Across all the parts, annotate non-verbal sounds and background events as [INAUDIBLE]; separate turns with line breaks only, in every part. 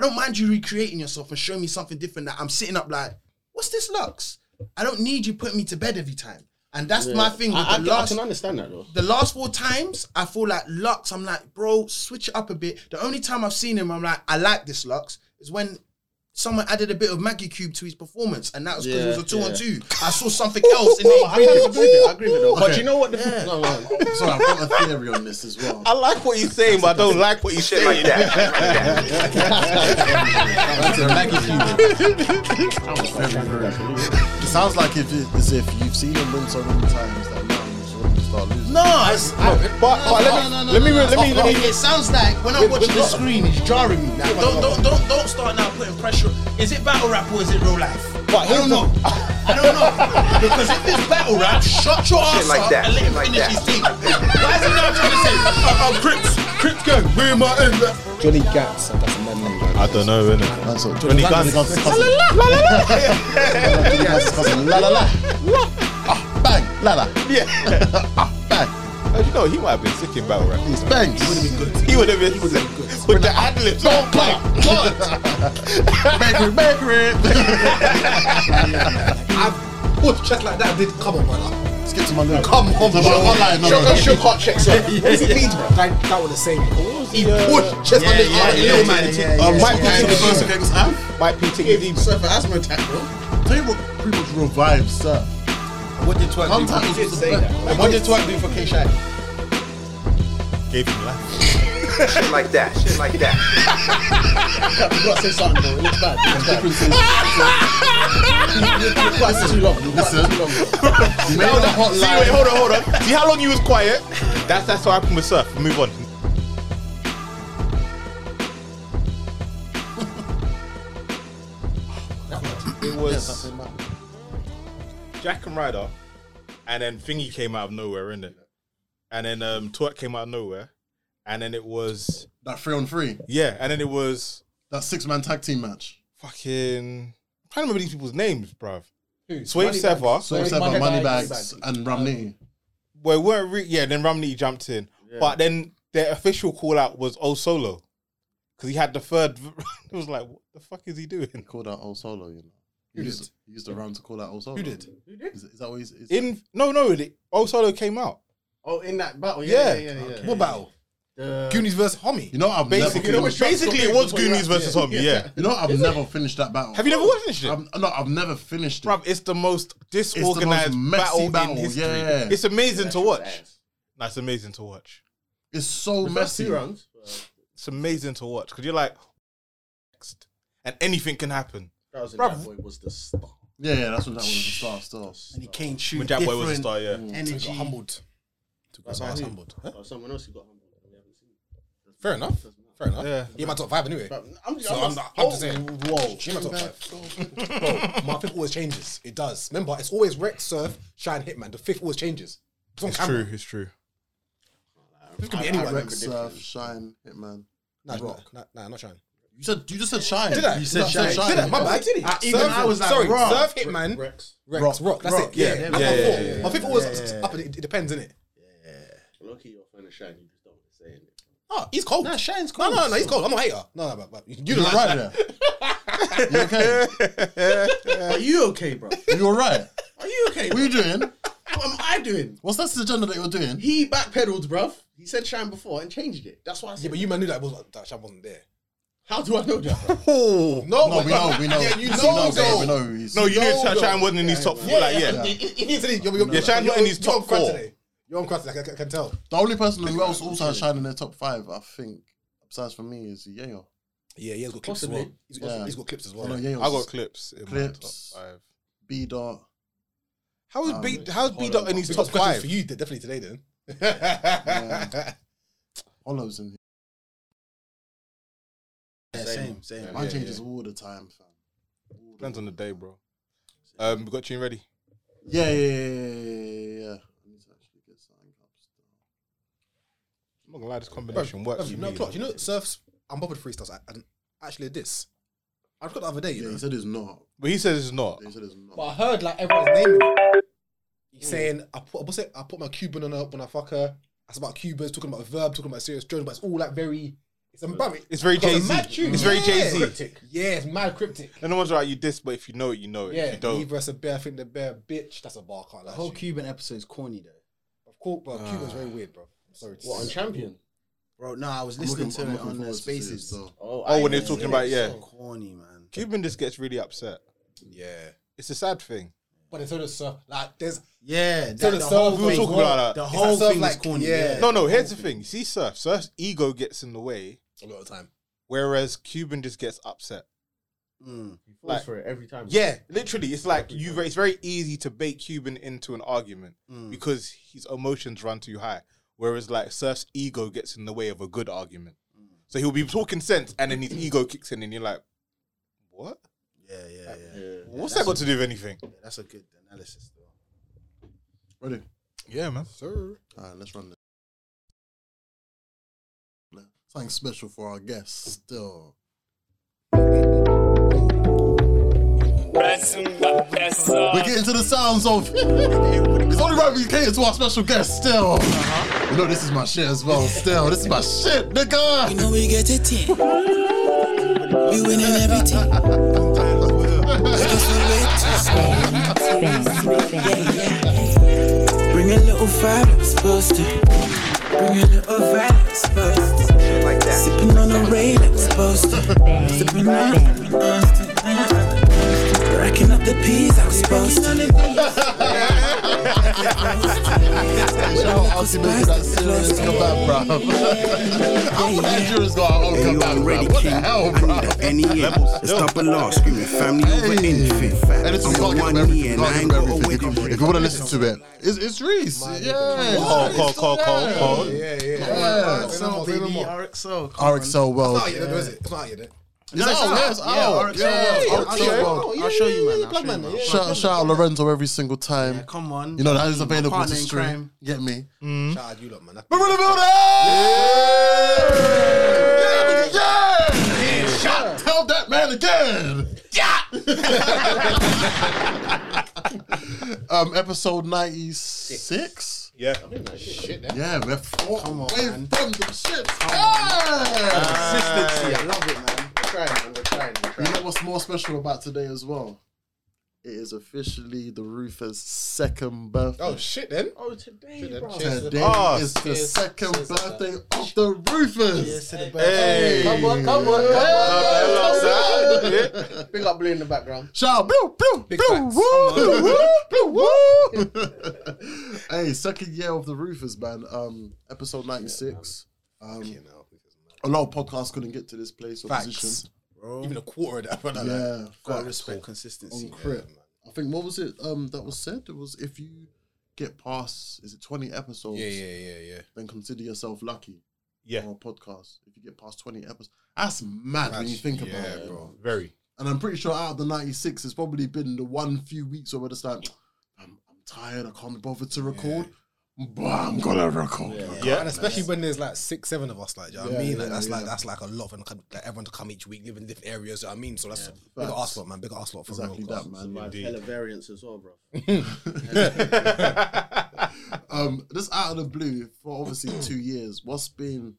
don't mind you recreating yourself and showing me something different that I'm sitting up like, what's this Lux? I don't need you putting me to bed every time. And that's my thing. with
I, I
the
can- I
last-
can understand that though.
the last four times, I feel like Lux. I'm like, bro, switch it up a bit. The only time I've seen him, I'm like, I like this Lux is when someone added a bit of Maggie Cube to his performance, and that was because it was a
Yeah,
two on
yeah. Oh,
two. I saw something
[LAUGHS]
else in the
I agree with it. I agree with it. though. But
Okay.
you know what? The, no, no, no.
[LAUGHS] Sorry, I've got a theory on this as well.
I like what he's saying, but I don't like what he's
Shit like
saying. [LAUGHS]
that.
That's a Maggie Cube. That was very, very good. It sounds like if it, as if you've seen him win so many times that now he's already start losing.
No, it's- I-
But, but let me let me let me let me
it sounds like when I'm watching the
look.
screen, it's jarring me. Like,
but
don't,
look.
don't, don't, don't start now putting pressure. Is it battle rap or is it real life? I
But here's
don't
the-
know. I don't know because if it's battle rap, shut your ass
like
up
that,
and let
shit
him
like
finish
that.
his thing. Why is he now trying to say, uh, "I'm Crips, Crips gang, where my end?" at?"
Johnny Gats, that's a man name.
I don't know, innit?
That's what
Johnny
Gans is
Gans.
his cousin. Johnny Gans is his cousin. La la la. Ah, bang. La la.
yeah.
Ah, bang.
You know he might have been sick in battle rap.
It's bangs.
[LAUGHS] He would have been with the ad libs. Oh my god!
Bakery, bakery.
I, oh, just like that did. Come on, brother.
Let's get to my lyrics.
Come on, brother.
Show- online, no,
Show-
no.
show heart checks.
[LAUGHS]
What does it mean, bro?
That, that was the same.
He pushed chest
Yeah,
under his
yeah,
arm,
yeah,
little
yeah,
man.
yeah, yeah,
Um,
yeah,
Mike
Yeah,
Tyson
the
versus-
first against Am.
Might be taking
He suffered asthma attack, bro.
Tell you what pretty much revives, sir.
What did Twerk
Sometimes it's just the best.
What did Twerk do for K Shine?
Gave him life.
Shit like that. Shit like that.
You gotta say something, bro. It looks bad. It looks bad.
Difference is-
You gotta say too long. You gotta say
Listen.
too long, bro.
You made the
See, wait,
hotline.
hold on, hold on. See how long you was quiet? That's that's what happened with Surf. Move on. [LAUGHS] It was Jack and Ryder, and then Thingy came out of nowhere, innit? And then um, Twerk came out of nowhere, and then it was
That three on three.
yeah, and then it was
That six man tag team match.
fucking. I can't remember these people's names, bruv.
Who?
Swave
Moneybags.
Sever.
So it's about Moneybags and Ramney.
Well, it weren't re- yeah. Then Romney jumped in, but then their official call out was O Solo because he had the third. [LAUGHS] it was like, what the fuck is he doing?
Called out old solo, you know. He
Who
used,
did?
he used the round to call out old solo.
Who did? Who did?
Is, is that what he's? Is,
In no, no, the, O Solo came out.
Oh, in that battle. Yeah,
Yeah.
yeah, yeah. yeah, yeah.
What
battle?
Goonies versus Homie.
you know, I've
Basically,
never.
know
Finished,
which-
basically, it was
Before you
Goonies
wrap-
versus
yeah.
Homie.
[LAUGHS]
Yeah.
you know, I've never finished that battle.
Have you never watched it?
I've, no, I've never finished it.
Bruv, it's the most
the most
disorganized
messy
battle,
battle,
in history.
yeah.
It's amazing to watch. That's amazing to watch.
It's so
The first
messy.
two rounds.
It's amazing to watch because you're like, next, and anything can happen.
That was in
Bruv.
that boy was the star.
Yeah, yeah, that's when that was the star. Still,
And he came true.
When Jack Boy was a
different
star,
Mm.
yeah.
Energy.
Got humbled. Took his ass humbled. Huh?
Or Oh, someone else who got humbled. that we haven't seen.
Fair enough. Fair enough.
Yeah.
You're my top five anyway.
Bruv, I'm,
So I'm, not- I'm just saying. Whoa. You're my top five. [LAUGHS] Bro, my fifth always changes. It does. Remember, it's always Rex, Surf, Shine, Hitman. The fifth always changes. It's on
It's
camera.
true. It's true.
This could be
I- I
anyone.
remember
Rex, uh,
this.
Surf, Shine, Hitman.
Nah, nah, nah, nah, not Shine.
You said you just said Shine.
Did I?
You said
No,
Shine.
Did I? Did I? My bad.
Did he?
Surf-
even I was like,
sorry,
Rock.
Surf, Hitman, Rex,
Rex.
Rock. That's
Rock.
it. Yeah,
Yeah,
that's
yeah,
my
yeah,
four.
yeah,
my fifth always up. and It, it depends, innit?
Lucky you're a fan of Shine. You just don't want to say it.
Oh, he's cold. Nah, Shine's cold. No, no, no, he's cold. I'm not a hater. No, no, but, but you
You
don't
were
like
right
Shine.
there. You okay?
Are you okay, bro?
You were right.
Are you okay?
What are
bro?
you doing?
What am I doing?
What's that agenda that you're doing?
He backpedaled, bruv. He said Shine before and changed it. That's why I said.
Yeah, but you man knew that wasn't that Shine wasn't there.
How do I know that? bruv?
Oh no,
No, we know, we know.
Yeah, you
We
know,
yeah,
though.
we know who he's.
No, you knew Shine
though.
wasn't in his top four. like, yeah.
He said he- you're- you're-
Yeah, Shine
you're-
not in his
you're
top
on crack
four.
today. You're on crack today. I can- I can tell.
The only person who else also has Shine in their top five, I think, besides from me, is Yeo.
Yeah, he has got clips
Possibly.
as well. He's got,
Yeah.
he's got clips as
I know
well.
Yeo's.
I got clips. In
Clips.
My top five.
B dot.
How is
Um,
B? How is B
hold
dot
on.
in his
We've
top
got questions
five?
for you de- definitely today [LAUGHS] then.
Hollows in here.
Yeah, same, same.
Mine
Yeah,
changes all the time, fam.
Depends on the day, bro. Um, we got you ready.
Yeah, yeah, yeah, yeah, yeah, yeah, yeah. I need to actually get something up. still.
I'm not gonna lie, this combination works.
you
for
know,
me.
Clark, you know, Surf's unbothered freestyles are- and actually a diss. I got the other day, you
Yeah,
know.
he said it's not.
but he says it's not.
He said it's
But
not.
I heard like everyone's naming it. He's saying I put what's it? I put my Cuban on a on a fucker. That's about Cubans, talking about verb, talking about serious Jones, but it's all like very It's a bro,
It's very
got a
Jay-Z.
mad tune.
It's very
Yeah.
Jay-Z.
Cryptic. Yeah, it's mad cryptic.
And no one's like, you this, but if you know it, you know it. If
Yeah,
you don't.
leave us a bear. I think the bear bitch. That's a bar. I Can't lie
The
to
whole
you.
Cuban episode is corny though.
Of course, bro. Cuba's very weird, bro. Sorry. To
What on
say.
champion?
Bro, no, I was
I'm
listening
I'm
to it on
forward
the
to seeing it,
spaces.
so.
oh,
I-
when they're talking about, yeah.
Corny, man.
Cuban just gets really upset.
Yeah.
It's a sad thing.
But it's sort of surf. Like there's
Yeah,
So the surf-
whole
we were
thing-
talking about that.
The
It's
whole
that surf
thing is
like-
corny.
yeah.
Yeah.
No, no, here's the thing. You see Surf, Surf's ego gets in the way,
a lot of time.
whereas Cuban just gets upset.
Mm.
He falls
Like-
for it every time.
Yeah, literally. It's like you. It's very easy to bait Cuban into an argument because his emotions run too high. Whereas like Surf's ego gets in the way of a good argument. So he'll be talking sense, and then his ego kicks in, and you're like, "What?
yeah, yeah, yeah,
What's that got to do with anything?"
Yeah, That's a good analysis, though.
Ready?
Yeah, man.
Sir. All right, let's run this. Something special for our guests still. We're
Uh,
getting to the sounds of. [LAUGHS] It's only right we cater to our special guest still.
Uh-huh.
You know, this is my shit as well still. This is my shit, nigga.
You know we get it in. We winning everything. Bring a little vibe, Buster. Bring a little vibe, Buster.
Shit like that.
Sipping on the rain, Buster. Sipping on the Racking up the peas, I was supposed to.
Shout out to making that serious kebab, bro. How Nigerians got our own
you
kebab, bro?
already
What the
king.
hell,
I
bro?
need a any in. Let's stop a law. Screaming family over
Hey.
anything.
And it's
I'm on one knee and I ain't go away.
everything. If you, want to listen to it, it's, it's Reese. Yeah.
Call, call, call, call, call.
Yeah, yeah.
Yeah.
Say no more, Oh, say no more.
RXL. come on.
RXL World.
It's not yet, though, is it? It's not yet. though.
It's
No, it's
out,
out.
yeah, it's
Oh,
Yeah,
out.
RXL
Yeah,
World.
RXL
Okay.
World.
I'll show you, man. I'll show
Plug man.
you,
yeah.
Shout, shout out Lorenzo every single
Yeah,
time.
come on.
You know that is available to
partner in
stream.
crime. Mm.
Get me.
Hmm?
Shout out you lot, man. That's- [LAUGHS]
We're in the building. Yeah. Shot. Tell that man again. [LAUGHS] um, episode ninety six.
Yeah.
Yeah, we're four
Come on,
away
man.
from the shit. Yeah.
Consistency. I love it, man.
We're trying, man. We're trying. We're
You
trying.
know what's more special about today as well? It is officially the Roofer's second birthday.
Oh shit, then.
Oh, today, bro.
Today
Oh,
is the
cheers.
second
Cheers to
birthday of the Roofers.
Hey.
Come on, come on,
Yeah.
Big up blue in the background.
Shout blue, blue,
Big
blue,
facts.
woo, blue, woo, blue,
[LAUGHS]
woo. hey, second year of the Roofers, man. Um, episode ninety six. Um, a lot of podcasts couldn't get to this place or
Facts.
position.
Even a quarter of that. but I'm like,
Yeah,
Gotta respect consistency.
on crip. I think what was it? Um, that was said. It was if you get past is it twenty episodes,
Yeah, yeah, yeah, yeah.
then consider yourself lucky.
Yeah.
Or a podcast. If you get past twenty episodes, that's mad when you think about it, bro.
Very.
And I'm pretty sure out of the 96, it's probably been the one few weeks where we're just like, I'm, I'm tired, I can't be bothered to record, but I'm gonna record.
Yeah.
And especially when there's like six, seven of us, like, do you know what I
Yeah,
mean? Like,
yeah,
that's like
yeah.
that's like a lot, and like, everyone to come each week, live in different areas. Do you know what I mean? So that's big
facts.
ass lot, man. Big ass lot for
Exactly
real. cause-
that, man.
Hella variants as well, bro.
Um, just out of the blue, for obviously two years, what's been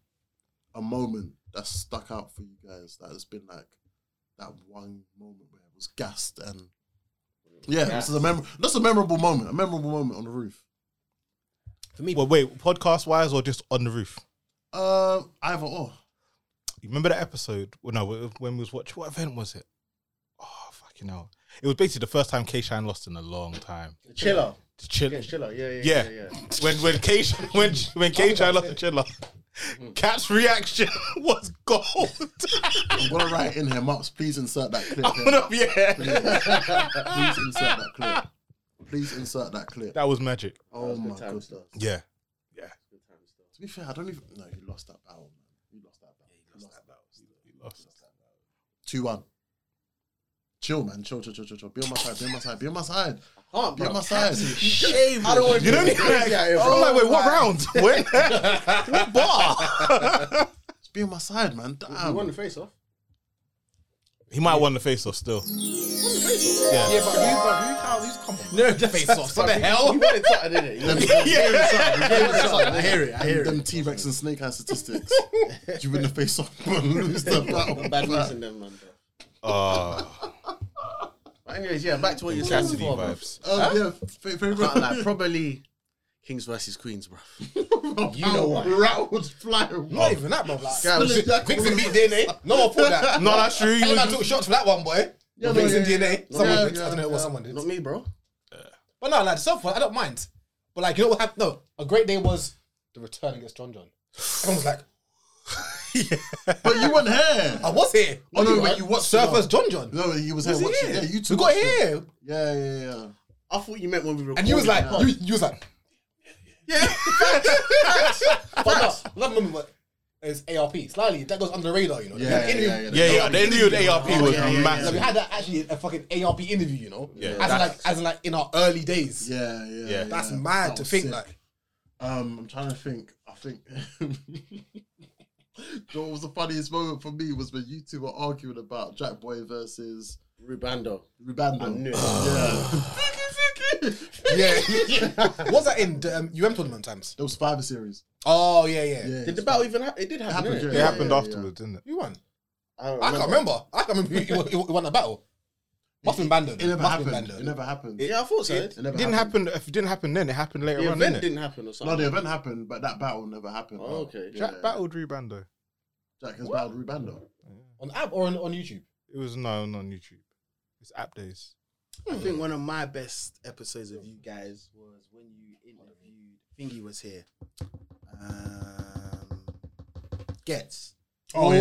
a moment that stuck out for you guys that has been like that one moment where it was gassed and yeah, this is a mem- that's a memorable moment, a memorable moment on the roof. [LAUGHS]
Well, [LAUGHS] wait, podcast wise or just on the roof?
Uh, either or.
You remember that episode? Well, no, when we was watching, what event was it? Oh, fucking hell. It was basically the first time K Shine lost in a long time.
The chiller.
The chill-
Yeah, chiller. Yeah, yeah,
yeah.
yeah. yeah, yeah.
[LAUGHS] When when K when when K Shine lost the chiller,
Mm-hmm.
Cat's reaction [LAUGHS] was
[LAUGHS]
gold. [LAUGHS]
I'm gonna write in here, Marks, please insert that [LAUGHS] clip. here.
yeah.
Please insert that clip. Please insert that clip.
That was magic.
oh my
good times,
goodness.
though.
Yeah.
To be fair, I don't even. No, you lost that battle, man. You lost that battle. you lost that battle. Two one. Chill, man. Chill, chill, chill, chill, chill. Be on my side. Be on my side. Be on my side.
Can't,
Be
bro.
on my side.
I don't want to
You don't even like, I'm like, wait, what round? When? what bar?
Be on my side, man.
You won
Damn.
the face off.
He might have won the face off still.
Yeah, but who, but who, how, who's come from?
No, face off. What the hell?
You wanted something, didn't
[LAUGHS]
[LAUGHS]
you?
I hear it. I hear it.
Them T Rex and Snake Eye
[LAUGHS]
statistics. you win the face off and [LAUGHS] lose the battle.
Bad news in them, man. bro. But anyways, yeah, back to what you said
Cassidy
before, bro.
vibes.
Um, Yeah, fa- favorite.
Can't lie, probably Kings versus Queens, bro.
you know what? Rat was flying.
Not even that, bro. Like,
Yeah,
Vixen-
but-
Vixen beat DNA. No
[LAUGHS]
one thought that.
No, that's true.
Hey,
You
man
was-
took shots for that one, boy. Yeah, Vixen
yeah,
DNA. Someone
Yeah,
picked, I
yeah,
don't know what
yeah.
someone did.
Not me, bro.
But no, like self one, I don't mind. But like you know what happened? No, a great day was the return against John John. Everyone was like,
But you weren't
[LAUGHS]
here.
I was here.
Oh, no, but you watched it,
Surfers John John.
No, he was,
Was
here
he
watching.
here?
Yeah, you two
we got
watched it.
here,
Yeah, yeah, yeah.
I thought you meant when we were.
and you was like, you, you was like,
[LAUGHS]
yeah. but no, I love moment what it's ARP slightly that goes under the radar, you know.
Yeah,
Interview-
yeah, yeah,
yeah, yeah. The interview with ARP was
Like, we
massive.
had that actually a fucking ARP interview, you know.
Yeah.
as in like as in like in our early days.
Yeah, yeah.
Yeah.
That's
yeah.
mad
That
to
was
think
sick.
like.
Um, I'm trying to think. I think. [LAUGHS] what was the funniest moment for me was when you two were arguing about Jack Boy versus
Rubando.
Rubando.
I knew it.
[LAUGHS] Yeah.
Yeah. [LAUGHS] was that in the um, UM tournament times?
It was Survivor Series.
Oh yeah, yeah.
Yeah.
Did the battle even happen? It did
It
happen.
happened,
didn't
It
it?
yeah,
happened
yeah, yeah.
afterwards, didn't it?
You won.
I don't
I can't remember. I can't remember who, who, who won the battle. Must have been Bando.
It never
Must have been
happened.
Bando.
It never happened.
Yeah, I thought so.
It never
Didn't happen. If it didn't happen then, it happened later
The
on.
event
Didn't it?
didn't happen or
No,
something.
the event happened, but that battle never happened.
Oh, okay.
Yeah.
Jack battled Drew Bando.
Jack has battled Rubando.
on app or on, on YouTube?
It was no, not on YouTube. It's app days.
I think one of my best episodes of you guys was when you interviewed Thingy was here. Um, Gets.
Oh, yeah.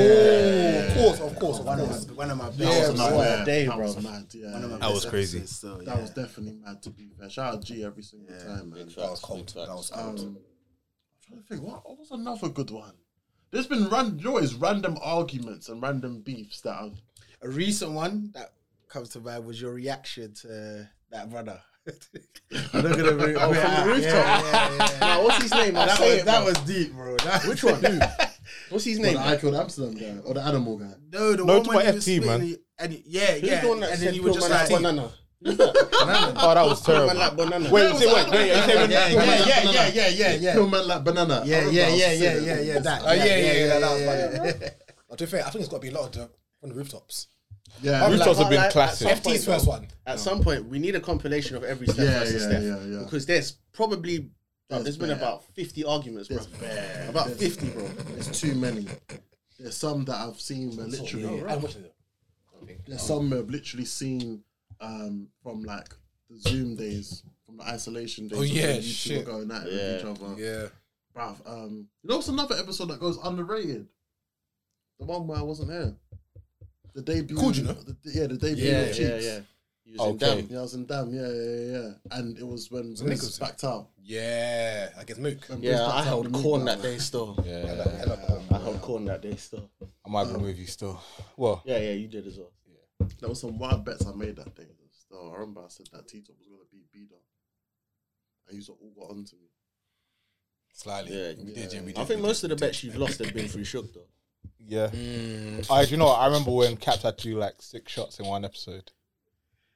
Of course, of course, of
One
course.
of my, one of my best.
Yeah,
That
bro.
was mad.
day,
That
bro.
was mad. Yeah.
one of my
yeah.
That was
best
crazy.
episodes, so, yeah.
That was definitely mad to be fair. Shout out G every single time, man.
That was cold. That was
Um,
cold.
I'm trying to think. What, what was another good one? There's been ran, you know, it's random arguments and random beefs that I've.
a recent one that comes to mind was your reaction to that brother. I'm not gonna bring oh,
the rooftop? Nah, what's his name? I'll
That,
say
was,
it,
that
bro.
was deep, bro. [LAUGHS] That-
Which one? What's his name?
the I killed Amsterdam guy or the animal guy.
No, the
No,
one
to
when
my
he was
FT, man.
splitting it- And he- yeah,
Who's
yeah.
the one that
and
said
then you were
pure
just
man
like,
like banana?
Oh, that was
Pure
terrible.
man like banana.
Wait, you say wait, wait, you say
yeah,
when-
yeah, yeah, yeah, yeah, yeah, yeah, yeah.
Kill man like banana. I
Yeah,
remember
yeah,
I was
yeah, yeah,
sitting
yeah,
there.
yeah, that.
Oh, yeah, yeah, yeah, that was
yeah,
funny.
yeah.
But to be fair, I think it's got to be a lot of the, on the rooftops.
Yeah,
Like,
Rooftops have been
like,
classic.
like,
FT's first one.
At some point, we need a compilation of every step
Yeah,
versus
yeah,
step
yeah, yeah.
because there's probably bro,
There's
there's been
bare.
about fifty arguments, bro.
There's bare.
About
There's-
fifty, bro.
There's too many. There's some that I've seen where
Yeah,
literally.
yeah. I watched it.
There's some I've literally seen um, from like the Zoom days, from the isolation days.
Oh,
of when
yeah,
you two
shit.
were going at it with each other.
Yeah.
Bruv, um, you know what's another episode that goes underrated? The one where I wasn't here. The debut.
Cool, you know?
the- yeah, the debut
Yeah,
of Cheeks.
yeah, yeah. He was in Oh, damn.
Yeah, I was in Dam, yeah, yeah, yeah, yeah. And it was when
it
Riz
Nicholson?
backed out.
Yeah. I guess Mook.
When Riz
Yeah,
backed
I
out
held
the
corn
meat,
that
bruv.
day still.
Yeah,
I held corn that day still.
I might have been with you still. Well,
Yeah, yeah, you did as well.
There was some wild bets I made that day. Still, I remember I said that T Top was gonna beat B Dog. And you sort of all got onto me.
Slightly.
Yeah,
we did. Yeah, we did.
I think most of the bets you've lost have been through shook though.
yeah.
Mm.
I, do you know, what? I remember when Caps had to do like six shots in one episode.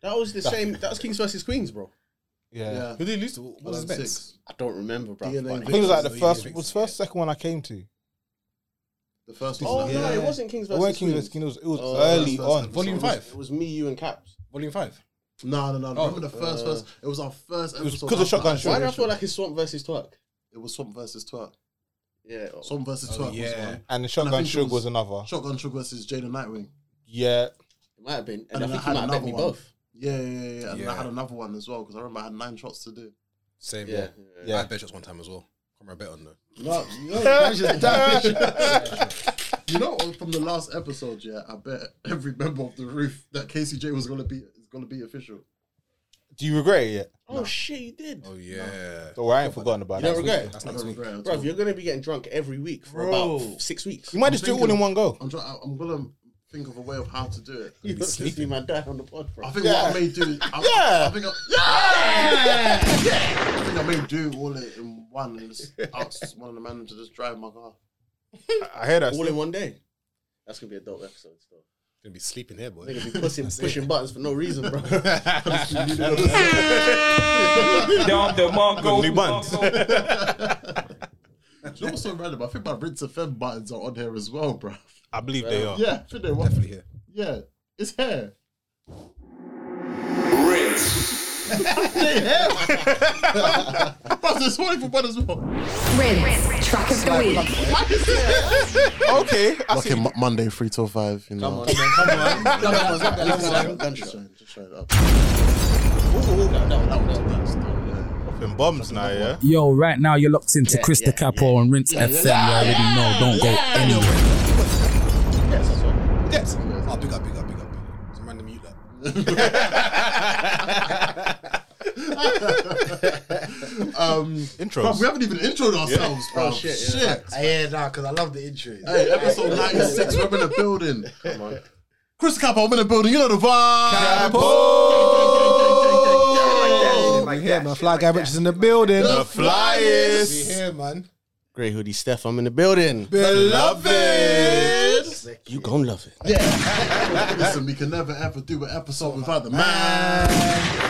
That was the same. That was Kings versus Queens, bro.
Yeah.
Yeah.
Who did he lose to? What was his
Um,
bets?
six.
I don't remember, bro.
DNA
I think it was like the first, it was first, second one I came to.
The first
Oh
one.
no, it wasn't Kings
I
versus
went King
Queens.
It was, it was
Oh,
early
that's-
on.
that's-
Volume
It
five.
was me, you, and Caps.
Volume five.
No, no, no.
Oh.
Remember the first first it was our first
was
episode.
'cause of
after
Shotgun
I-
Shot.
Why do I feel like it's Swamp versus Twerk?
It was Swamp versus Twerk.
Yeah.
Swamp versus
Oh,
Twerk was
yeah.
one.
And the
And I
Shotgun
think it
Shug was
was- [LAUGHS]
another.
Shotgun Sugar versus Jada Nightwing.
[LAUGHS] Yeah.
It might have been, and,
And
I
then
think
I
you
had
might have bet
another
me
one.
both.
Yeah, yeah, yeah. yeah. And
Yeah.
I had another one as well because I remember I had nine shots to do.
Same.
Yeah.
Yeah.
I had bet shots one time as well. I remember a bet on though.
No,
[LAUGHS]
no, that's just- that's just- you know, from the last episode, yeah, I bet every member of the roof that KCJ was gonna be is gonna be official.
Do you regret it yet?
Oh shit, you did,
Oh yeah.
Don't worry, I ain't forgotten about
don't
it.
regret it?
That's
I
next
don't
week.
regret it at
bro.
all.
You're gonna be getting drunk every week for about f- six weeks.
You
[LAUGHS]
might just do it all in one
[LAUGHS]
go.
I'm trying. I'm gonna think of a way of how to do it.
You look sleepy, man. Die on the pod, bro.
I think what I may do. I,
Yeah.
I think I, yeah, yeah. I think I may do all it in one and just ask one of the men to just drive my car.
I hear that.
all in one day. That's gonna be a dope episode, still.
Gonna be sleeping here, boy.
Nigga be
[LAUGHS]
pushing, pushing buttons for no reason,
[LAUGHS]
bro.
Dom the Mongo.
New buns.
You know what's so random? I think my Rinse FM buttons are on here as well, bro.
I believe they are.
Yeah, I think they were.
Definitely here.
Yeah, it's hair. [LAUGHS] Rinse. Bro, there's one for one as well.
Rinse, track of the week.
Okay. I see. [LAUGHS]
Fucking Mo- Monday, 3 till 5, you know. Come on, just trying, just trying it up.
Dropping bombs now, yeah?
Yo, right now you're locked into Chris
yeah,
the Capo on Rinse FM. you already know. Don't go anywhere.
Yes. Oh, big up, big up, big up. Some random mute that.
Um, bro, we
Intros.
haven't even introed ourselves, bro.
Oh,
shit.
shit, yeah.
I hear that because I love the intro.
Hey, episode 96, we're in the building. Come on. Chris Capo, I'm in the building. You know the vibe.
Shit
You
like
hear
that.
my fly guy Richards in the building.
The
You
flyers.
here, man?
Grey hoodie Steph, I'm in the building.
Beloved.
You gon' love it.
Listen, we can never ever do an episode without the man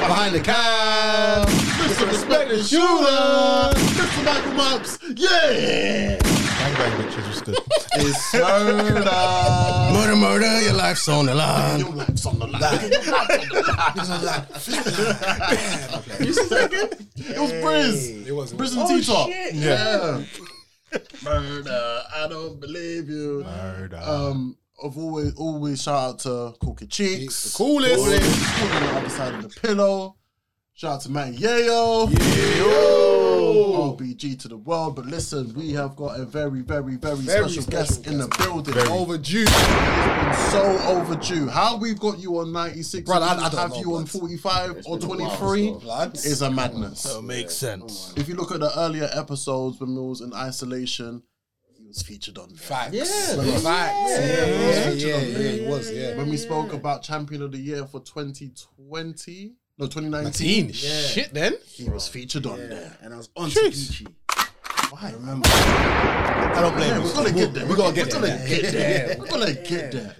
behind the cam. Mr. Respect and Shooter, Mr. Michael Mops, yeah.
Bang bang bitches was good.
It's murder.
Murder, murder, your life's on the line.
Your life's on the line. You see that again? It Oh, was Briz.
It was.
Briz and T Top. Yeah. Murder. I don't believe you. Um, I've always always shout out to Cookie Cheeks.
The coolest.
Coolest. Coolest on the other side of the pillow. Shout out to Matt Yayo. Yayo. RBG to the world. But listen, we have got a very, very, very, special, guest in the building.
Overdue.
So overdue. How we've got you on 96,
Brother, I- I
have
don't know,
you on
blood.
45 or 23 is a madness.
Makes sense.
If you look at the earlier episodes when we was in isolation, he was featured on there.
Facts. Yeah. Facts. Yeah. Yeah. Yeah. Yeah. It was. Yeah.
When we spoke about Champion of the Year for 2020, no 2019,
Teen. Shit. Then.
he was featured on there.
And I was on to Gucci.
Why? Remember? I don't blame you. We're gonna get there. We're gonna get there. We're gonna get there.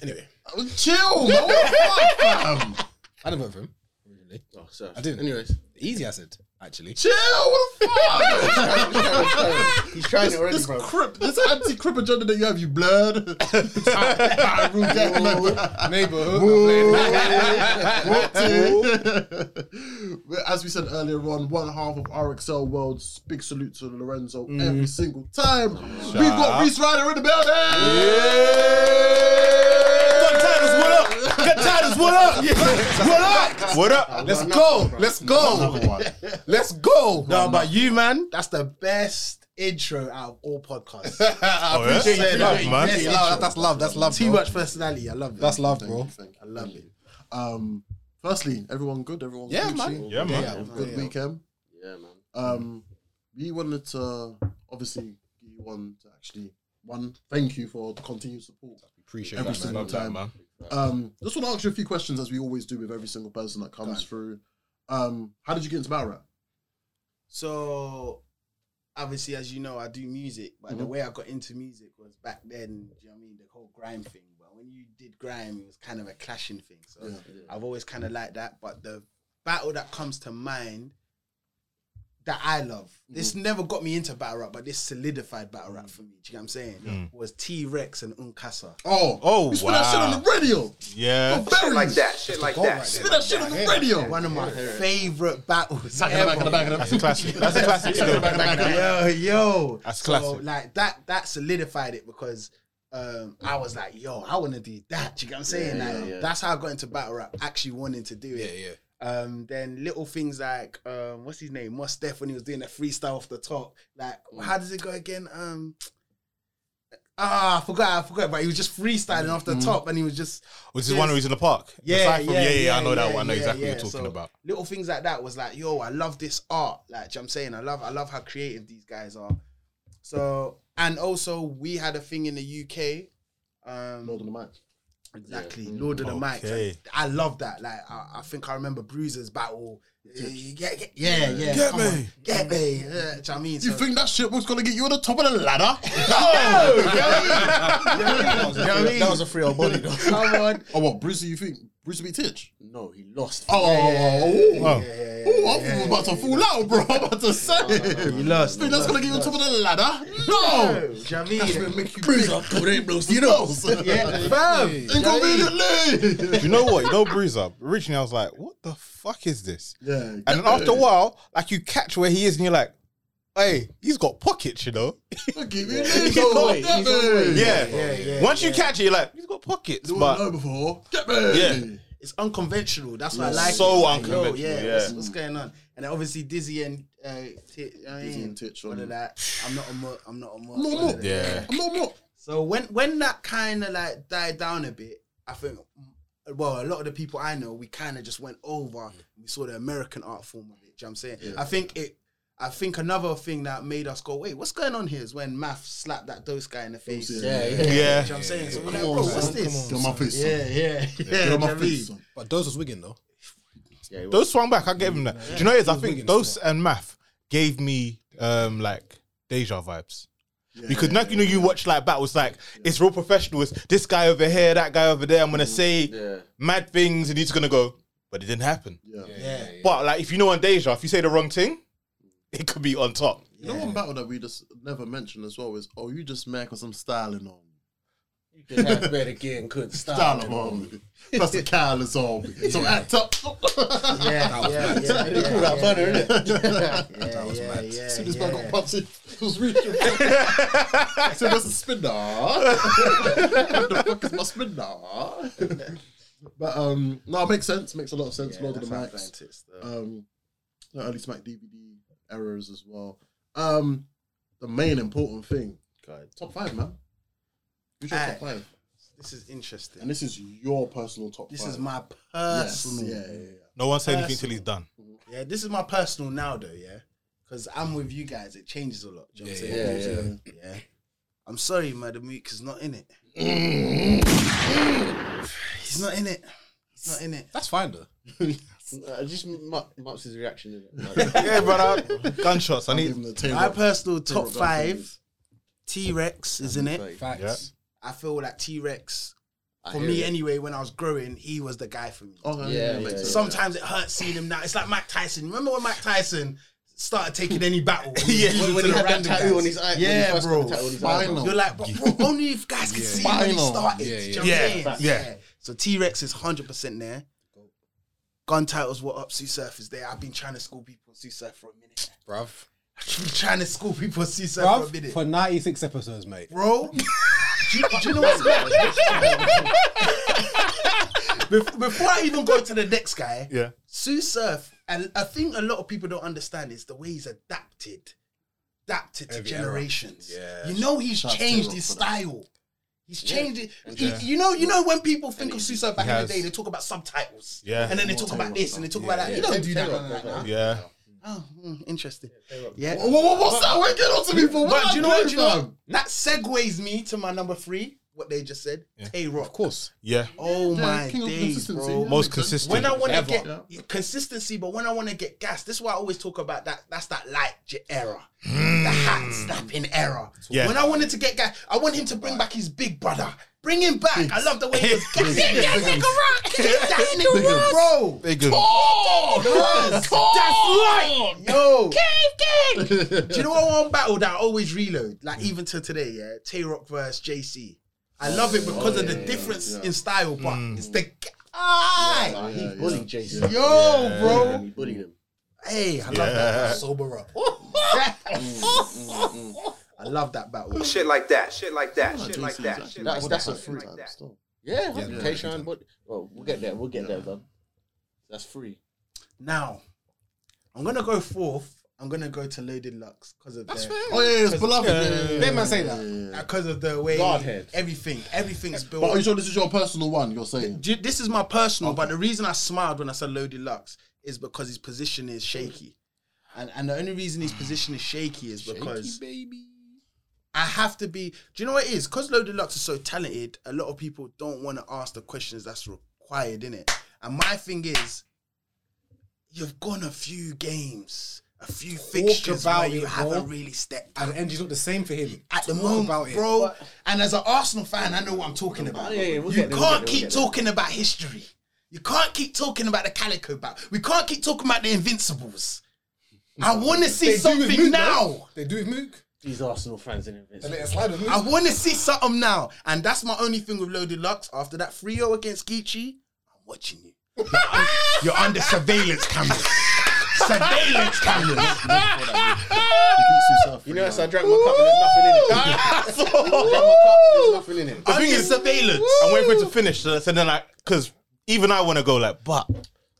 Anyway,
Oh, Chill, man. What the fuck, fam?
I didn't vote for him. Originally.
Oh, sorry.
[LAUGHS]
I didn't.
Anyways,
Easy, I said. Actually.
Chill. What the fuck?
he's trying it already,
This [LAUGHS]
bro.
crip, this anti-crip agenda that you have, you blurred. Tyrone gang member.
Neighborhood.
What the- Well, As we said earlier on, one half of RXL World's big salute to Lorenzo every single time. We've got Reese Ryder in the building.
Gun titles, what up? Gun titles, what up? What up? What up?
Let's go. Let's go.
Number one.
Let's go.
No, but you, man, that's the best intro out of all
[LAUGHS]
podcasts.
I appreciate
you,
that, man.
Yes,
That's love. That's love. That's love.
Too
bro.
much personality. I love it.
That's love, bro.
I love it.
Um, firstly, everyone good. Everyone
Yeah,
Gucci?
man.
Yeah, man.
Have a good weekend.
Yeah, man.
Um, we wanted to obviously get you on to actually one thank you for the continued support.
Appreciate
Every
that,
single
man.
time. Um, just want to ask you a few questions as we always do with every single person that comes through. Um, how did you get into battle rap?
So obviously, as you know, I do music, but
Mm-hmm.
the way I got into music was back then, do you know what I mean, the whole grime thing. But when you did grime, it was kind of a clashing thing. So I've always kind of liked that. But the battle that comes to mind that I love, this never got me into battle rap, but this solidified battle rap for me. Do you know what I'm saying? Was T Rex and Uncasa.
Oh,
Oh,
we spit that shit on the radio.
Yeah.
Berries.
Like that. Shit like that.
Spit that shit on the radio.
One of my favorite battles.
Back in the back, in the back,
That's
in
a
the back.
[LAUGHS]
classic. That's a classic. still.
yo, yo.
That's
so,
classic.
Like that that solidified it because um, I was like, yo, I wanna do that. You get what I'm saying? like, that's how I got into battle rap, actually wanting to do it.
Yeah, yeah.
Um, then little things like um, what's his name? Mos Def when he was doing a freestyle off the top. Like, how does it go again? Um Ah, I forgot, I forgot, but he was just freestyling off the top and he was just
Which is one who's in the park.
yeah,
Aside from-
yeah,
yeah, yeah, I know that
yeah,
one. I know
yeah,
exactly
yeah.
what you're talking
So, [LAUGHS]
about.
Little things like that was like, yo, I love this art. Like, do you know what I'm saying, I love, I love how creative these guys are. So, and also we had a thing in the UK. Um,
Hold on the Mm. mic.
Exactly, Lord of the Mics.
Okay.
I love that. Like, I, I think I remember Bruiser's battle. Yeah, yeah, yeah. yeah,
Get
come
me.
on. get me. Yeah, do you know what I mean?
You
So-
think that shit was gonna get you on the top of the ladder?
that was a free old body. Come on.
oh, what, Bruiser? You think Bruiser beat Titch?
No, he lost.
Oh,
Oh.
Ooh, I think we're about to fall out, bro. I'm about to say. You
lost.
Think that's gonna get you on top of the ladder? No.
Do you know what I mean?
That's gonna make you Oh, Bruiser up today, bro. You know.
Yeah, fam.
Inconveniently.
Do you know what? You know, Bruise Up. Originally, I was like, what the fuck is this?
Yeah.
And then after a while, like, you catch where he is and you're like, hey, he's got pockets, you know?
Inconveniently.
[LAUGHS] He's Yeah. Once you catch it, you're like, he's got pockets.
I
But
Oh, know before. Get me.
Yeah.
It's unconventional. That's why I like
So
it. Like, yo,
unconventional, yeah.
What's, what's going on? And then obviously Dizzy and uh, T- I mean,
Dizzy and Titch
all
on-
of that. I'm not a mo- I'm not a mo-
Mm. More,
all
more.
of that.
Yeah.
More, more.
So when when that kind of like died down a bit, I think mm, well, a lot of the people I know, we kind of just went
Mm.
over. We saw the American art form of it. Do you know what I'm saying? I think it. I think another thing that made us go, wait, what's going on here? Is when Math slapped that dose guy in the face.
Yeah,
Do you know
yeah.
what I'm saying? So we're like,
Come on,
bro, what's
son.
this?
Get on my face. son.
Yeah, yeah, yeah.
Get
[LAUGHS] do
on
you know
my
what I mean?
face. son.
But those was wigging though.
those swung back. I gave him that. Do you know what it is? I think
wigging
those and math gave me um like deja vibes. because now you know you watch like battles like it's real professional. It's this guy over here, that guy over there. I'm gonna say mad things, and he's gonna go, but it didn't happen.
Yeah.
Yeah.
But like if you know on deja, if you say the wrong thing, it could be on top.
You know one battle that we just never mentioned as well is oh you just mad because I'm styling on me.
You can have better gear and couldn't style
Styling
him.
on me. [LAUGHS] Plus the cowl is on me. So act up.
Yeah, yeah, yeah.
They call that funny,
[LAUGHS]
innit?
[LAUGHS] That was mad. Yeah,
Soon as
yeah.
man got punched, [LAUGHS] it was reaching. so that's a spinner. [LAUGHS] what the fuck is my spinner? but um, no, it makes sense. Makes a lot of sense. Lord of the Max. Um, the early Smack DVD errors as well. Um, the main important thing. Top five, man. Who's your top
Aye.
five?
This is
And
interesting.
this is your personal top
This
five.
is my
yes.
personal.
Yeah, yeah, yeah.
No one say anything till he's done.
Yeah, this is my personal now though, yeah. Cause I'm with you guys, it changes a lot. Do you know what I'm saying? Yeah, yeah. I'm sorry, man, the Mook is not [LAUGHS] in it. He's not in it. He's not in it.
That's fine though.
Uh, just Mups' his reaction, [LAUGHS] innit?
yeah, brother. Gunshots. I
I'll
need.
give him the tail
My
up.
personal top
Robert
five, T Rex is in it.
Facts.
I feel like T Rex, for me anyway, when I Oh, was growing, he was the guy for me.
Okay,
Yeah,
that makes
yeah,
sense.
Sometimes it hurts seeing him now. It's like Mike Tyson. Remember when Mike Tyson started taking any battle?
[LAUGHS]
Yeah.
losing
When, when
to
he
the
had that
random
tattoo
guys?
on his eye. when he
Yeah,
first got
bro.
the tattoo on his eye.
Final.
You're
[LAUGHS]
like, but bro, only if guys can see when it
Spinal.
started.
Yeah,
do
yeah.
you know what I'm
Yeah,
saying?
yeah.
So T Rex is 100% there. Gun titles were up. Sue Surf is there. I've been trying to school people on Sue Surf for a minute.
Bruv.
I've been trying to school people on Sue Surf for a
Bruv
minute.
for 96 episodes, mate.
bro. do, you, [LAUGHS] do you know what's mad? Bef- Before I even go to the next guy,
Yeah.
Sue Surf, and I think a lot of people don't understand is the way he's adapted, adapted to
Every era.
generations.
Yeah.
You know he's
Shout out to
changed
Rock
his
for that.
style. He's changed it. He- you know, you know when people think of Sue Surf back
he
in
has-
the day, they talk about subtitles.
Yeah.
And then they talk about this and they talk about that. You don't do that like that. now.
Yeah.
Oh, mm, interesting. Yeah.
Whoa, whoa, what's that? Wait, get on to me for
But
what?
do you know what?
I
Do you know what?
fam?
That segues me to my number three. What they just said. Tay Rock. Of course.
Yeah.
Oh
Yeah,
my
king of
days,
consistency.
bro.
Yeah,
Most
makes sense.
consistent.
When I want to
Ever.
get
Yeah.
consistency, but when I want to get gas, this is why I always talk about that. That's that light j- era, the hat snapping era.
Yeah.
When I wanted to get gas, I want him to bring back his big brother. Bring him back. I love the way he was gassing that nigga rock. Get that nigga rock, bro.
Big him.
That's right, yo. Cave King. [LAUGHS] Do you know what one battle that I always reload? Like even to today, yeah. Tay Rock versus JC. I love it because of the difference in style, but it's the guy.
He
Yeah,
bullied Jason.
Yo, bro.
He bullied him.
Hey, I love Mm,
Yeah.
Sober up.
[LAUGHS] that. mm, I love that battle.
Shit like that. Shit like that.
Yeah,
Shit like
Jason's
that.
actually
Shit
That's,
like
that's
that.
a
Shit
free.
like that.
Yeah, yeah,
yeah.
Tayshawn, but well, we'll get there. We'll get there, bro. That's free.
Now, I'm gonna go fourth. I'm gonna go to Loaded Lux because of their
Oh yeah, it's beloved. Yeah, yeah, yeah,
Them man say that.
because of the way
Godhead.
everything everything's built.
But are you sure this is your personal one? You're saying.
Do you- this is my personal, but the reason I smiled when I said Lodi Lux is because his position is shaky. And and the only reason his position is shaky is because
baby.
I have to be. Do you know what it is? Because Loaded Lux is so talented, a lot of people don't want to ask the questions that's required in it. And my thing is, you've gone a few games, a few fixtures where you haven't really stepped
And Angie's not the same for him.
at the
Talk
moment,
about it.
bro. And as an Arsenal fan, I know what I'm talking about.
yeah, yeah, we'll
you
get there, we'll
can't
get there, we'll
keep
get there.
talking about history. You can't keep talking about the Calico back. We can't keep talking about the Invincibles. I want to see
They do with
something
Mook,
now.
though. They do with Mook.
These Arsenal fans in it.
They let it slide with Mook.
I want to see something now, and that's my only thing with Loaded Lux. After that 3-0 against Geechee, I'm watching you. You're, un- you're under surveillance cameras. surveillance cameras.
You know, so I drank my cup and there's nothing in it. I drank my cup, there's nothing in it.
The thing
Under
is,
surveillance.
I'm waiting for it to finish. So, so then I, because even I want to go like, but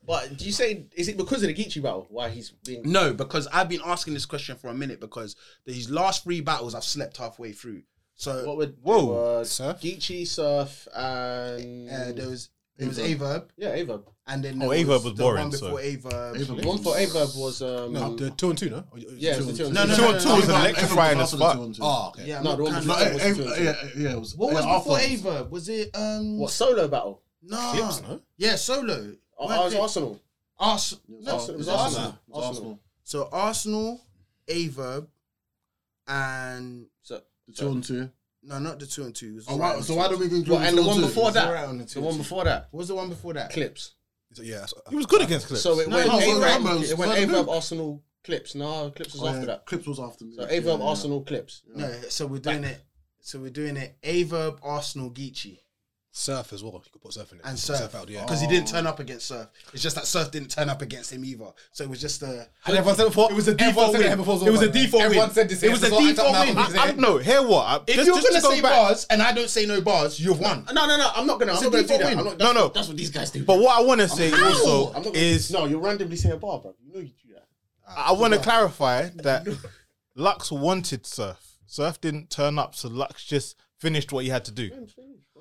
But do you say is it because of the Geechee battle why he's being?
[LAUGHS] No, because I've been asking this question for a minute because these last three battles I've slept halfway through. So
What would
Whoa.
uh,
Surf?
Geechee, Surf, and
Uh, there was there was
Mm-hmm.
Averb,
yeah, Averb.
and then
Oh,
there
Averb was
the
boring,
One before
so-
Averb,
The one for Averb was um,
No, the two and two, no? Or-
yeah, it was the two.
No, no,
two
no,
on two
no,
was
no,
electrifying as fuck.
Ah, okay.
Yeah,
Oh, no, the one
No,
before
eh,
was
eh,
the two and two.
yeah, eh, yeah, it was.
what was
yeah,
before
Arthur.
Ava? Was it um
What solo battle?
no.
Clips, no?
Yeah, solo.
Oh,
Weren't
I was
it?
Arsenal.
Ars- no,
Arsenal.
it
It
was
was
Arsenal.
Arsenal. Arsenal.
So Arsenal, Averb, and
So
The two on two.
no, not the two and two. It was
Oh,
right
right,
on
so
two.
why don't we conclude
Well, and the
two on
one
two?
before
Zero out on the
that,
two
the one
two.
before that,
What was the one before that?
clips.
So, uh, yeah, that's,
he was good against Clips.
So it
No,
went
no,
no,
Averb,
Ramos,
it went
Ramos.
Averb, Arsenal, clips. No, clips was
Oh, yeah,
after that.
Clips was after me.
So
Yeah,
Averb,
yeah.
Arsenal, clips.
No, so we're doing it. So we're doing it. Averb, Arsenal, Geechee,
surf as well. You could put surf in it.
and
Put
Surf
out, yeah.
because he
Oh.
didn't turn up against Surf. It's just that Surf didn't turn up against him either. So it was just a.
And everyone said before.
It was a
everyone
default
said
win.
it before,
It was a
by the way.
default
Everyone
win.
said this.
It was a default win.
I, I don't know. Hear what? I,
If
just-
you're
just
gonna
go
say bars and I don't say no bars, you've won.
No, no, no. I'm not gonna. I'm
a
not gonna do
default
that.
win.
I'm not,
No,
that's-
no.
That's what these guys do.
But what I want to say
How?
also
I'm not gonna-
is
no, you're randomly saying bar, bro. You know you do that.
I want to clarify that Lux wanted Surf. Surf didn't turn up, so Lux just finished what he had to do.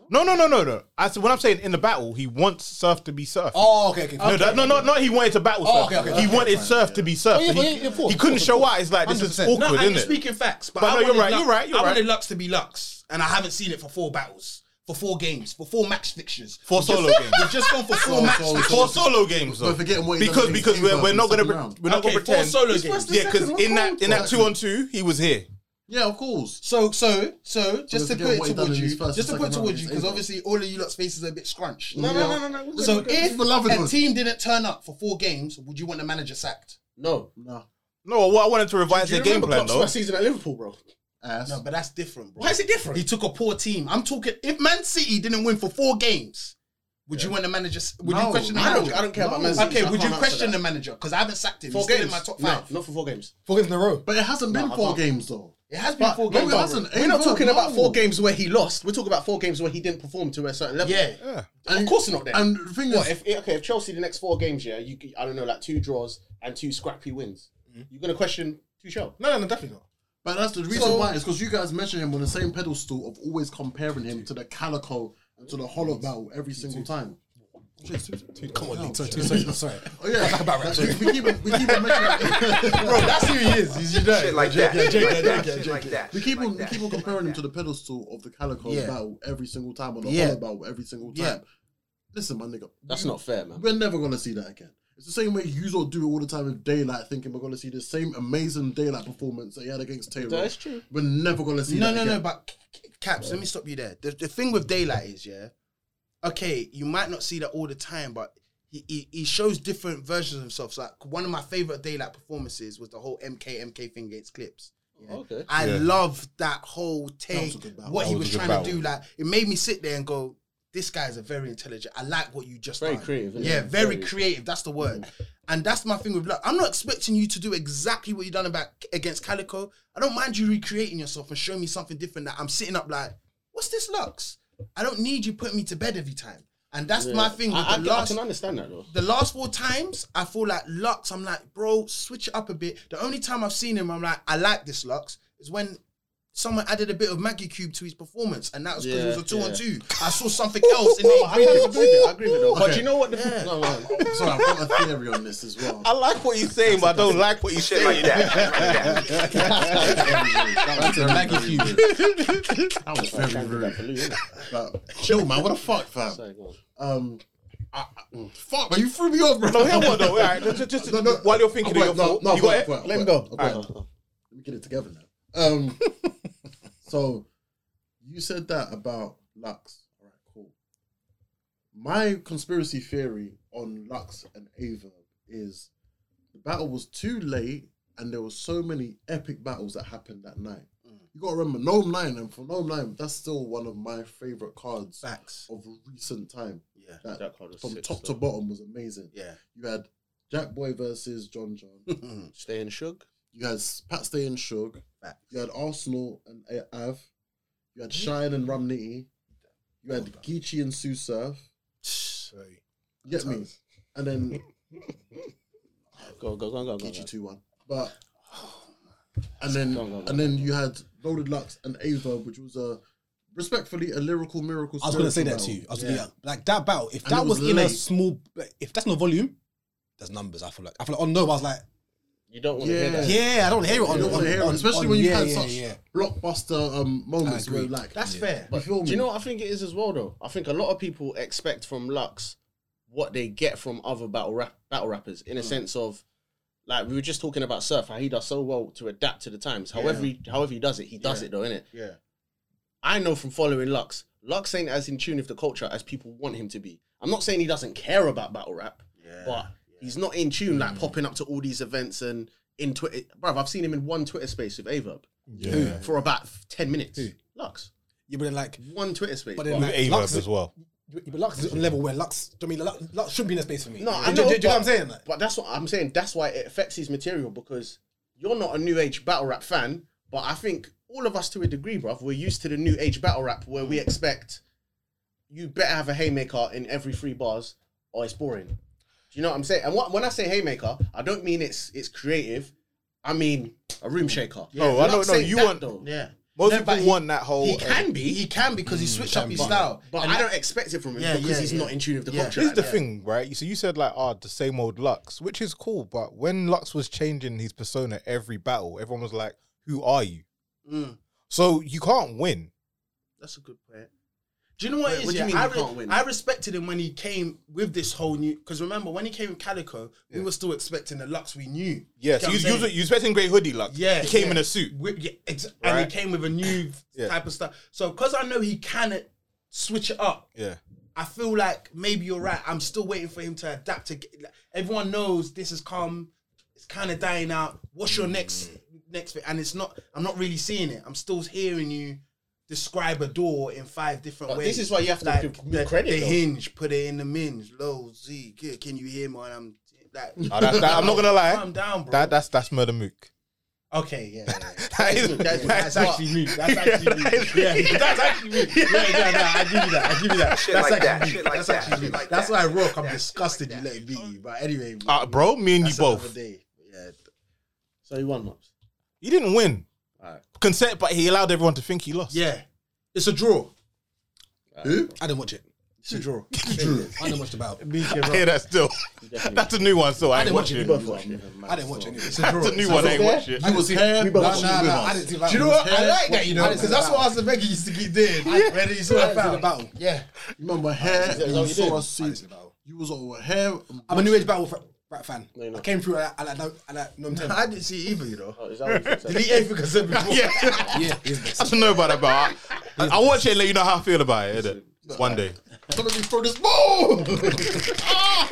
No, no, no, no, no. I said when I'm saying in the battle, he wants Surf to be Surf.
Oh, okay, okay.
No, that, no, no, not he wanted to battle
Oh,
Surf.
okay, okay,
he
okay,
wanted Surf to be Surf.
Oh, yeah,
so
but
he,
yeah, yeah, of course,
he couldn't
of course,
show
of course.
out. It's like this is
100%.
awkward,
No,
and
isn't
you're
it?
speaking facts, but,
But
I
no, you're
wanted
right,
Lux-
you're right, you're
I wanted
right.
Lux to be Lux, and I haven't seen it for four battles, for four games, for four match fixtures,
Four
We've just-
solo games.
We've just gone for four match fixtures.
Four solo games, though.
We're forgetting what he
because
does in
because
the
we're,
game,
we're not gonna
second
pre-
round.
we're not
Okay,
gonna
four
pretend.
solo games.
yeah, because in that in that two on two, he was here.
Yeah, of course.
So, so, so,
let's
just to
forget
put it
what he done
towards
in his
you,
first
just to
and
put it
second
towards
round
you,
is
because
eight.
obviously all of you lot's faces are a bit scrunched.
No, no, no, no, no.
So,
This
if
is the loving
a
one.
team didn't turn up for four games, would you want the manager sacked?
No.
No,
No, what I wanted to revise
Do you
their game
remember
plan
Klopp's
though.
first season at Liverpool, bro.
ass.
No, but that's different, bro.
Why is it different?
He took a poor team. I'm talking. If Man City didn't win for four games, would you want the manager? Would you
No,
question the
I
manager?
don't. I don't care about Man City.
Okay,
so I
would you
can't answer
question
that.
the manager? Because I haven't sacked him.
Four
He's still
games?
in my top
No,
five.
not for four games.
Four games in a row.
But it hasn't been four games though.
It has been four
no,
games.
it hasn't.
bro.
We're not
Averb,
talking about
no.
four games where he lost. We're talking about four games where he didn't perform to a certain level.
Yeah.
Of course not. Then.
And the thing
What
is,
if okay if Chelsea the next four games yeah you I don't know like two draws and two scrappy wins you're gonna question Tuchel
No, no, no, definitely not.
but that's the reason why is because you guys mention him on the same pedestal of always comparing him to the Calico and to the Hollow Battle every single time.
Come on, Lee. Sorry, two seconds. Sorry.
Oh yeah,
[LAUGHS]
Back about right.
we we keep we keep on mentioning.
Bro, that's who he is. He's United.
Shit like that.
yeah, Jake, yeah,
Shit
Jake,
like
Jake,
that.
Jake.
Shit like
We keep
that.
on we keep on comparing him to the pedestal of the Calico
Yeah.
Battle every single time or the
Yeah.
Hollow Battle every single time.
Yeah.
Listen, my nigga,
that's not fair man
We're never gonna see that again. It's the same way you lot do it all the time with daylight, thinking we're gonna see the same amazing daylight performance that he had against Taylor.
That's true.
We're never gonna see
No,
that.
no,
again.
no. But c- c- caps. Let me stop you there. The, the thing with daylight is, yeah. Okay, you might not see that all the time, but he, he, he shows different versions of himself. So like one of my favorite daylight performances was the whole MK MK thing against clips. yeah.
okay
I
Yeah.
love that whole
was
take.
a good battle.
what
That
he
was
was
a good
trying to
battle.
do, like it made me sit there and go, "This guy's a very intelligent. I like what you just
Very
done."
creative, isn't
Yeah,
it?
very,
Very.
creative. That's the
[LAUGHS]
word. And that's my thing with luck. I'm not expecting you to do exactly what you done about against Calico. I don't mind you recreating yourself and showing me something different. That I'm sitting up like, "What's this Lux? I don't need you putting me to bed every time." And that's my thing. With
I, I,
the
can- I
last,
can understand that though
the last four times, I feel like Lux. I'm like, bro, switch it up a bit. The only time I've seen him, I'm like, I like this Lux. Is when someone added a bit of Maggie Cube to his performance, and that was because it was
Yeah,
a two on
yeah.
two. I saw something else in
[LAUGHS] I agree with it. I
the
agree with it. But
Okay.
you know what? The,
Yeah.
no, no, no.
Sorry, I've got a theory on this as well.
I like what you're saying, but I don't like what you're saying.
like
That's a Maggie Cube. That was very rude. But chill, man. What the fuck, fam? Um, I, I, mm, fuck, man. You threw me off, bro.
No, hang on, though. All right, just, just,
No, no.
while you're thinking
Wait,
of your
no,
thought,
no,
you got
wait,
it?
wait, wait,
Let him
wait.
go.
Okay, Let me get it together now.
[LAUGHS]
Um, so you said that about Lux. All right, cool. My conspiracy theory on Lux and Ava is the battle was too late, and there were so many epic battles that happened that night.
Mm.
You gotta remember Gnome Nine, and for Gnome Nine, that's still one of my favorite cards
Facts.
of recent time.
Yeah.
That,
That card was
from
sick
top to
still.
bottom was amazing.
Yeah.
You had Jack Boy versus
[LAUGHS]
John John.
Stay in Shug.
You had Pat Stay and Shug.
Facts. Mm-hmm.
You had Arsenal and A- Av. You had Shine and Ramniti. You had Geechee and Surf. You Get me. And
[LAUGHS]
then
Go, go, go, go, go.
Geechee
go.
2 1. But.
Oh,
And then,
Go, go, go,
and then you had Loaded Lux and Ava, which was a respectfully a lyrical miracle.
I was gonna say that
spiritual
too. I was
battle.
gonna yeah. like that battle. If
And
that
it
was,
was
in a
late.
small, like, if that's no volume, there's numbers. I feel like I feel like on no. I was like,
You don't want to hear that.
yeah, I don't hear it on
You don't
on,
want to hear
on-
it, especially
on-
when you've
yeah,
had
yeah,
such
yeah.
blockbuster um, moments where
agree.
you're like,
That's fair.
you feel me?
Do you know what I think it is as well, though? I think a lot of people expect from Lux what they get from other battle rap- battle rappers in a
Mm.
sense of, like we were just talking about Surf, how he does so well to adapt to the times. However, he, however he does it, he does it though, innit?
Yeah.
I know from following Lux, Lux ain't as in tune with the culture as people want him to be. I'm not saying he doesn't care about battle rap, but he's not in tune,
Mm.
like popping up to all these events and in Twitter. Bruv, I've seen him in one Twitter space with Averb
Yeah.
for about 10 minutes. Lux.
Yeah, but then like,
One Twitter space.
but
bruv.
then
With
like,
Averb
Lux,
as well.
yeah, But Lux is on a level where Lux, do you know what I mean Lux, Lux shouldn't be in a space for me.
No,
Do-
I
do-
know.
Do, do you know what I'm
but-
saying? Like,
But that's what I'm saying. That's why it affects his material because you're not a new age battle rap fan. But I think all of us, to a degree, bruv, we're used to the new age battle rap where we expect you better have a haymaker in every three bars or it's boring. Do you know what I'm saying? And what, when I say haymaker, I don't mean it's it's creative. I mean a room shaker.
No, I
I'm
know-
not
no,
saying
you
that,
want-
though.
Yeah.
Most
No,
people
but he-
want that whole.
He
uh,
can be. He can because
Mm,
he switched up his style.
But I don't expect it from him
Yeah,
because
yeah,
he's
yeah.
not in tune with the
Yeah.
culture.
This is the
Yeah.
thing, right? So you said like, ah, the same old Lux, which is cool, but when Lux was changing his persona every battle, everyone was like, "Who are you?"
Mm.
So you can't win.
That's a good point. Do you know what
Wait,
it is?
what do you
yeah?
mean
I,
you can't win?
I respected him when he came with this whole new. Because remember, when he came with Calico, we were still expecting the Lux we knew.
Yes,
Get
you,
what I'm
you,
saying?
you expecting great hoodie Lux.
Yeah,
he came
yeah.
in a suit.
[LAUGHS] Wi- yeah, ex-
Right.
and he came with a new
Yeah.
type of stuff. So because I know he can uh, switch it up,
Yeah,
I feel like maybe you're right. I'm still waiting for him to adapt. To get, like, everyone knows this has come. It's kind of dying out. What's your next next bit? And it's not. I'm not really seeing it. I'm still hearing you describe a door in five different
But
ways.
this is why you have to give him
the,
credit,
The
though.
hinge, put it in the minge. Low Z, good. Can you hear me? And I'm
[LAUGHS]
like,
Oh, that- that- I'm not gonna lie.
Calm down, bro.
that that's that's murder mook. [LAUGHS]
okay, yeah. yeah, yeah.
That is
That's,
that's
that's actually me. [LAUGHS] That's actually me. Yeah, [LAUGHS] that's actually me. Yeah, yeah, yeah. I give you that. I give you that.
Shit
that's
like that,
actually me.
shit like
that's
that,
actually
shit
me.
like
that's
that,
why I
shit
rock.
like
I'm
that,
disgusted
shit
you
like
let it beat you. But anyway,
Uh, bro, me and you
that's another
both.
day. Yeah.
So he won, Mops.
He didn't win.
Alright.
Consent, but he allowed everyone to think he lost. [LAUGHS]
Yeah. It's a draw.
Who?
I didn't watch it.
It's a draw.
I didn't watch the battle.
I hear that still. That's a new one, so I,
didn't
ain't
watch
watching
it.
it.
You both watched it. I didn't watch it. Anyway.
That's a new one, eh? I ain't watching it.
He was here.
Nah,
watching
nah,
with
nah, I
us.
didn't see the battle.
Do you know what?
He was
I
here.
like that, you know,
I didn't see
because
the
that's
battle.
what Ask the Veggie used to keep doing. Like, When he saw
I
that
didn't see
battle.
the battle.
Yeah.
Remember hair?
that
You
what you
saw
did?
us
I
see.
didn't see the battle.
You was over hair.
I'm a new age battle fra- rap fan.
you're not.
I came through at like no, at like [LAUGHS] number ten.
I didn't see it either, you know.
Oh, is that what you said?
Delete everything I said before.
Yeah,
yeah, he's the best.
I don't know about that, but I, I- I'll watch it and let you know how I feel about it. innit? One day.
Somebody throw this ball.
Ah!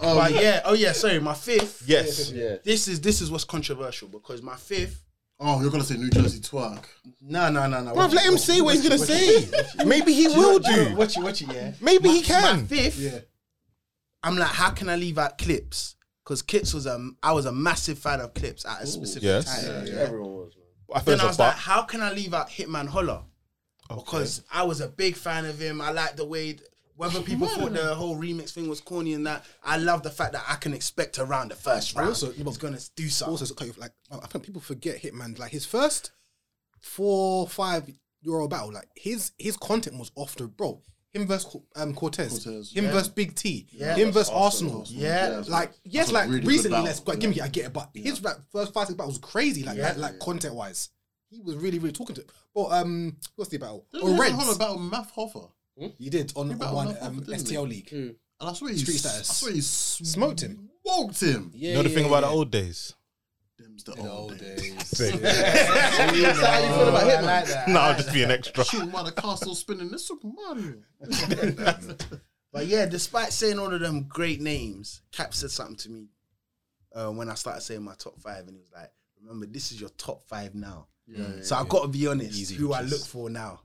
But yeah, oh yeah, sorry, my fifth.
Yes.
Yeah.
This is this is what's controversial because my fifth
Oh, you're gonna say New Jersey twerk.
No, no, no, no.
Bruv, let him say what he's gonna say. Maybe he will do.
Watch it, watch it, yeah.
Maybe he
My
can.
fifth, I'm like, how can I leave out clips? Because clips was a, I was a massive fan of clips at a specific
Yes.
time.
Everyone was, man.
I feel
Then
it's
I
a
was like,
butt.
how can I leave out Hitman Holler? Because I was a big fan of him. I liked the way, whether people thought the whole remix thing was corny and that, I love the fact that I can expect around the first round.
also-
he was gonna do something.
oh, also it's kind of like I think people forget Hitman. Like his first four five euro battle. Like his his content was off the bro. Him versus Cor- um, Cortez,
Cortez,
him
yeah.
versus Big T,
Yeah.
him versus
Arsenal.
Arsenal.
Yeah.
like
That's
yes,
a
like
really good
recently,
battle.
let's like, give me, I get it, but his like, first five six battle was crazy. Like
Yeah.
like, like content wise, he was really really talking to. But um, what's the battle?
Didn't he have a whole
Reds.
battle with Math Hoffer?
He did on,
He
on
battled
one
Math Hoffer,
um,
didn't he? Hmm.
STL league.
And I swear he,
Street
s-
status.
I swear he
smoked him.
Smoked him.
you know the thing about the old days?
Them's the old days.
[LAUGHS] That's how you feel about Hitman? No, I'll just be an extra.
Shooting while the castle spinning this Super Mario.
But yeah, despite saying all of them great names, Cap said something to me uh, when I started saying my top five, and he was like, "Remember, this is your top five now."
Yeah,
so
yeah,
I
yeah.
got to be honest.
Easy,
who I
just-
look for now?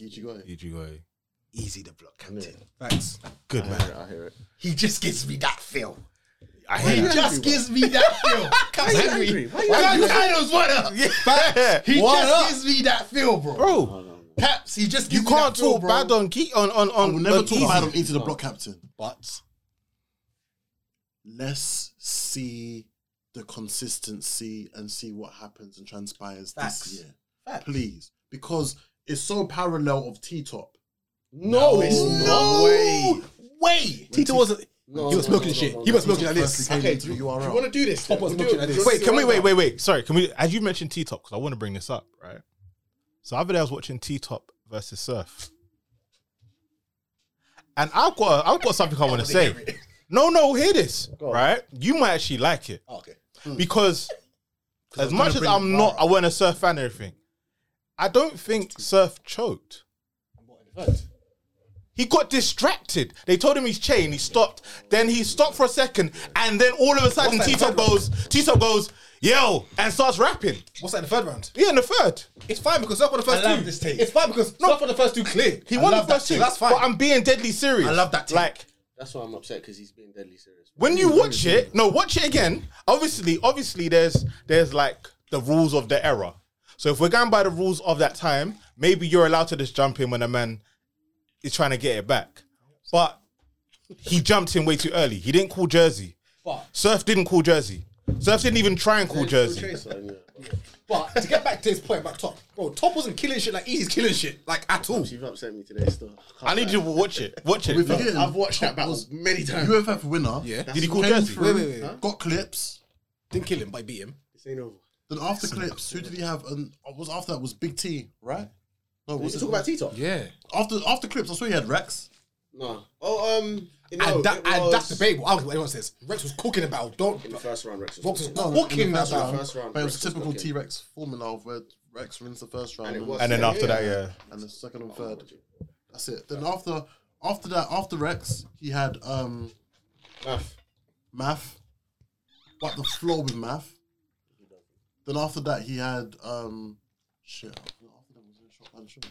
Ichigo.
Ichigo.
Easy the block captain.
Thanks.
Good man.
I hear it.
He just gives me that feel.
I
He
hear that.
just gives me that feel. Cap
[LAUGHS] Why you
said me.
angry? Why you
Cap
angry?
Titles, what up?
[LAUGHS] Yeah.
He
What
just
up?
gives me that feel, bro.
Bro,
Caps, he just
you
gives me that
can't
feel,
talk
bro.
bad on Key on on
I
on.
will never
on
talk
Easy.
about him into the block captain.
But
Let's see the consistency and see what happens and transpires
Facts.
this year.
Facts.
Please. Because it's so parallel of T Top.
No,
it's
no way. Way.
Tito wasn't. he was smoking shit. he was smoking like this.
Came
Okay,
into
do you,
URL.
want to do this? then?
Popper's
We'll do
looking
it.
at
Do you
this.
wanna
Wait,
do
can we
it
wait,
right
wait, wait? Sorry, can we? As you mentioned T Top, because I want to bring this up, right? So I've been I was watching T Top versus Surf, and I've got I've got something I want to say. No, no, hear this, right? You might actually like it
Oh, okay.
because as
gonna
much as
bring
I'm
the
not,
bar
I weren't a Surf fan or everything. I don't think Surf choked. He got distracted. They told him he's chained. He stopped. Then he stopped for a second, and then all of a sudden,
What's that
Tito
third one?
goes, Tito goes, yo, and starts rapping.
What's that? The third round.
Yeah, in the third.
It's fine because Surf on the
I
first two.
love this take.
It's fine because Surf on the first two clear.
He
I
won the
love that
first two.
take. That's fine.
But I'm being deadly serious.
I love that take.
Like
That's why I'm upset because he's being deadly serious.
when you watch it, no, watch it again. Obviously, obviously, there's there's like the rules of the era. So if we're going by the rules of that time, maybe you're allowed to just jump in when a man is trying to get it back. But he jumped in way too early. He didn't call Jersey.
But-
Surf didn't call Jersey. Surf didn't even try and call Jersey.
Tracer, yeah.
But to get back to his point about Top, bro, Top wasn't killing shit like Easy's killing shit, like at all.
You've upset me today still.
I need you to watch it. Watch it.
We're forgetting
I've watched
[LAUGHS]
that battle many times.
UFF winner.
Yeah.
Did he call
Came
Jersey?
through,
Wait, wait, wait.
Got clips.
Didn't kill him, but he beat him.
This ain't over.
Then after clips, who did he have? And was after that was Big T, right? No,
Did
was
you
it
talk about T-Top?
Yeah.
after after clips? I swear he had Rex.
No. Oh, um. No,
and that,
it
and that's
was-
debatable. I don't care what anyone says. Rex was cooking the battle. Don't.
In the first round, Rex
Vox
was.
was cooking that
first round.
battle.
First round,
But it
Rex
was a
was
typical
knocking.
T Rex formula of where Rex wins the first round
And it
and,
was-
And then
Yeah,
after that,
yeah.
yeah.
and the second
Oh,
and third. That's it. Then after after that after Rex, he had um
Math.
math, but the floor with math. Then after that, he had um shit. After that was shot by the shot.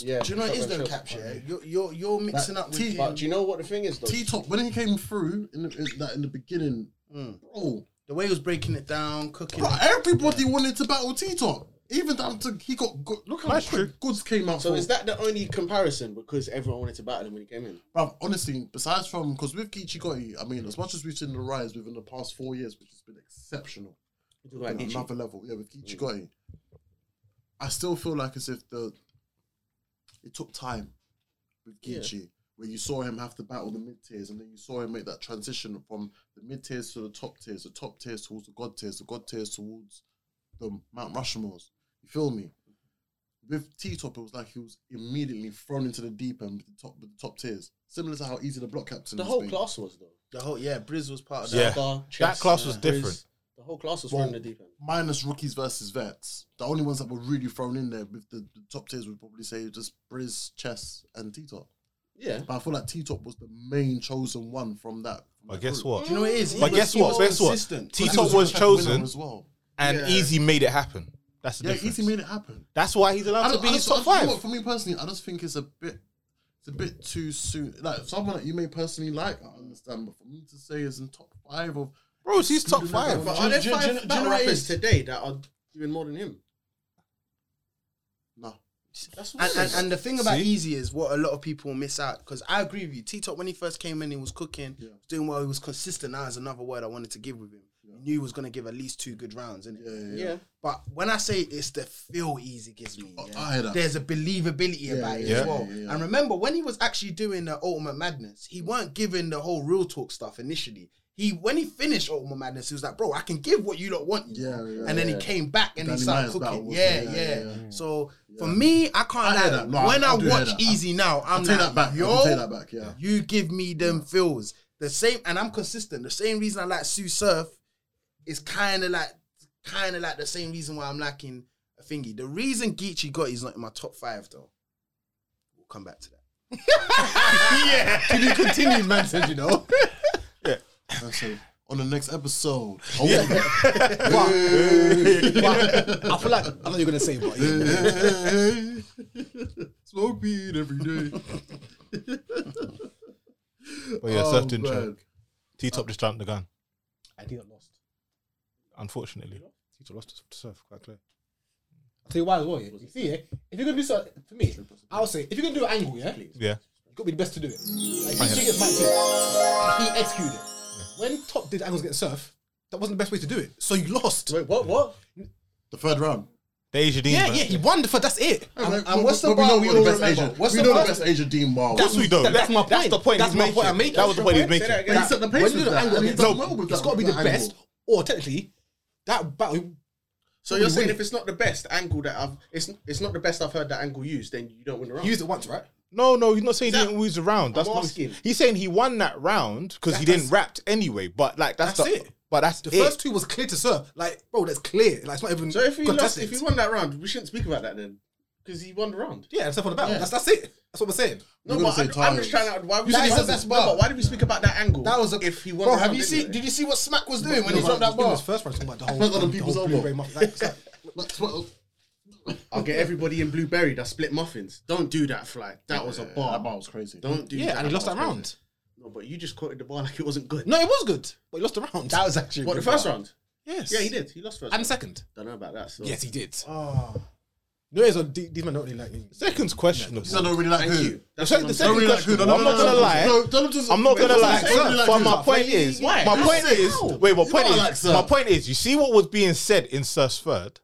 Yeah.
Do you know what it is though,
Shotgun
Caps?
shot.
Yeah, you're you're, you're mixing up with
T-
But do you know what the thing is though?
T top when he came through in, the, in that in the beginning,
Hmm.
bro,
the way he was breaking it down, cooking.
bro,
it.
everybody wanted to battle T top. Even down to he got good, look how quick goods came out.
So
for.
is that the only comparison? Because everyone wanted to battle him when he came in.
Bruv, honestly, besides from because with Gichigoti, I mean, as much as we've seen the rise within the past four years, which has been exceptional,
You're talking about
been
Ichi.
another level. Yeah, with
Mm.
Gichigoti, I still feel like as if the it took time with Gichi, where you saw him have to battle the mid tiers, and then you saw him make that transition from the mid tiers to the top tiers, the top tiers towards the god tiers, the god tiers towards the Mount Rushmores. You feel me? With T Top, it was like he was immediately thrown into the deep end with the top with the top tiers, similar to how easy the block captain.
The
has
whole
been.
class was though.
The whole yeah, Briz was part of that.
Yeah.
Saka,
That
Chess,
class was
Briz.
different.
The whole class was
Well,
running the deep end.
minus rookies versus vets, the only ones that were really thrown in there with the, the top tiers would probably say just Briz, Chess, and T Top.
Yeah.
But I feel like T Top was the main chosen one from that. from
But
that
guess
group.
what?
Do you know what it is? He
But
was-
guess
he
what?
was
Guess what?
consistent.
T
But he
Top was
a track winner
chosen,
as well.
and Easy made it happen. That's the
Yeah,
difference.
Easy made it happen.
That's why he's allowed
I
to
don't-
be
I
in
just-
top
I- you
five.
know what, for me personally, I just think it's a bit, it's a bit too soon. Like someone that you may personally like, I understand, but for me to say is in top five of
Bro, he's top five.
But are there
do you- do you know- do
five
you
battle
know what it
rappers
is?
today that are doing more than him?
no.
That's what
And,
it
and,
is.
and the thing about
See?
Easy is what a lot of people miss out because I agree with you. T Top when he first came in, he was cooking, doing well. He was consistent. That is another word I wanted to give with him. knew he was gonna give at least two good rounds. And
yeah, yeah. Yeah.
But when I say it's the feel easy gives me, yeah,
I hear that.
there's a believability
Yeah,
about it
yeah,
as well.
yeah, yeah.
And remember when he was actually doing the Ultimate Madness, he weren't giving the whole real talk stuff initially. He when he finished Ultimate Madness, he was like, "Bro, I can give what you lot want." you
Yeah,
know?"
yeah,
and then
yeah.
he came back and
Danny
he started
Myers battle,
cooking.
wasn't
Yeah,
it?
yeah.
Yeah, yeah,
So for me, Mm. I can't.
I
lie.
hear that. No,
when
I
I,
do hear
watch
that.
Easy now, I'm
take
like,
that back. I can
"Yo,
take that back, yeah.
you give me them feels." The same, and I'm consistent. The same reason I like Sue Surf is kind of like kind of like the same reason why I'm lacking a thingy. The reason Geechee got is not in my top five though. We'll come back to that.
yeah. Can you [LAUGHS] continue, man? Said
[LAUGHS]
you know. yeah. I said, on the next episode. Oh,
[LAUGHS]
But I feel like I know what you're gonna say, but
[LAUGHS] Smoke weed every day.
But yeah,
Oh,
Surf
[LAUGHS]
didn't
man.
choke. T Top just jumped the gun,
I think I lost.
unfortunately. T Top lost to Surf, quite clear.
I'll tell you why as well. Yeah. You see, yeah, if you're gonna do something for me, I'll say if you're gonna do an angle, yeah, you
Yeah.
gotta be the best to do it. Like he gets Mike T, he executed it. When Top did angles against Surf, that wasn't the best way to do it. So you lost.
Wait, what? What?
The third round.
Deja Dean.
yeah,
man.
yeah, he won the first. That's it.
And,
what's the
we
bar
know
we
we are the
all
best
remember?
Asian.
What's
we
the
know
bar?
the best Asian Dean Marvel.
That's what we do.
That- that's my
That's
point.
the point
That's
he's
my
making.
point I'm making.
That was the
That's
point
my
he's
point. Say
making.
that again.
he set the pace
when you
with
do the
that,
angle,
and he
against
does
Top,
well with
it's
that-
got to be
that
the
angle.
best, or technically, that battle.
So you're saying
win.
if it's not the best angle that I've it's it's not the best I've heard that angle used, then you don't win the round.
You used it once, right?
No, no, he's not saying
That-
he didn't lose the round. That's
I'm
not
asking.
he's saying he won that round because he didn't rap anyway. But like that's,
That's
the,
it.
But that's
The
it.
first two was clear to Surf. Like, bro, that's clear. Like, it's not even.
so if he lost,
contested.
if he won that round, we shouldn't speak about that then, because he won the round.
yeah, Surf on the battle. That's that's it. That's what we're saying.
No,
You're gonna
but
say
I'm, I'm just
times.
trying to. Why we
said
speak
he's
about
the
this
best
no,
bar.
but why did we speak about that angle?
That was a-
if he won.
Bro,
the
have
round
you seen?
anyway?
Did you see what Smack was doing when
No,
he
but
dropped that
even
ball?
his first round, talking about the whole,
Smack on
the,
the people's
whole
elbow.
Blu-ray muff- like, it's like,
That's what-
I'll get everybody in blueberry that split muffins. Don't do that, fly. That was a bar.
That bar was crazy.
Don't do that.
yeah, and he lost that
was
round.
good. No, but you just quoted the bar like it wasn't good.
No, it was good, but he lost the round.
was actually
what the first round?
yes,
Yeah, he did. He lost first.
and
round.
second.
Don't know about that. So.
Yes, he did.
Oh,
No, it's on. These men don't really like him.
Second's questionable.
So I don't really like
thank
who.
you. That's
sec-
what
the
I'm saying.
second
Don't really like who. No, no,
I'm
no,
not
no,
gonna
no,
lie.
no, don't just-
I'm not
wait,
gonna
don't
lie.
just- don't really like
but
who.
my point is,
Why?
my
That's
point
sick.
is, wait, my
You
point
don't
is,
like Surf.
my point is, you see what was being said in Surf's third.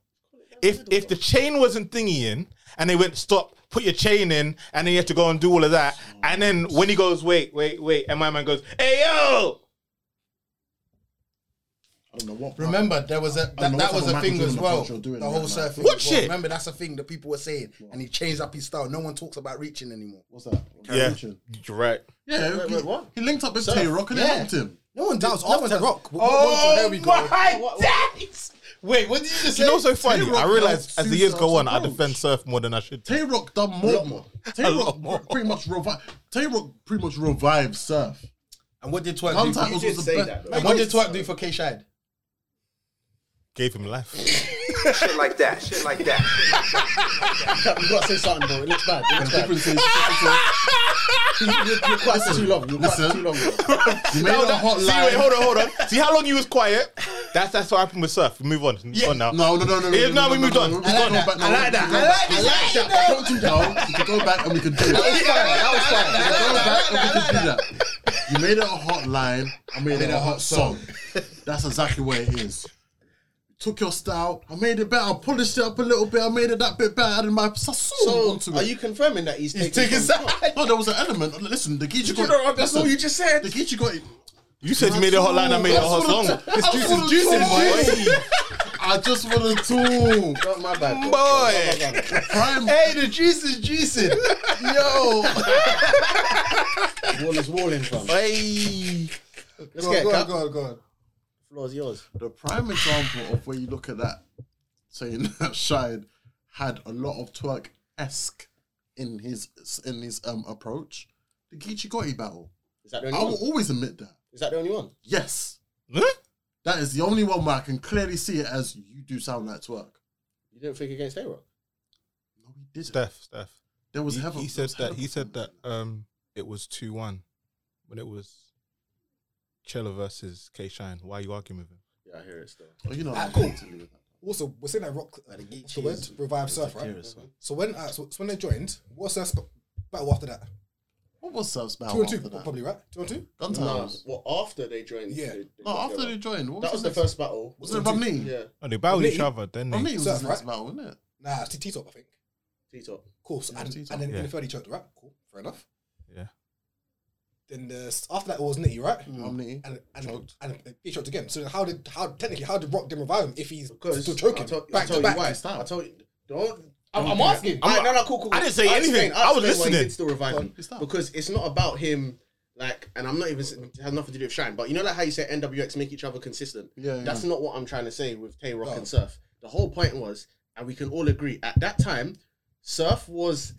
If if the chain wasn't thingy in, and they went stop, put your chain in, and then you have to go and do all of that, and then when he goes, wait, wait, wait, and my man goes, hey yo,
I don't know what.
Remember, there was a
don't
that,
know
that
what
was
type
a
of
thing
marketing
as well.
approach you're doing
the
right
whole
now.
surfing.
What
as well.
shit?
Remember, that's a thing that people were saying, and he changed up his style. No one talks about reaching anymore.
What's that?
yeah, you're right.
Yeah.
Wait,
he-
wait, what?
He linked up with Tay Rock and it
Yeah.
helped him.
No one
That
does.
was off the rock.
Oh
there we go.
my days!
Wait, what did you just
You know, what's so funny. I
Tay-Rock
realize
loves
as the years go
Susan's
on, I
approach.
defend Surf more than I should.
Tay Rock done more. more. Tay
lot more.
Rock pretty much revived. Tay Rock pretty much revived Surf.
And what did Twerk
Gun
do? For,
titles was the
say
best.
that, though.
and what did Twerk do for K Shine?
Gave him life.
Shit like that. Shit like that.
you gotta say something, bro. It looks bad. It looks bad.
Difference [LAUGHS] is-
You're you're quite too long. You're quite
Listen.
too
[LAUGHS]
long. bro.
You made a hot
See, wait,
line.
hold on, hold [LAUGHS] on. See how long you was quiet? That's that's what happened with Surf. We move on. Move on now.
No, no, no, no, no.
Yeah,
no,
Oh, no,
no,
we moved
no,
on.
no,
I like
no,
that.
no,
I
no,
like
no,
that. I
no, no,
like
no,
that.
no, no, no, Don't do that. You can go back and we can do that. That was fine. That was fine. You can go back and we can do that. You made it a hot line. I made it a hot song. That's exactly what it is. Took your style. I made it better. I polished it up a little bit. I made it that bit better. Added my sassoon
So,
onto
are
it.
you confirming that he's,
He's
taking
taking that. No, there was an element. Listen, the Geechee got.
That's all you just
The
said.
Geechee got.
You said you made a hot line, I made a hot song.
This juice is juicing, boy. I just want a tool.
Not my
[LAUGHS]
bad. Bro.
Boy,
[LAUGHS]
Prime
Hey, the juice is
[LAUGHS]
juicing. Yo,
Wall is walling, fam.
hey.
Let's get it, Cap.
on, go on.
Floor's yours.
The prime example of where you look at that [LAUGHS] saying that Shine had a lot of twerk esque in his in his um approach. The Geechee Gotti battle.
Is that the
I
only one?
will always admit that.
Is that the only one?
Yes.
Huh?
That is the only one where I can clearly see it as you do sound like twerk.
You didn't think against A Rock?
No, he didn't.
Steph, Steph.
There was
He,
heaven.
he
there
said
was
that.
hella
He said that.
performance.
Um, it was two one when it was Chella versus K Shine. Why are you arguing with him?
Yeah, I hear it still.
Oh, you know,
Ah,
I'm
cool.
totally with that.
Also, we're saying that rock uh, the word revive surf, right?
one.
So when uh, so, so when they joined, what's their sp- battle after that?
What was Subs Battle?
Two and two,
after that?
probably right. Two and two.
Gun Towers.
No, well, after they joined.
Yeah.
they- they
No,
got
after
together.
they joined. What
that was
was
the
the
first battle.
Was it Romney?
Yeah.
Oh, they battled each
Romney-
other, then they.
Romney was
Surf,
his last
right?
battle, wasn't it?
Nah, it's T top I think.
T-top.
Cool. So,
Yeah,
and,
T-top.
and then
Yeah.
in the third he choked, right? Cool. Fair enough.
Yeah.
Then the, after that it was Nitty, right?
Romney.
And and, and he choked again. So how did how technically how did Rock then revive him if he's
Because
still choking?
I told, I
back
told
to
you
back.
why. I told you. Don't.
I'm-
don't
I'm
do that.
asking.
Alright, no, no, cool, cool,
I
cool.
didn't say
I'll
anything.
explain- I'll
I was
explain why he
listening.
did still revive him.
It's not.
Because it's not about him. Like, and I'm not even it has nothing to do with Shine, but you know, like how you say NWX make each other consistent.
Yeah, yeah.
That's not what I'm trying to say with Tay Rock
No.
Oh.
and Surf. The whole point was, and we can all agree at that time, Surf was.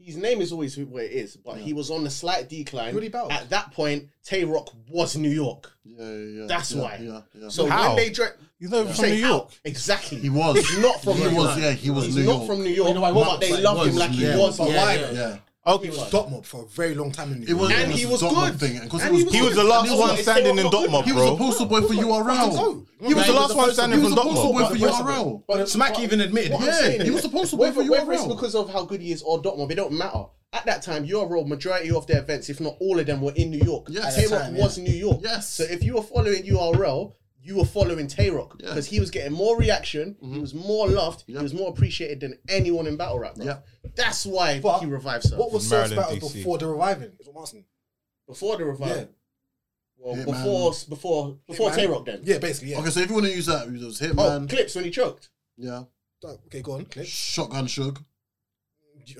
His name is always where it is, but he was on a slight decline.
Who'd he battle?
At that point, Tay Rock was New York.
Yeah, yeah, yeah.
That's
yeah,
why.
Yeah, yeah.
So
How?
when they dra-
He's not even
you
from
say
New York.
how? Exactly.
He was.
He's not from
He
New
was,
York.
yeah, he was
He's
New
not
York.
from New York,
You know why he
but
was,
they
but he
loved
was,
him like
yeah.
he was.
But
But
why?
why?
Yeah.
Yeah.
Okay.
He was dot mob for a very long time in New
It was,
York.
And
it was
he
a
was
Dortmund
good.
Thing, and 'cause
And
it
he
was,
was
He was the last
That's
one
what they
standing
say
in
about
Dotmob,
he was a
bro.
postal boy for URL. He was
Yeah,
the
he
last
was
one
the
standing from
first- he was
Dortmund.
the
boy
postal
for
boy.
URL.
But-
Smack
but-
even admitted
what
it.
I'm saying
Yeah, he was the postal boy
whether,
for
whether it's
URL.
because of how good he is or Dortmund, it don't matter. At that time, URL majority of their events, if not all of them, were in New York.
Yes.
Tay
At that
Rock
time,
was New York.
Yes.
So if you were following URL, you were following Tay Rock
Yeah. Mm-hmm.
because he was getting more reaction, he was more loved,
Yeah.
he was more appreciated than anyone in battle rap. bro.
Yeah.
That's why
But
he revived Surf
What was Surf's
Maryland,
battle
DC.
before the reviving? Is what I'm asking.
before the revival.
Yeah.
Well,
Hitman.
before before before
Hitman.
Tay Rock then.
Yeah, basically. Yeah.
Okay, so if you want to use that, it was
Oh,
Hitman.
clips when he choked.
Yeah.
Okay, go on. Clip.
Shotgun Shug.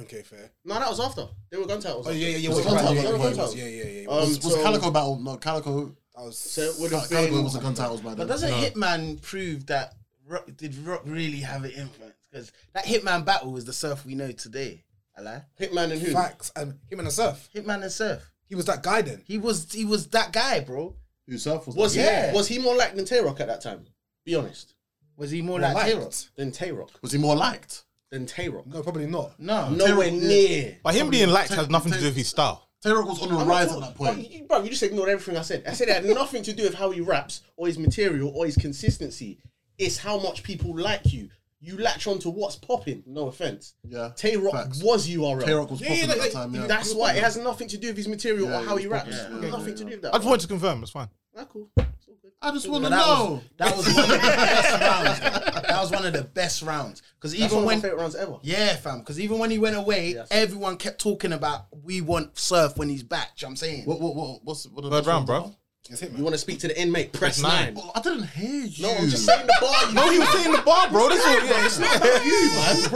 Okay, fair.
No, that was after. They were gun titles.
Oh yeah, yeah, yeah.
Was
Was
it
right,
Guntown?
yeah, yeah,
Was it
yeah,
Guntown?
yeah, yeah, yeah, yeah.
Um,
Was was
so-
Calico Battle? No, Calico.
That was
So it would have
Calico
been.
wasn't gun titles by
But
then.
doesn't Hitman prove that Rock, did Rock really have an influence? Because that Hitman battle is the surf we know today. Ally.
Hitman and who?
facts. And him and the Surf.
Hitman and Surf.
He was that guy then.
He was he was that guy, bro.
Yourself was.
Was
Was
Yeah.
he was he more like than Tay Rock at that time? Be honest.
Was he more
Well,
like
like-
Hero?
Than Tay Rock.
Was he more liked?
Than Tay Rock.
No, probably not.
No.
Nowhere near.
But him being liked has nothing to do with his style.
Terrock was on the
I'm
rise
not
at
talking-
that point.
Oh, you- Bro, you just ignored everything I said. I said it had [LAUGHS] nothing to do with how he raps or his material or his consistency. It's how much people like you. You latch on to what's popping. No offense.
Yeah,
Tay Rock
facts.
was URL.
Terrock was
Yeah, yeah,
popping at that
like-
time. Yeah.
That's why it has nothing to do with his material
Yeah,
or how he
it's
raps.
proper, yeah,
nothing
yeah,
to do with
I
that.
just wanted to confirm. It's fine.
Ah, cool. It's all good.
I just want to
that
know.
was, that was one of the best rounds. bro. That was one of the best rounds. Because
That's
even
one
when
of my favorite rounds ever.
Yeah, fam. Because even when he went away,
Yes.
everyone kept talking about we want Surf when he's back. Do you know what I'm saying?
What? What? What? What's what are the
Third round,
ones
bro.
It's him.
You want to speak to the inmate? Press
nine.
nine.
about? Well, Oh, I didn't hear you.
No, I'm just saying the bar. You
No, he was saying the bar, bro. That's all. Yeah, it's not you, man,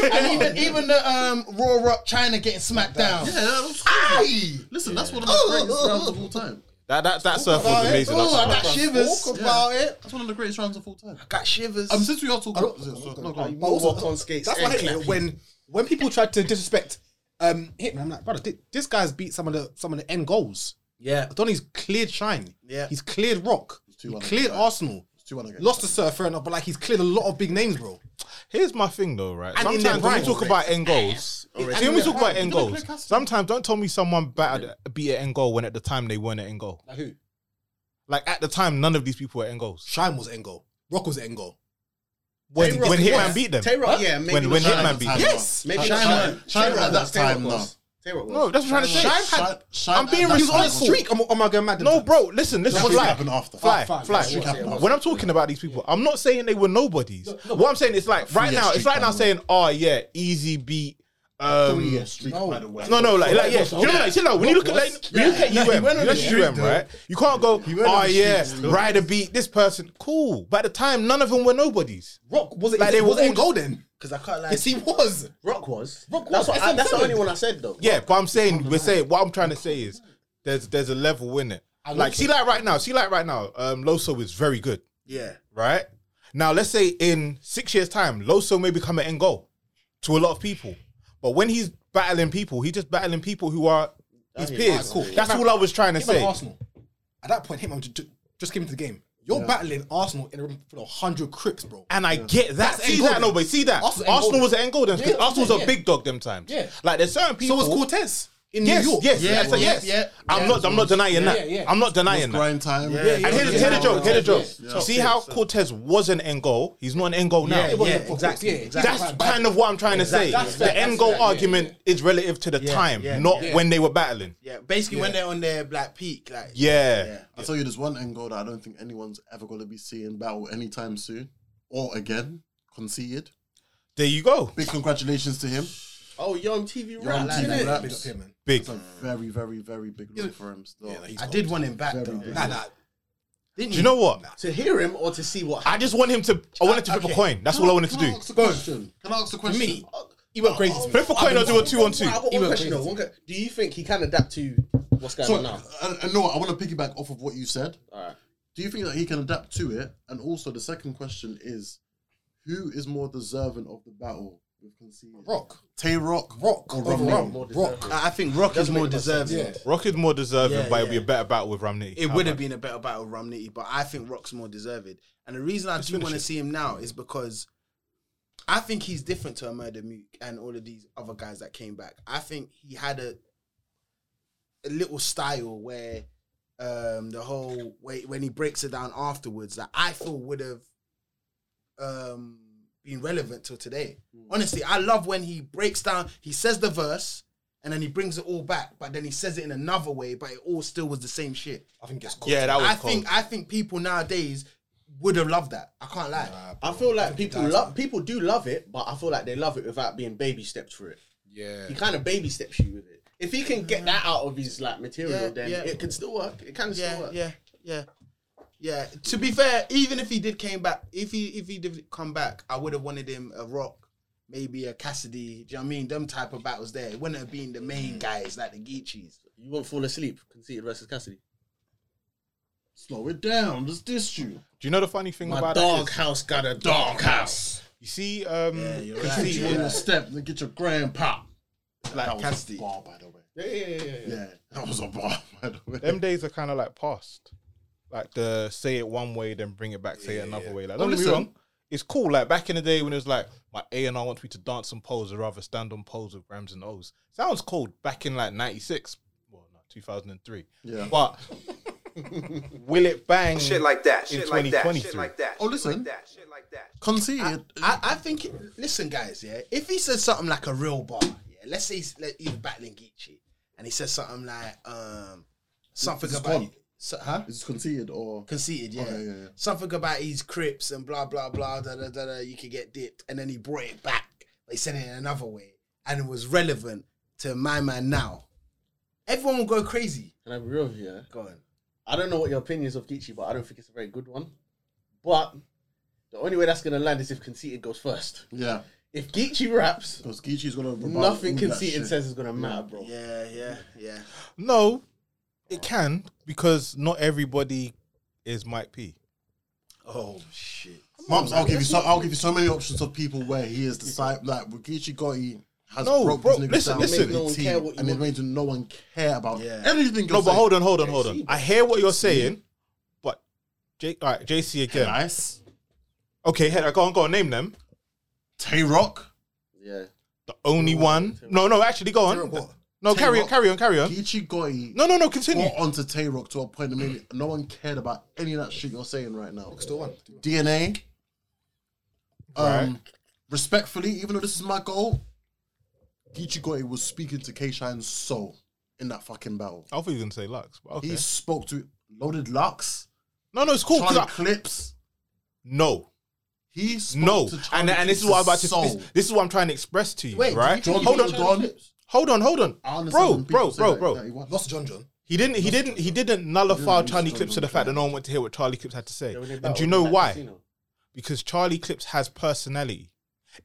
bro.
and even even the um, Raw Rock China getting smacked down.
Yeah, that was crazy. Listen, that's one of the [LAUGHS] greatest rounds of all time.
That that that surf was amazing.
Oh, I
That's-
got shivers.
Talk about it. That's one of the greatest rounds of all time.
Got shivers.
Um, since we are talking,
don't-
so- so- no, go
you
on.
But
walk
also-
on skates.
That's why I
and
hate it
clap.
when when people tried to disrespect um Hitman. I'm like, brother, thi- this guy's beat some of the some of the end goals.
yeah.
Donny's cleared Shine.
Yeah.
He's cleared Rock.
two
He
one
cleared
against
Arsenal.
two one against
Lost to Surf, fair enough, but like he's cleared a lot of big names, bro.
Here's my thing though, right?
And in
Sometimes
their
when
prime
we talk about end goals, see, when we talk about end goals, sometimes don't tell me someone battered, beat an end goal when at the time they weren't an end goal.
Like who?
Like at the time, none of these people were end goals.
Shine was end goal. Rock was end goal.
When,
Tay Rock
when Hitman
was-
beat them,
Tay Rock, yeah, maybe
when
not
when
Shine
Hitman
at the
beat
time.
them.
Yes.
Maybe
Shine
not
was- Shine was at that time,
Tay Rock was.
No, that's what I'm trying to say.
Shine-
Shine had-
Shine-
I'm being
Shine-
He was on a
Shine-
respectful.
streak. Am, I- am I going mad?
No, bro, listen, listen. Fly,
That shit happened after.
fly,
Oh, fine,
fly.
that shit
happened after.
When I'm talking about these people, I'm not saying they were nobodies. What I'm saying is like right
Three-year
now, it's
streak,
like
by
now
the
saying, oh yeah, easy beat. Um,
Three-year streak, by the way.
no, no, like, like yeah. You know, like, chill out. When you look at, like, when you look at UM, you look at UM, right? You can't go, oh yeah, ride a beat, this person, cool. But at the time, none of them were nobodies.
Rock was it?
Like, they
was
were
it end
all-
goal then?
Because I can't lie.
Yes, he was.
Rock was.
Rock
That's,
was
what I, that's the
SM7.
only one I said though.
Yeah, but I'm saying, we're saying, what I'm trying to say is, there's there's a level in it. Like, see, like right now, see, like right now, um, Loso is very good,
Yeah.
right? Now, let's say in six years' time, Loso may become an end goal to a lot of people. But when he's battling people, he's just battling people who are his
yeah,
peers.
cool.
That's all I was trying to
Hitman
say.
Arsenal. At that point, Hitman ju- ju- just came into the game. You're battling Arsenal in a room full of hundred crips, bro.
And I get that.
That's
see
N'Golo.
that, no, but see that.
Arsenal
Arsenal,
N'Golo.
was an end goal then, because
Yeah,
Arsenal was a
yeah.
big dog them times.
Yeah.
Like, there's certain
so
people.
was Cortez.
in
yes,
New York.
Yes, yes, yes, yes. I'm not. I'm not denying
Yeah,
that.
yeah, yeah.
I'm not denying that.
Prime time.
Yeah,
and
yeah,
here's
yeah.
here's the joke. Here's the joke.
Yeah, yeah.
See how Cortez was an end goal. He's not an end goal now.
Yeah, yeah, exactly, yeah, exactly.
That's kind of what I'm trying
Exactly.
to say.
That's fair,
The end
that's
goal
fair, yeah,
argument is relative to the time,
yeah,
not
yeah.
when they were battling.
Yeah, basically when they're on their black peak, like
Yeah.
I tell you, there's one end goal that I don't think anyone's ever going to be seeing battle anytime soon or again. Conceded.
There you go.
Big congratulations to him.
Oh, yo, I'm TV
You're on
rap. Like,
TV
innit?
Raps.
Big.
It's a very, very, very big look for him. Still.
I did want him back
Very
though.
big.
Nah, nah.
Do you know what?
To hear him or to see what
I just want him to. I wanted to flip a coin. That's all I wanted to do.
Ask the question. Can I ask the question?
me.
He went crazy.
Flip a coin or do a two on two.
I got
Even
one question though.
crazy.
One que- Do you think he can adapt to what's going
So,
on now?
and, and uh, no, I want to piggyback off of what you said.
Alright.
Do you think that he can adapt to it? And also, the second question is, who is more deserving of the battle with conceded?
Rock.
Tay Rock,
Rock.
or
Over
Romney?
Rock. Rock.
I I think Rock is more deserving.
Yeah.
Rock is more deserving,
Yeah,
but it'd be
yeah.
a better battle with Ramney.
It would have been a better battle with Romney, but I think Rock's more deserved. And the reason I do
finish
want
it.
to see him now is because I think he's different to a Murder Mook and all of these other guys that came back. I think he had a a little style where um the whole way when he breaks it down afterwards that I feel would have um been relevant till today. Honestly, I love when he breaks down, he says the verse and then he brings it all back, but then he says it in another way, but it all still was the same shit.
I think it's cool.
Yeah, that was
I
cold.
think I think people nowadays would have loved that. I can't lie.
I feel like people love people do love it, but I feel like they love it without being baby steps for it.
Yeah.
He kind of baby steps you with it. If he can get that out of his like material,
Yeah,
then
yeah.
it can still work. It can
yeah,
still work.
yeah, yeah, yeah. To be fair, even if he did came back, if he if he did come back, I would have wanted him a Rock, maybe a Cassidy. Do you know what I mean? Them type of battles there. It wouldn't have been the
Mm.
main guys like the Geechies.
You won't fall asleep. Conceited versus Cassidy.
Slow it down. Just diss you.
Do you know the funny thing
My
about
dog
that? is-
house got a dog house.
You see, um, you
Get
see-
you on your step and get your grandpa.
like
a
Cassidy.
bar, by the way.
Yeah, yeah, yeah, yeah. yeah.
Yeah, that was a bar, [LAUGHS] by the way.
Them days are kind of like past. Like the say it one way, then bring it back, say it another way. Like don't get me
listen.
wrong, it's cool. Like back in the day when it was like my A and R wants me to dance and pose, or rather stand on pose with grams and O's. Sounds cold back in like '96, well, no, 2003.
Yeah.
But will it bang?
Shit like that.
In
Shit like that.
2023.
Shit like that.
Oh, listen.
Shit like that. Shit like that.
Conceded.
I, I think. Listen, guys. Yeah, if he says something like a real bar, yeah. Let's say he's, like, he was battling Geechee, and he says something like um something
This is
about.
gone.
So, huh?
Is it conceded or
conceded, yeah.
Okay, yeah, yeah.
Something about his crips and blah blah blah da da da da. You could get dipped, and then he brought it back. They sent it in another way, and it was relevant to my man now. Everyone will go crazy.
Can I be real here?
Go on.
I don't know what your opinion is of Geechee, but I don't think it's a very good one. But the only way that's gonna land is if Conceited goes first.
yeah?
If Geechee raps,
Because Geechee's gonna rebut
nothing
all that
Conceited
shit.
says is gonna matter, bro.
Yeah, yeah, yeah.
No, it can because not everybody is Mike P.
Oh shit.
Mums, I'll give you so. I'll give you so many options of people where he is the side like Rikichi Gotti has
No,
broke
bro,
this nigga
listen,
down
listen.
to
No
a
one
T,
care what you
and it
want.
made no one care about
Yeah.
anything.
No, but hold on, hold on, hold on. I hear what you're saying, but J- all right, JC again.
Nice,
Okay, head. Go on, go on. Name them.
Tay Rock,
Yeah.
The only one. No, no. Actually, go on. No, carry on, carry on, carry on.
Geechee Gotti.
No, no, no. Continue.
Brought onto Tay Rock to a point that maybe no one cared about any of that shit you're saying right now.
Still one.
DNA. Um,
Right.
respectfully, even though this is my goal, Geechee Gotti was speaking to K-Shine's soul in that fucking battle.
I thought you were gonna say Lux. But okay.
He spoke to loaded Lux.
no, no. It's cool. 'cause
Charlie
I-
Clips.
no,
He spoke
no.
to Charlie
And and this is
Clips'
what I'm about to.
soul.
This, this is what I'm trying to express to you,
Wait, did
right?
you-
John
Hold on,
John.
hold on, hold on,
I understand
bro,
when people
bro,
say
bro,
that,
bro.
that he wants-
Lost John John.
He didn't. He didn't. He didn't
Yeah,
nullify
he was
Charlie
John
Clips to
John
the fact that
John.
no one went to hear what Charlie Clips had to say.
Yeah, when they
And
battled
do you know
in that
why?
casino.
Because Charlie Clips has personality.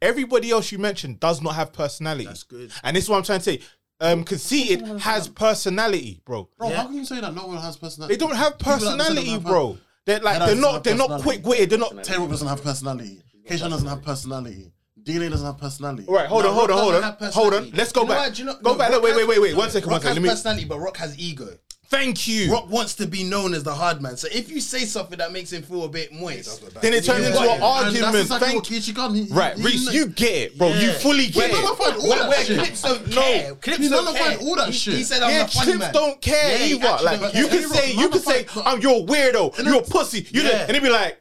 Everybody else you mentioned does not have personality.
That's good.
And this is what I'm trying to say. Um, conceited has personality, bro.
Bro, how can you say that no one has personality?
They don't have
People that understand
personality,
don't have-
bro. They're like
That
they're
doesn't
not
have
they're not
personality.
quick witted. They're not.
Taylor doesn't have personality. Keishan doesn't have personality. DNA doesn't have personality.
All right, hold on, hold on,
Rock
hold
doesn't
on,
have
hold on.
personality.
Let's go
You know
back.
what, do you know-
go
no,
back.
Rock
Wait, wait,
has-
wait, wait.
no,
One second,
Rock
one second.
has
Let me.
personality, but Rock has ego.
Thank you.
Rock wants to be known as the hard man. So if you say something that makes him feel a bit moist,
Then it turns into an
And
argument.
that's exactly
Thank
what Kichi got. He- he-
Right,
he-
Reese, you get it, bro. You fully get
Where
it.
nullified all
Where-
that
where
shit.
Clips don't
No.
care. Clips
He
don't
nullified
care.
all that
He-
shit.
he said I'm Yeah, the funny Clips man. don't care Yeah, he either. actually Like, don't you care. can say- you can say,
I'm
your weirdo. You're a pussy. You
Yeah.
and he'd be like,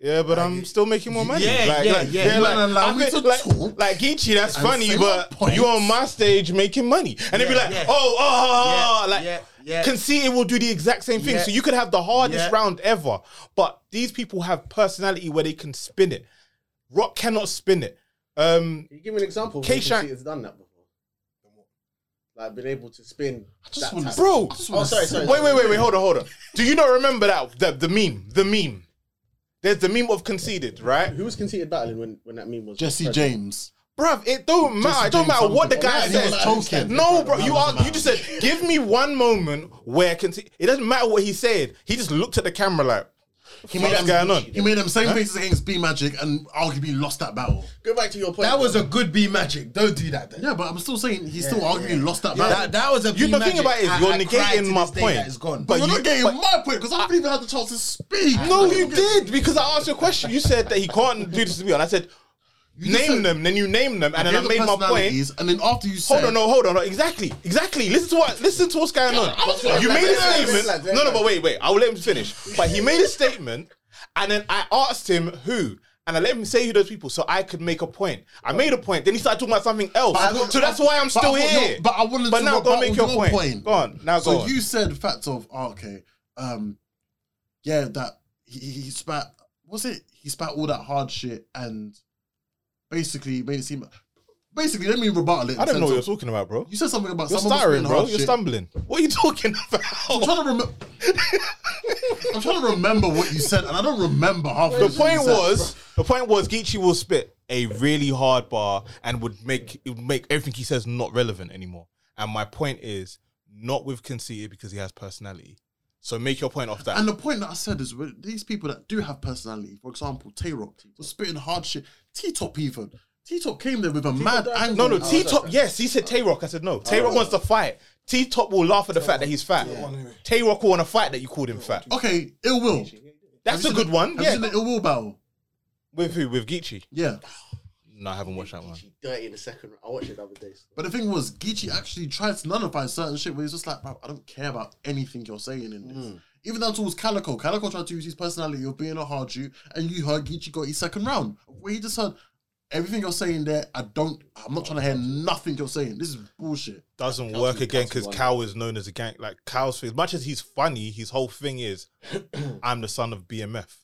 yeah, but I'm still making more money.
Yeah,
like,
yeah,
like,
yeah. You
like,
wanna allow
I
me
mean,
to
like,
talk
like Geechee, that's
and
funny,
say my
but
points.
you're on my stage making money, and they'd be
Yeah,
like,
yeah.
oh, oh, oh, oh,
Yeah,
like,
yeah, yeah.
conceited will do the exact same thing.
Yeah.
So you could have the hardest
Yeah.
round ever, but these people have personality where they can spin it. Rock cannot spin it. Um,
you give me an example.
K
K-Shine
Shine,
has done that before. Like been able to spin. that
wanna-
type of-
bro.
Oh, sorry, sorry.
Wait, wait, wait, wait. Hold on, hold on. Do you not remember that the, the meme? The meme. There's the meme of conceded, right?
Who was conceded battling when, when that meme was?
Jesse
spread?
James.
Bruv, it don't matter. It don't
James
matter what the
Humble.
guy
Yeah, he
says.
was talking.
No, bro, you are. You just said, give me one moment where conceded. It doesn't matter what he said. He just looked at the camera like,
He
what's going on?
He made them same faces against B Magic and arguably lost that battle.
Go back to your point.
That was a good B magic. Don't do that. Then.
Yeah, but I'm still saying he still arguably lost that battle.
That, that was a
You
B
the thing
magic.
about it is
I-
you're
I cried to
negating my
this day
point.
That is gone.
But
But you're
you-
not getting
but-
my point because I haven't even had the chance to speak.
No, you did because I asked you a question. You said that he can't do this to me, and I said,
just
name
said-
them. Then you name them, and then I made my point.
And then after you said,
Hold on, no, hold on, no. Exactly, exactly. Listen to what, listen to what's going on. You made a statement. No, no, but wait, wait. I will let him finish. But he made a statement, and then I asked him who, and I let him say who those people, so I could make a point. I made a point. Then he started talking about something else.
But I got-
so that's why I'm
but I
still
got
here.
your- but I wanted
But
to
now go
rebuttal
and make your,
your
point.
point.
Go on. Now go
so
on.
you said fact of oh, okay, um, yeah, that he, he he spat. Was it he spat all that hard shit and basically made it seem. Basically, let me rebuttal it. in
I don't know
terms
what you're
of-
talking about, bro.
You said something about
You're
someone
stuttering,
spitting
bro.
hard
You're
shit.
stumbling. What are you talking [LAUGHS]
I'm
about?
trying to remember. I'm trying to remember what you said, and I don't remember half.
The point was, the point was, Geechee will spit a really hard bar and would make it would make everything he says not relevant anymore. And my point is, not with conceited because he has personality. So make your point off that.
And the point that I said is with these people that do have personality, for example, Tay Rock was spitting hard shit. T Top even. T Top came there with a mad
no,
angle.
no, T Top. Yes, he said Tay Rock. I said
Oh.
no. Tay Rock wants to fight. T Top will laugh at the fact that he's fat. Tay Rock will want to fight that you called him fat.
Okay, ill will.
That's a good one.
Have you
Yeah,
seen the ill will battle?
with who? With Geechee?
Yeah.
No, I haven't watched that one.
She dirty in the second. round. I watched it the other day. so-
But the thing was, Geechee actually tried to nullify certain shit where he's just like, bro, I don't care about anything you're saying in this.
Mm.
Even down towards Calico. Calico tried to use his personality of being a hard Jew, and you heard Geechee got his second round. Where he just heard, everything you're saying there, I don't, I'm not trying to hear nothing you're saying. This is bullshit.
doesn't work again because Cal is known as a gang. Like Cal's, as much as he's funny, his whole thing is, "I'm the son of BMF,"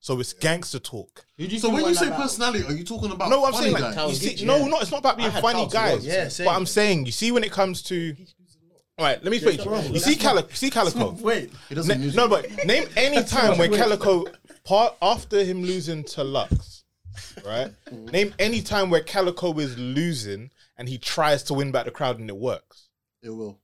so it's gangster talk.
So when you say personality, are you talking about
No, I'm
funny
saying
guys?
like, you see, no, no, it's not about being funny guys. but I'm saying, you see, when it comes to, all right, let me finish. You see, Calico, you see Calico.
[LAUGHS]
Wait,
He doesn't
Na-
use
no,
it.
but name any time when Calico part after him losing to Lux, right? name any time where Calico is losing and he tries to win back the crowd and it works.
It will.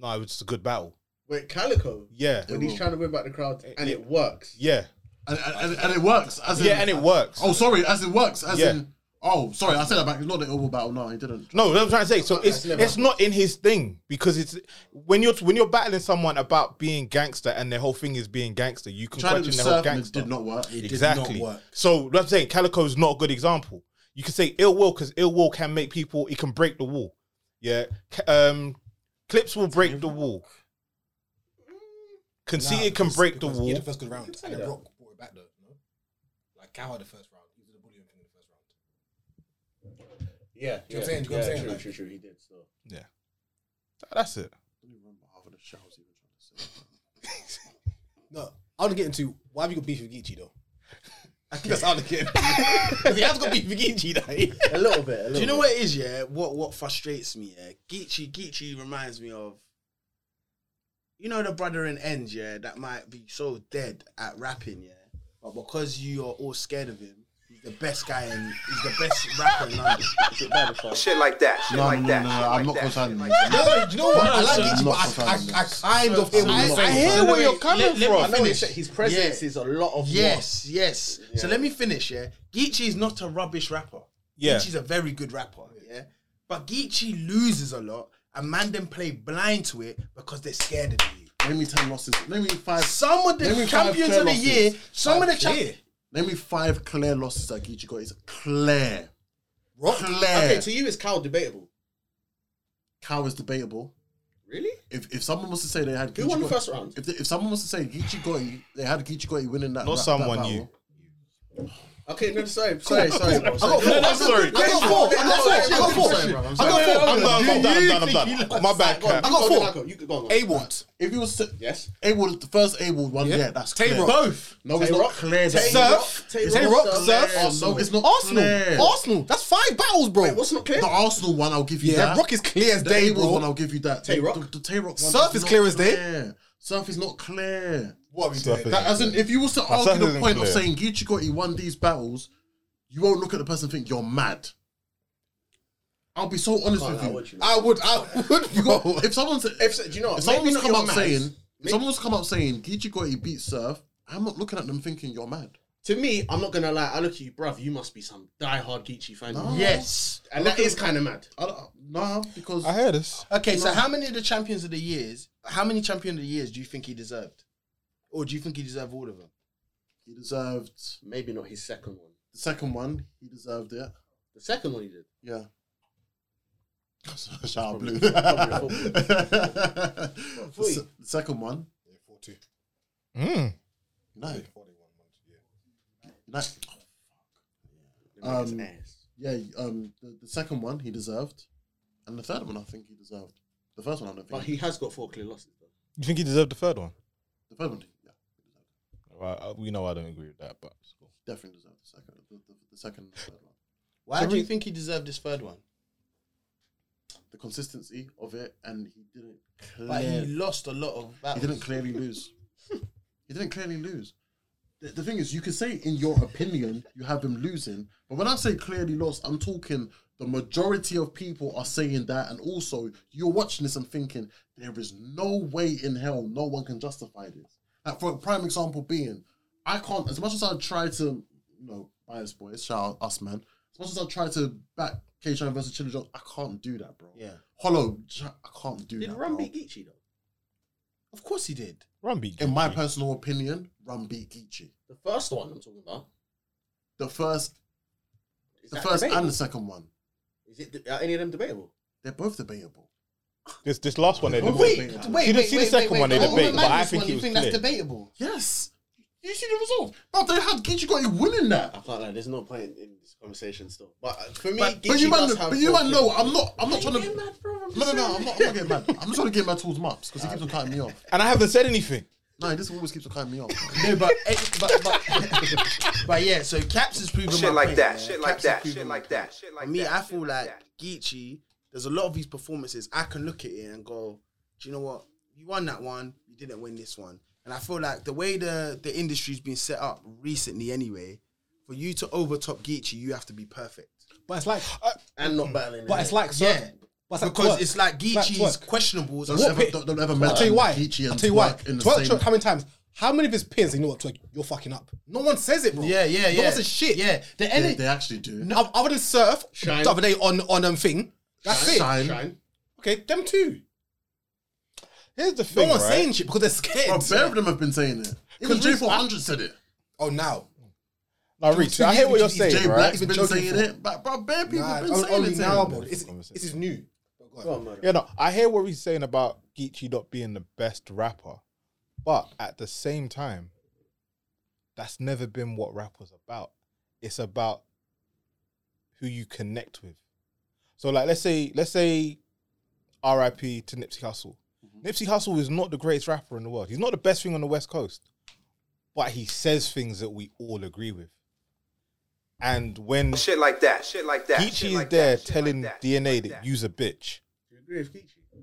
No, it's just a good battle.
Wait, Calico.
Yeah,
When he's trying to win back the crowd and it works.
yeah,
And, and,
[LAUGHS]
and it works. As in,
yeah, and it works.
Oh, sorry, as it works. As
Yeah.
in, oh, sorry, I said that back. It's not the Oval Battle. No, he didn't.
No, that's what I'm trying to say. So it's it's not in his thing because it's when you're when you're battling someone about being gangster and their whole thing is being gangster, you can
Tried to
question their whole
surf and it
gangster.
did not work.
It
exactly.
did not work.
So what I'm saying Calico's not a good example. You can say ill will because ill will can make people. It can break the wall. Yeah. Ca- Um, clips will break the wall. Conceit it can break the
He
wall.
had the first good round, and then Rock brought it back though. No? Like Cow had the first round. He did the bullying thing in the first round.
Yeah.
you know what I'm saying? Do you know what I'm saying?
True,
Like-
true, true. He did. So.
Yeah. That's it.
No, I want to get into why have you got beef with
[LAUGHS]
Geechee though? I think that's how to get. Because he has got beef with Geechee though. [LAUGHS]
A little bit. A little
Do you
bit.
know what it is? Yeah, what what frustrates me? Yeah, Geechee Geechee reminds me of, you know, the brother in ends. Yeah, that might be so dead at rapping. Yeah, but because you are all scared of him, he's the best guy and he's the best rapper in [LAUGHS] London.
Shit like that. Shit
No,
like
no, no,
that.
no,
shit
I'm
like
not
that,
concerning
shit
this.
like that.
No, you know what? I like
I'm not
Geechee, but
concerning
I, I, I kind of.
I,
I,
I hear where you're coming
let me
from.
I know his, his presence
Yeah.
is a lot of
Yes, yes. So let me finish. Yeah, Geechee is not a rubbish rapper.
Yeah.
Geechee's a very good rapper. Yeah, but Geechee loses a lot, and man them play blind to it because they're scared of you.
Name me ten losses. Name me five.
Some of the
name me five
champions
clear
of the
losses.
year, some of the
Five clear.
champions.
Name me five clear losses that Geechee got. It's clear.
Rock?
Clear.
Okay, to you, is Cal debatable?
Cow is debatable.
Really?
If if someone was to say they had
Who won the
Geechee Gotti-
first round?
if, they, if someone was to say Geechee Gotti, they had Geechee Gotti winning that.
Not
that- that
someone,
battle.
you.
Okay, no, sorry, sorry, sorry, bro.
I got four.
that's sorry.
I got four. I got four. I got four.
Sorry, bro, I'm
I
sorry.
got four.
I'm done. I'm done. I'm done.
You
I'm
lost.
done. My bad.
Go on,
Cap.
you
got
go,
four.
Marco, You go, go.
A want.
If you was to,
Yes.
A Ward, the first A Ward one, yeah, that's
Tay
clear.
Rock.
Both. No, it's
Tay
not
Rock.
clear.
Tay
though.
Rock.
Surf.
Tay
It's
Rock,
Rock.
Surf.
Surf.
Arsenal. It's not
Arsenal.
clear.
Arsenal. That's five battles, bro.
Wait, what's not clear?
The Arsenal one, I'll give you
yeah,
that.
Rock is clear as
the
day,
A Ward one,
bro.
I'll give you that.
Tay Rock?
The, the Tay Rock one.
Surf is clear as day.
day. Surf is not clear.
What are we doing?
That, as in, if you was to
Surf
argue the
isn't
point of
clear.
saying Gucci Gotti won these battles, you won't look at the person and think you're mad. I'll be so honest with
I
you.
want you.
I would, I
[LAUGHS]
would,
You
[LAUGHS]
got-
bro.
if someone said,
If so- do you know what?
if
Maybe
someone
not
was to come
your
up
mans.
saying, if
Maybe-
someone was to come up saying Gucci Gotti beat Surf, I'm not looking at them thinking you're mad.
To me, I'm not gonna lie. I look at you, bruv. You must be some die-hard Geechee fan.
No.
Yes.
and that is kind of mad. Uh,
I don't, nah, because
I hear this.
Okay, so how many of the champions of the years? How many champion of the years do you think he deserved, or do you think he deserved all of them?
he deserved
Maybe not his second one.
the second one. He deserved it.
The second one he did.
Yeah. [LAUGHS] Shout out blue. [LAUGHS]
probably-
the,
Forty.
se- the second one.
Mm.
No.
Um,
Um, Yeah. Um. The, the second one he deserved, and the third one I think he deserved. The first one I don't think.
but he has got four clear losses. Though.
You think he deserved the third one?
the third one. Yeah.
Right, uh, we know I don't agree with that, but it's cool.
Definitely deserved the second. The, the, the second. and third one.
Why
So
do you
we-
think he deserved this third one?
The consistency of it, and he didn't. Clear,
But he lost a lot of
He
battles.
didn't clearly lose. he didn't clearly lose. The, the thing is, you can say in your opinion you have him losing, but when I say clearly lost, I'm talking the majority of people are saying that, and also you're watching this and thinking there is no way in hell no one can justify this. Like for a prime example being, I can't as much as I try to, you know, bias boys, shout out us man. As much as I try to back K Shine versus Chili Jones, I can't do that, bro.
Yeah.
Hollow, I can't do
Did
that.
Ram
bro.
beat Geechee though?
Of course he did.
Run beat.
In my personal opinion, Rum beat Geechee.
The first one I'm talking about.
The first,
Is
the
that
first
debatable?
and the second one,
Is it are any of them debatable?
they're both debatable.
This this last one they did.
Wait, wait, wait.
You didn't see the
wait,
second
wait,
one they
wait.
debate,
Oliver
but I
Magnus
think
one,
it
you
was
think that's
clear.
debatable.
Yes, you see the result, bro. They had Geechee got you winning
I
that.
can't lie. There's no point in this conversation still. But uh, for me,
But, but you
Geechee
man,
does have
but you
four
man
clear
know I'm not. I'm not
losses.
trying to. No, no, no. I'm not, I'm not getting mad. I'm just trying to get mad towards Mups because he keeps on cutting me off.
And I haven't said anything.
No, this always keeps on cutting me off.
No, but, eh, but, but, [LAUGHS] but yeah, so Caps is proving my
Shit like
point,
that.
yeah.
Shit like
Caps is
that.
proving
Shit
my
like that.
point.
Shit
For
like
me,
that.
I
Shit
feel
like
like Geechee, there's a lot of these performances I can look at it and go, do you know what? You won that one, you didn't win this one. And I feel like the way the, the industry's been set up recently, anyway, for you to overtop Geechee, you have to be perfect.
But it's like,
and not battling.
but it's like, Surf.
Yeah.
But it's
Because
twerk.
it's like Geechee's
twerk.
questionable.
Don't
What
ever,
bit?
don't, don't ever
I'll tell
mention
you why.
Geechee
I'll
and
tell you why.
Twerk in the
Twerk,
same.
twerk, how many times? How many of his pins? You know what? Twerk, you're fucking up. No one says it, bro.
Yeah, yeah, yeah.
No one says shit.
Yeah. The
They,
energy.
they actually do.
No, oth- other than surf
Shine.
the other day on on um thing. That's it.
Shine.
Shine.
Okay, them two.
Here's the
No
thing,
one's
right?
saying shit because they're
Bro,
scared.
Oh,
both of them have been saying it. Even
Reece-
J400 said it.
oh, now.
Now, Reece, I hear what you're saying,
J
right?
Black's been
joking
saying
for-
it, but bro, bare people
Nah,
have been
on-
saying
only
it. to
now,
him.
bro. This, this is new. Oh, God.
Go on, man.
Yeah, no, I hear what he's saying about Geechee not being the best rapper, but at the same time, that's never been what rap was about. It's about who you connect with. So, like, let's say, let's say, R.I.P. to Nipsey Hussle.
Mm-hmm.
Nipsey Hussle is not the greatest rapper in the world. He's not the best thing on the West Coast, but he says things that we all agree with. And when
that. Shit like that. Shit like that. Shit
Geechee is
like
there
that. Shit like
telling
that. Shit
DNA
like
that you's a bitch.
Do you agree with Geechee?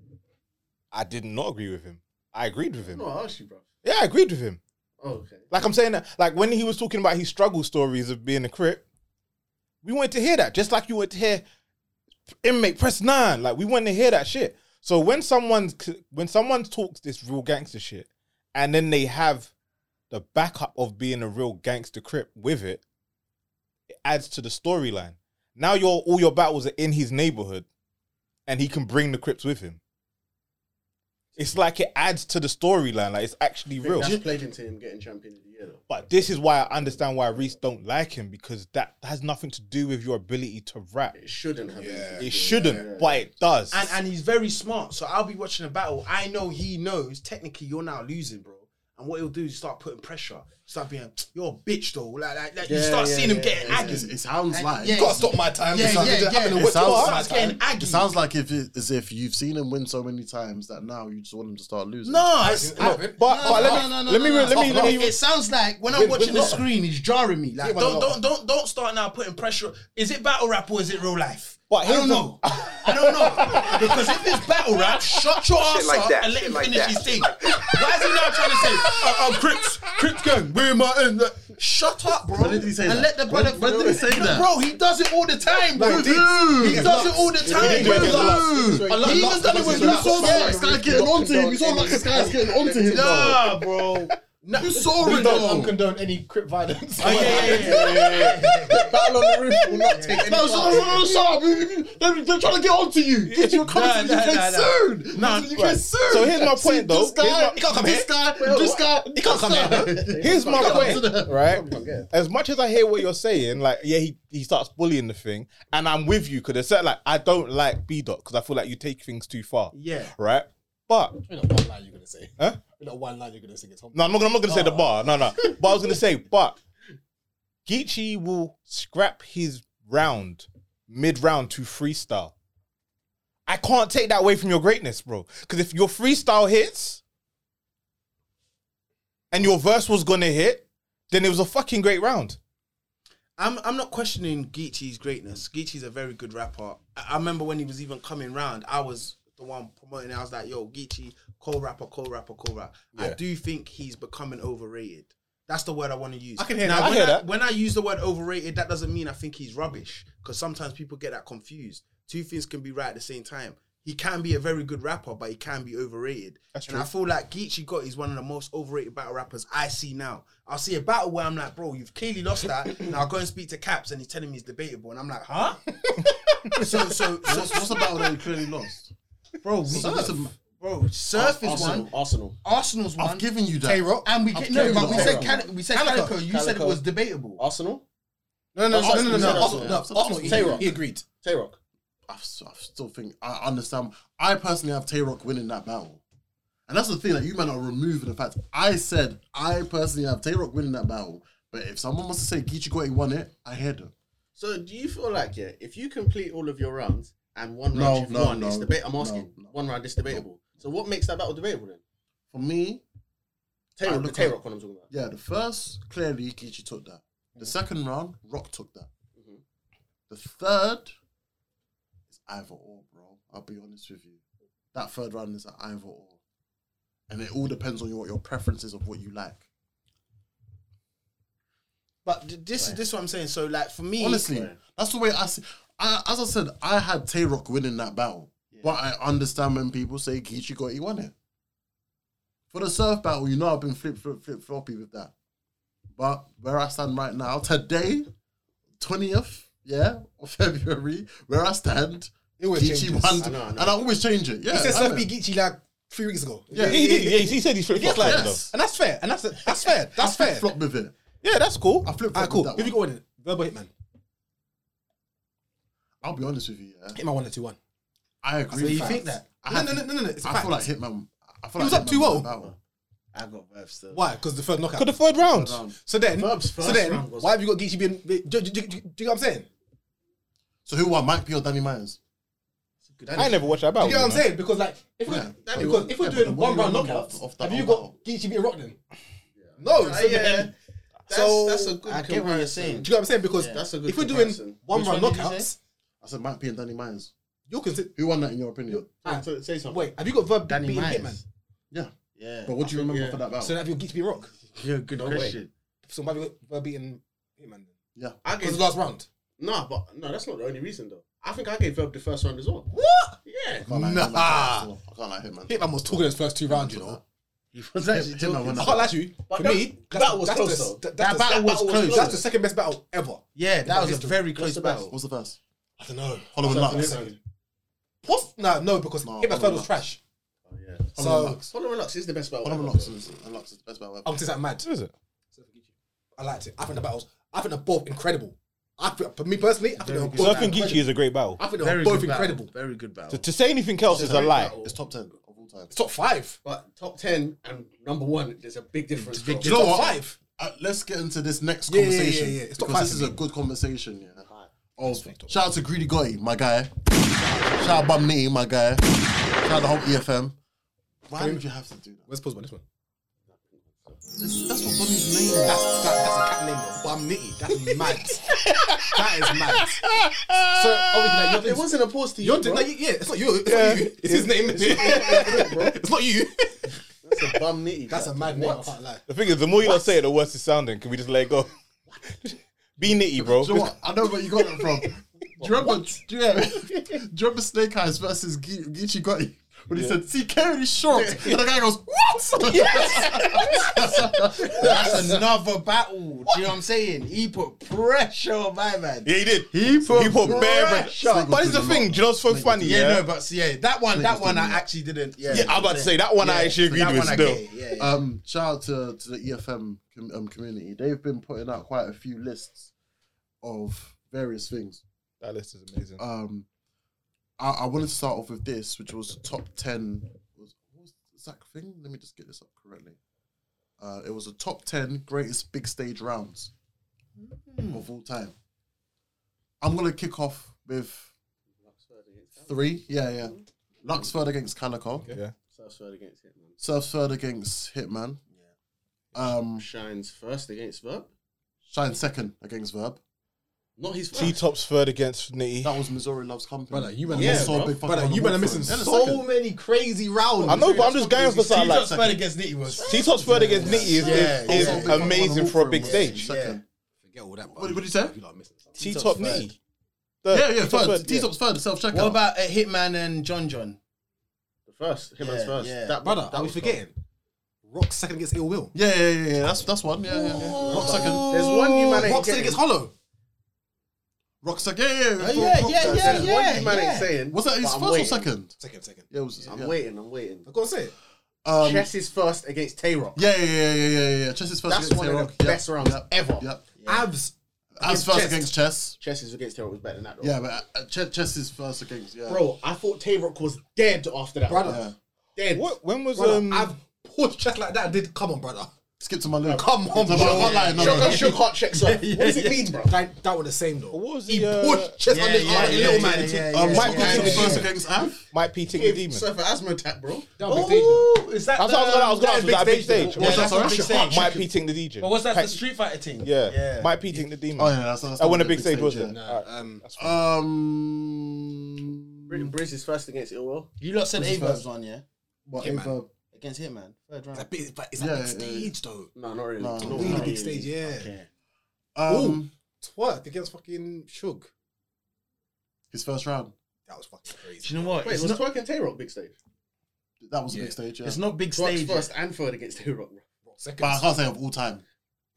I did not agree with him. I agreed with him.
No, I asked you, bro.
Yeah, I agreed with him.
Oh, okay.
Like I'm saying that, like when he was talking about his struggle stories of being a crip, we went to hear that. Just like you went to hear inmate press nine. Like we went to hear that shit. So when someone's when someone talks this real gangster shit, and then they have the backup of being a real gangster crip with it, it adds to the storyline. Now your all your battles are in his neighborhood, and he can bring the crips with him. It's like it adds to the storyline. Like it's actually
I think
real.
That's played into him getting champion of the year, though.
But this is why I understand why Reese don't like him because that has nothing to do with your ability to rap. It
shouldn't have.
It shouldn't, but it does.
And and he's very smart. So I'll be watching a battle. I know he knows technically you're now losing, bro. And what he'll do is start putting pressure. Start being, you're a bitch though. Like, like, like you
Yeah,
start
yeah,
seeing him
yeah,
getting
yeah.
aggy.
It- it sounds
And-
like-
yeah,
You gotta stop my time.
Yeah,
It
yeah,
sounds-
yeah.
it happened in
It
West Ham.
sounds getting aggy.
It sounds like if it, as if you've seen him win so many times that now you just want him to start losing.
No, it's-
No,
I-
but-
no,
but
no,
let me-
no, no,
let
no,
me-
no,
let
no.
me- let me-
It sounds like when I'm
Win-
watching
win
the
lot.
screen, it's jarring me.
Yeah,
Like,
but
don't, don't,
lot.
don't, don't start now putting pressure. Is it battle rap or is it real life?
But
I don't know. I don't
[LAUGHS]
know because if it's battle rap, shut your
Shit
ass
like
up
that,
and let
shit
him
like
finish
that,
his thing. Why is he now trying to
[LAUGHS]
say, uh, "I'm
[LAUGHS]
Crips, Crips gang, we're in my end"? Like, Shut up, bro. When did he
say
and
that?
let the brother.
When- when did he say that?
Bro, he does it all the time,
No,
bro.
he
he
did. He gets
does it
lost.
all the
He
time,
did
bro.
get lost. He
Like,
gets
He
lost.
even done it
He
with
gets lost.
Lucas.
Yeah, this guy getting onto him. You saw like this guy's getting onto him, bro.
Nah, bro. No,
You saw
we
it,
don't
though.
condone any crip violence.
Oh, yeah, yeah, yeah, yeah,
Battle on the roof will not take any
No, shut up,
part.
shut up, shut up. They're, they're trying to get onto you. You're coming
Nah,
to the
nah,
UK
nah, nah.
Nah,
soon. You're coming to the UK
right.
soon.
So here's my
See,
point, though.
This guy,
Here's my- he can't come
this
here.
guy,
Wait,
this
what?
guy. He can't come
[LAUGHS]
here.
Here's my point,
Yeah.
right? As much as I hear what you're saying, like yeah, he, he starts bullying the thing, and I'm with you because it's certain like I don't like B dot because I feel like you take things too far.
Yeah.
Right. But
You know one line you're gonna say.
Huh?
You know one line you're gonna say. It's
no, I'm not gonna, I'm not gonna say the bar. No, no. But I was gonna say, but Geechee will scrap his round mid round to freestyle. I can't take that away from your greatness, bro. Because if your freestyle hits and your verse was gonna hit, then it was a fucking great round.
I'm I'm not questioning Geechee's greatness. Geechee's a very good rapper. I, I remember when he was even coming round, I was the one promoting. it. I was like, "Yo, Geechee, co rapper, co rapper, co rapper." I
Yeah.
do think he's becoming overrated. That's the word I want to use.
I can hear
now,
that. I
When
hear that.
When I use the word overrated, that doesn't mean I think he's rubbish. Because sometimes people get that confused. Two things can be right at the same time. He can be a very good rapper, but he can be overrated.
That's
and
true.
I feel like Geechee Gotti is one of the most overrated battle rappers I see now. I'll see a battle where I'm like, bro, you've clearly lost that. now I'll go and speak to Caps and he's telling me it's debatable. And I'm like, huh? so, so, so
What's, what's the battle that he clearly lost?
Bro, we-
Surf.
Bro, Surf is
Arsenal.
one.
Arsenal.
Arsenal's one.
I've given you that.
K-Rock.
And we
I've
get, no,
given
but
you
we
that.
said, Cali- we said Calico. You said it
Calico.
was debatable.
Arsenal.
No,
no,
no,
no,
no, no,
no,
Arsenal,
no,
no, Arsenal, he-
Tay-Rock.
he agreed.
Tay Rock.
I, s- I still think I understand. I personally have Tay Rock winning that battle, and that's the thing that you men are removing. The fact I said I personally have Tay Rock winning that battle, but if someone wants to say Geechee Gotti won it, I hear them.
So do you feel like yeah, if you complete all of your rounds and one
No,
round you've
no,
won,
no,
it's debate. I'm
no,
asking,
no.
one round is debatable. So what makes that battle debatable then?
For me, I
Tay Rock, the
look
Tay
at-
Rock one I'm talking about.
yeah, the first clearly Geechee took that. The second round, Rock took that. The third is either or, bro. I'll be honest with you. That third round is either or, and it all depends on your, what your preferences of what you like.
But th- this is this is what I'm saying. So like for me,
Honestly, that's the way I see. I, as I said, I had Tay Rock winning that battle, but I understand when people say Geechee got he won it. For the surf battle, you know I've been flip flip flip floppy with that, but where I stand right now, today, twentieth, yeah, of [LAUGHS] February, where I stand,
It always
Geechee won,
changes. I know, I
and I always change it. Yeah,
he said
I
Surf
know.
B Geechee like three weeks ago.
Yeah.
He did. uh, Yeah, he said he's flip
Yes,
flop.
like-
though.
And that's fair. And that's that's fair. That's
I
fair.
flop with it.
Yeah, that's cool.
I flip flop
Alright, cool.
with that.
Who you
One.
got winning? Verbal Hitman.
I'll be honest with you. Yeah,
Hitman won the two one.
I agree.
So
with
you
that.
think that?
I
No,
had-
no, no, no, no, it's a
I
fact.
feel like Hitman. I feel
He was
like
up
Hitman
2-0.
won that battle.
I got both still.
Why? Because the third
For
knockout.
the third round.
so then,
Verb's
so
first
then,
round was-
why have you got Geechee being? Do, do, do, do, do you know what I'm saying?
So who won, Mike P or Danny Myers?
I never watched that
Do
battle.
you know what I'm
you know?
saying? Because like, if we're,
Yeah.
because if we're
Yeah, but what
doing one
do you
round
remember
knockouts,
of that
have you
battle?
got Geechee being Rock then? No. so then-
Uh, That's,
So,
that's a good
I get what you're saying.
Do you know what I'm saying? Because
That's a good
if we're doing
comparison.
one
Which
round
one did you say?
knockouts,
I said Mike P and Danny Myers.
you can sit.
Who won that in your opinion?
So, say something.
Wait, have you got Verb
Danny
being
Myers.
Hitman?
Yeah.
Yeah.
But what do you remember for that battle?
So then have you got Geechee being Rock?
yeah, good
No
question.
way.
So why have you got Verb beating Hitman?
yeah.
I
Because
gave,
the last round.
no, but no, that's not the only reason though. I think I gave Verb the first round as well.
What?
Yeah.
Can't like
Nah.
Hitman. I can't like Hitman.
Hitman was talking his first two rounds, you know.
Hitman won
I
that
can't
battle.
lie to you.
But
for
that-
me,
that
that's-
was
that's
close,
the-
though.
that-
That
that's the-
battle was close.
That's the second best battle ever.
Yeah, that was a
history.
very close battle.
What's the first?
I don't know.
Holloway Knox.
What's no no because
No,
Hitman's
Holloway
third was
Knox.
trash.
Oh, yeah.
So
Hollow Lux is the best battle.
Hollow Lux is and Lux is the best battle.
I'm just that mad. Who is it? I liked it. I think the battles. I think they're both incredible. I think, for me personally, I think they're both.
Surf and Geechee is a great battle.
I think they're both incredible.
Very good battle.
To, to say anything else is a
very
lie.
battle.
It's top ten of all time.
Top five.
But top ten and number one, there's a big difference. bro.
Do you know
Top
what?
five.
Uh, let's get into this next
Yeah, yeah, yeah,
conversation
yeah, yeah. It's top
because
five
this
for
is a
me.
good conversation. Yeah. Oh, shout out to Greedy Gotti, my guy. Shout out Bum Nitty, my guy. Shout out the whole EFM. Why would you have to do that?
Let's pause on this one.
That's, that's what Bunny's name is.
That's, that, that's a cat name though. Bum Nitty. That's mad. that is mad. So obviously, like, you're,
It wasn't a pause to you.
You're
bro.
no, you, yeah, it's not you. It's not you. It's his name. it's not you.
That's a bum nitty.
That's a
bro.
mad name. I can't lie.
The thing is, the more you lot say it, the worse it's sounding. Can we just let it go? [LAUGHS] Be nitty, bro.
Do you know what? I know where you got that from. Do you remember? Do you, yeah, do you remember Snake Eyes versus Ge- Geechee Gotti when he said "See, Karen is short," and the guy goes, "What?"
That's another battle. Do you know what I'm saying? He put pressure on my man.
Yeah, he did.
He put
He put bare
pressure.
pressure. But it's the thing, do you know what's so funny?
Yeah,
Yeah,
no, but see, yeah, that one, that one, I actually didn't. Yeah,
Yeah, I'm about to say, that one I actually
so
agreed
that
with
one I
still.
get it, Yeah, yeah.
[LAUGHS] Um, shout out to, to the EFM com- um, community. They've been putting out quite a few lists of various things.
That list is amazing.
Um, I, I wanted to start off with this, which was the top ten. Was what was the exact thing? Let me just get this up correctly. Uh, it was the top ten greatest big stage rounds of all time. I'm gonna kick off with three. Yeah, yeah. Luxford against Calico.
Yeah.
Surf's third against Hitman.
Surfsford against Hitman. Um,
Shines first against Verb.
Shine second against Verb.
Not his
T
first.
tops third against Nitty.
That was Missouri Loves Company.
Brother, you man,
yeah,
yeah,
saw a
bro.
big fucking
brother,
on the
you man are
wall
missing
for it.
so many crazy rounds.
I know, but I'm just going for something
T-Top's
like
third against Nitty was.
T tops third against Nitty is,
Yeah,
is
Yeah, big fucking on the
amazing
wall
for a
him
big
was
stage.
second.
Forget all that.
What- what did you say?
You lot are missing.
T
something.
top Nitty.
Yeah, yeah,
T-Top's
third.
yeah.
T-Top's third, self-checkout.
What about uh, Hitman and John John?
First, Hitman's
Yeah,
first.
yeah.
That
Brother,
that
are we
was
forgetting? Rock second against Ill Will.
Yeah, yeah, yeah, yeah. That's, that's one. Yeah, yeah, yeah. Rock second.
There's one you man ain't
Rock second
getting.
against Hollow.
Rock second. Yeah, yeah, yeah.
yeah,
Rock-
yeah,
Rock-
yeah,
There's
yeah.
one you man ain't saying.
Was that
but
his
I'm
first or
waiting.
second?
Second, second.
Yeah, it was.
I'm
yeah.
waiting. I'm waiting.
I gotta say it.
Um, yeah,
Chess is first against Tay Rock.
yeah, yeah, yeah, yeah, yeah. Chess is first
That's
against
one of
Tay-Rock.
the
Yep,
best rounds
yep,
ever.
Yep.
Abs.
As first against Chess.
Chess is against Tay Rock was better than that. Though.
Yeah, but uh, Ch- Chess is first against. Yeah.
Bro, I thought Tay Rock was dead after that.
Brother.
one. Dead.
What, when was
Brother,
um?
I've pushed chest like that. and Did come on, brother.
Skip to my loop.
Come on,
It's about- I'm lying, no,
Shook,
no, no.
shook heart checks off. what does it mean, bro?
That, that was the same though.
what was
He
the uh,
pushed chest on this arm, little man.
uh, Mike
Might be
Pitt
Chess
the
first
demon.
against Av.
Might P Tick the demon.
So for asthma attack, bro.
That was big stage, though.
Is that?
That's what I was gonna- I was gonna ask, was that a big stage?
Yeah,
What's
that's
that,
a big
sorry?
stage.
Might P Tick the DJ.
But what's that?
Pack-
The Street Fighter team.
Yeah.
yeah.
Might P Tick the demon.
Oh yeah, that's that's.
I won a
not
big stage,
yeah.
wasn't it? Alright.
Um,
Brit-
Um,
Briz is first against Ilwell.
You lot said Averb's on, yeah,
what
Hitman.
Ava-
against Hitman, third round.
that bit, but it's that
Yeah,
big
yeah, yeah.
stage though.
No, not really.
No.
Not
Really
Really
really.
big stage, yeah.
Um,
Twerk against fucking Shug.
his first round.
That was fucking crazy.
Do you know what?
Wait,
it's,
was
not,
Twerk and Tay Rock big stage?
That was a
Yeah.
big stage. Yeah.
it's not big
Twerk's
stage.
first and third against Tay Rock, bro.
but
Rock
I
Second.
can't say of all time.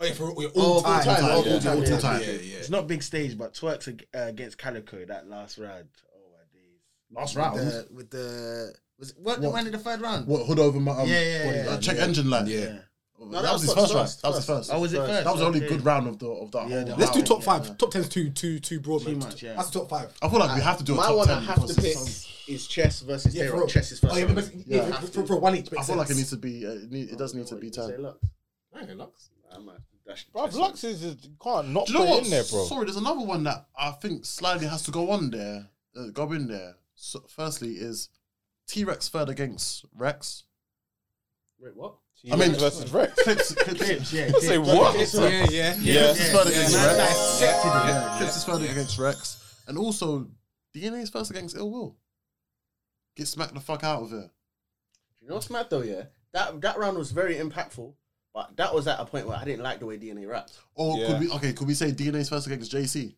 Wait for all
all
time.
time,
All
all
time.
time,
all
yeah,
time.
yeah,
Yeah,
It's not big stage, but Twerk's ag- uh, against Calico that last round. Oh my days!
Last
With the, with the was it, what,
What?
when did the third round?
What hood over my um,
Yeah, yeah,
body-
yeah,
uh, check
yeah.
engine light.
yeah.
Oh,
No,
that, was his first, round. That was his first.
Oh, was it first?
that was the only
Okay.
good round of the of that.
Yeah,
whole
the-
round.
Let's do
Wow.
top five. Top ten's too too too broad.
Too
man.
much, yeah.
That's the top five.
I feel like we have to do a
My
top
one
ten.
I have to
because
pick
it's so-
is Chess versus Tay Rock. Chess is first.
Oh, yeah,
round.
but- yeah,
Yeah.
for, for, for one each.
I
makes
feel like it
sense.
needs to be. Uh, it, need, it does need to be ten.
Say
Do
Lux.
I ain't gonna lux.
I might dash
Bruv,
Chess.
Lux is is- you can't not
you know
put it
what?
in there, bro.
Sorry, there's another one that I think slightly has to go on there. Uh, go in there. So, firstly, is T Rex third against Rex?
Wait, what?
I mean versus Rex. [LAUGHS]
[LAUGHS]
Clips, clips,
Yeah,
I say what?
Yeah, yeah,
Yeah.
Clips is third against Rex.
yeah.
Clips is third against Rex, and also DNA is first against Ill Will. Get smacked the fuck out of here.
You know what's mad though, yeah? That that round was very impactful, but that was at a point where I didn't like the way DNA rapped.
Or
Yeah.
could we okay? Could we say DNA's first against JC?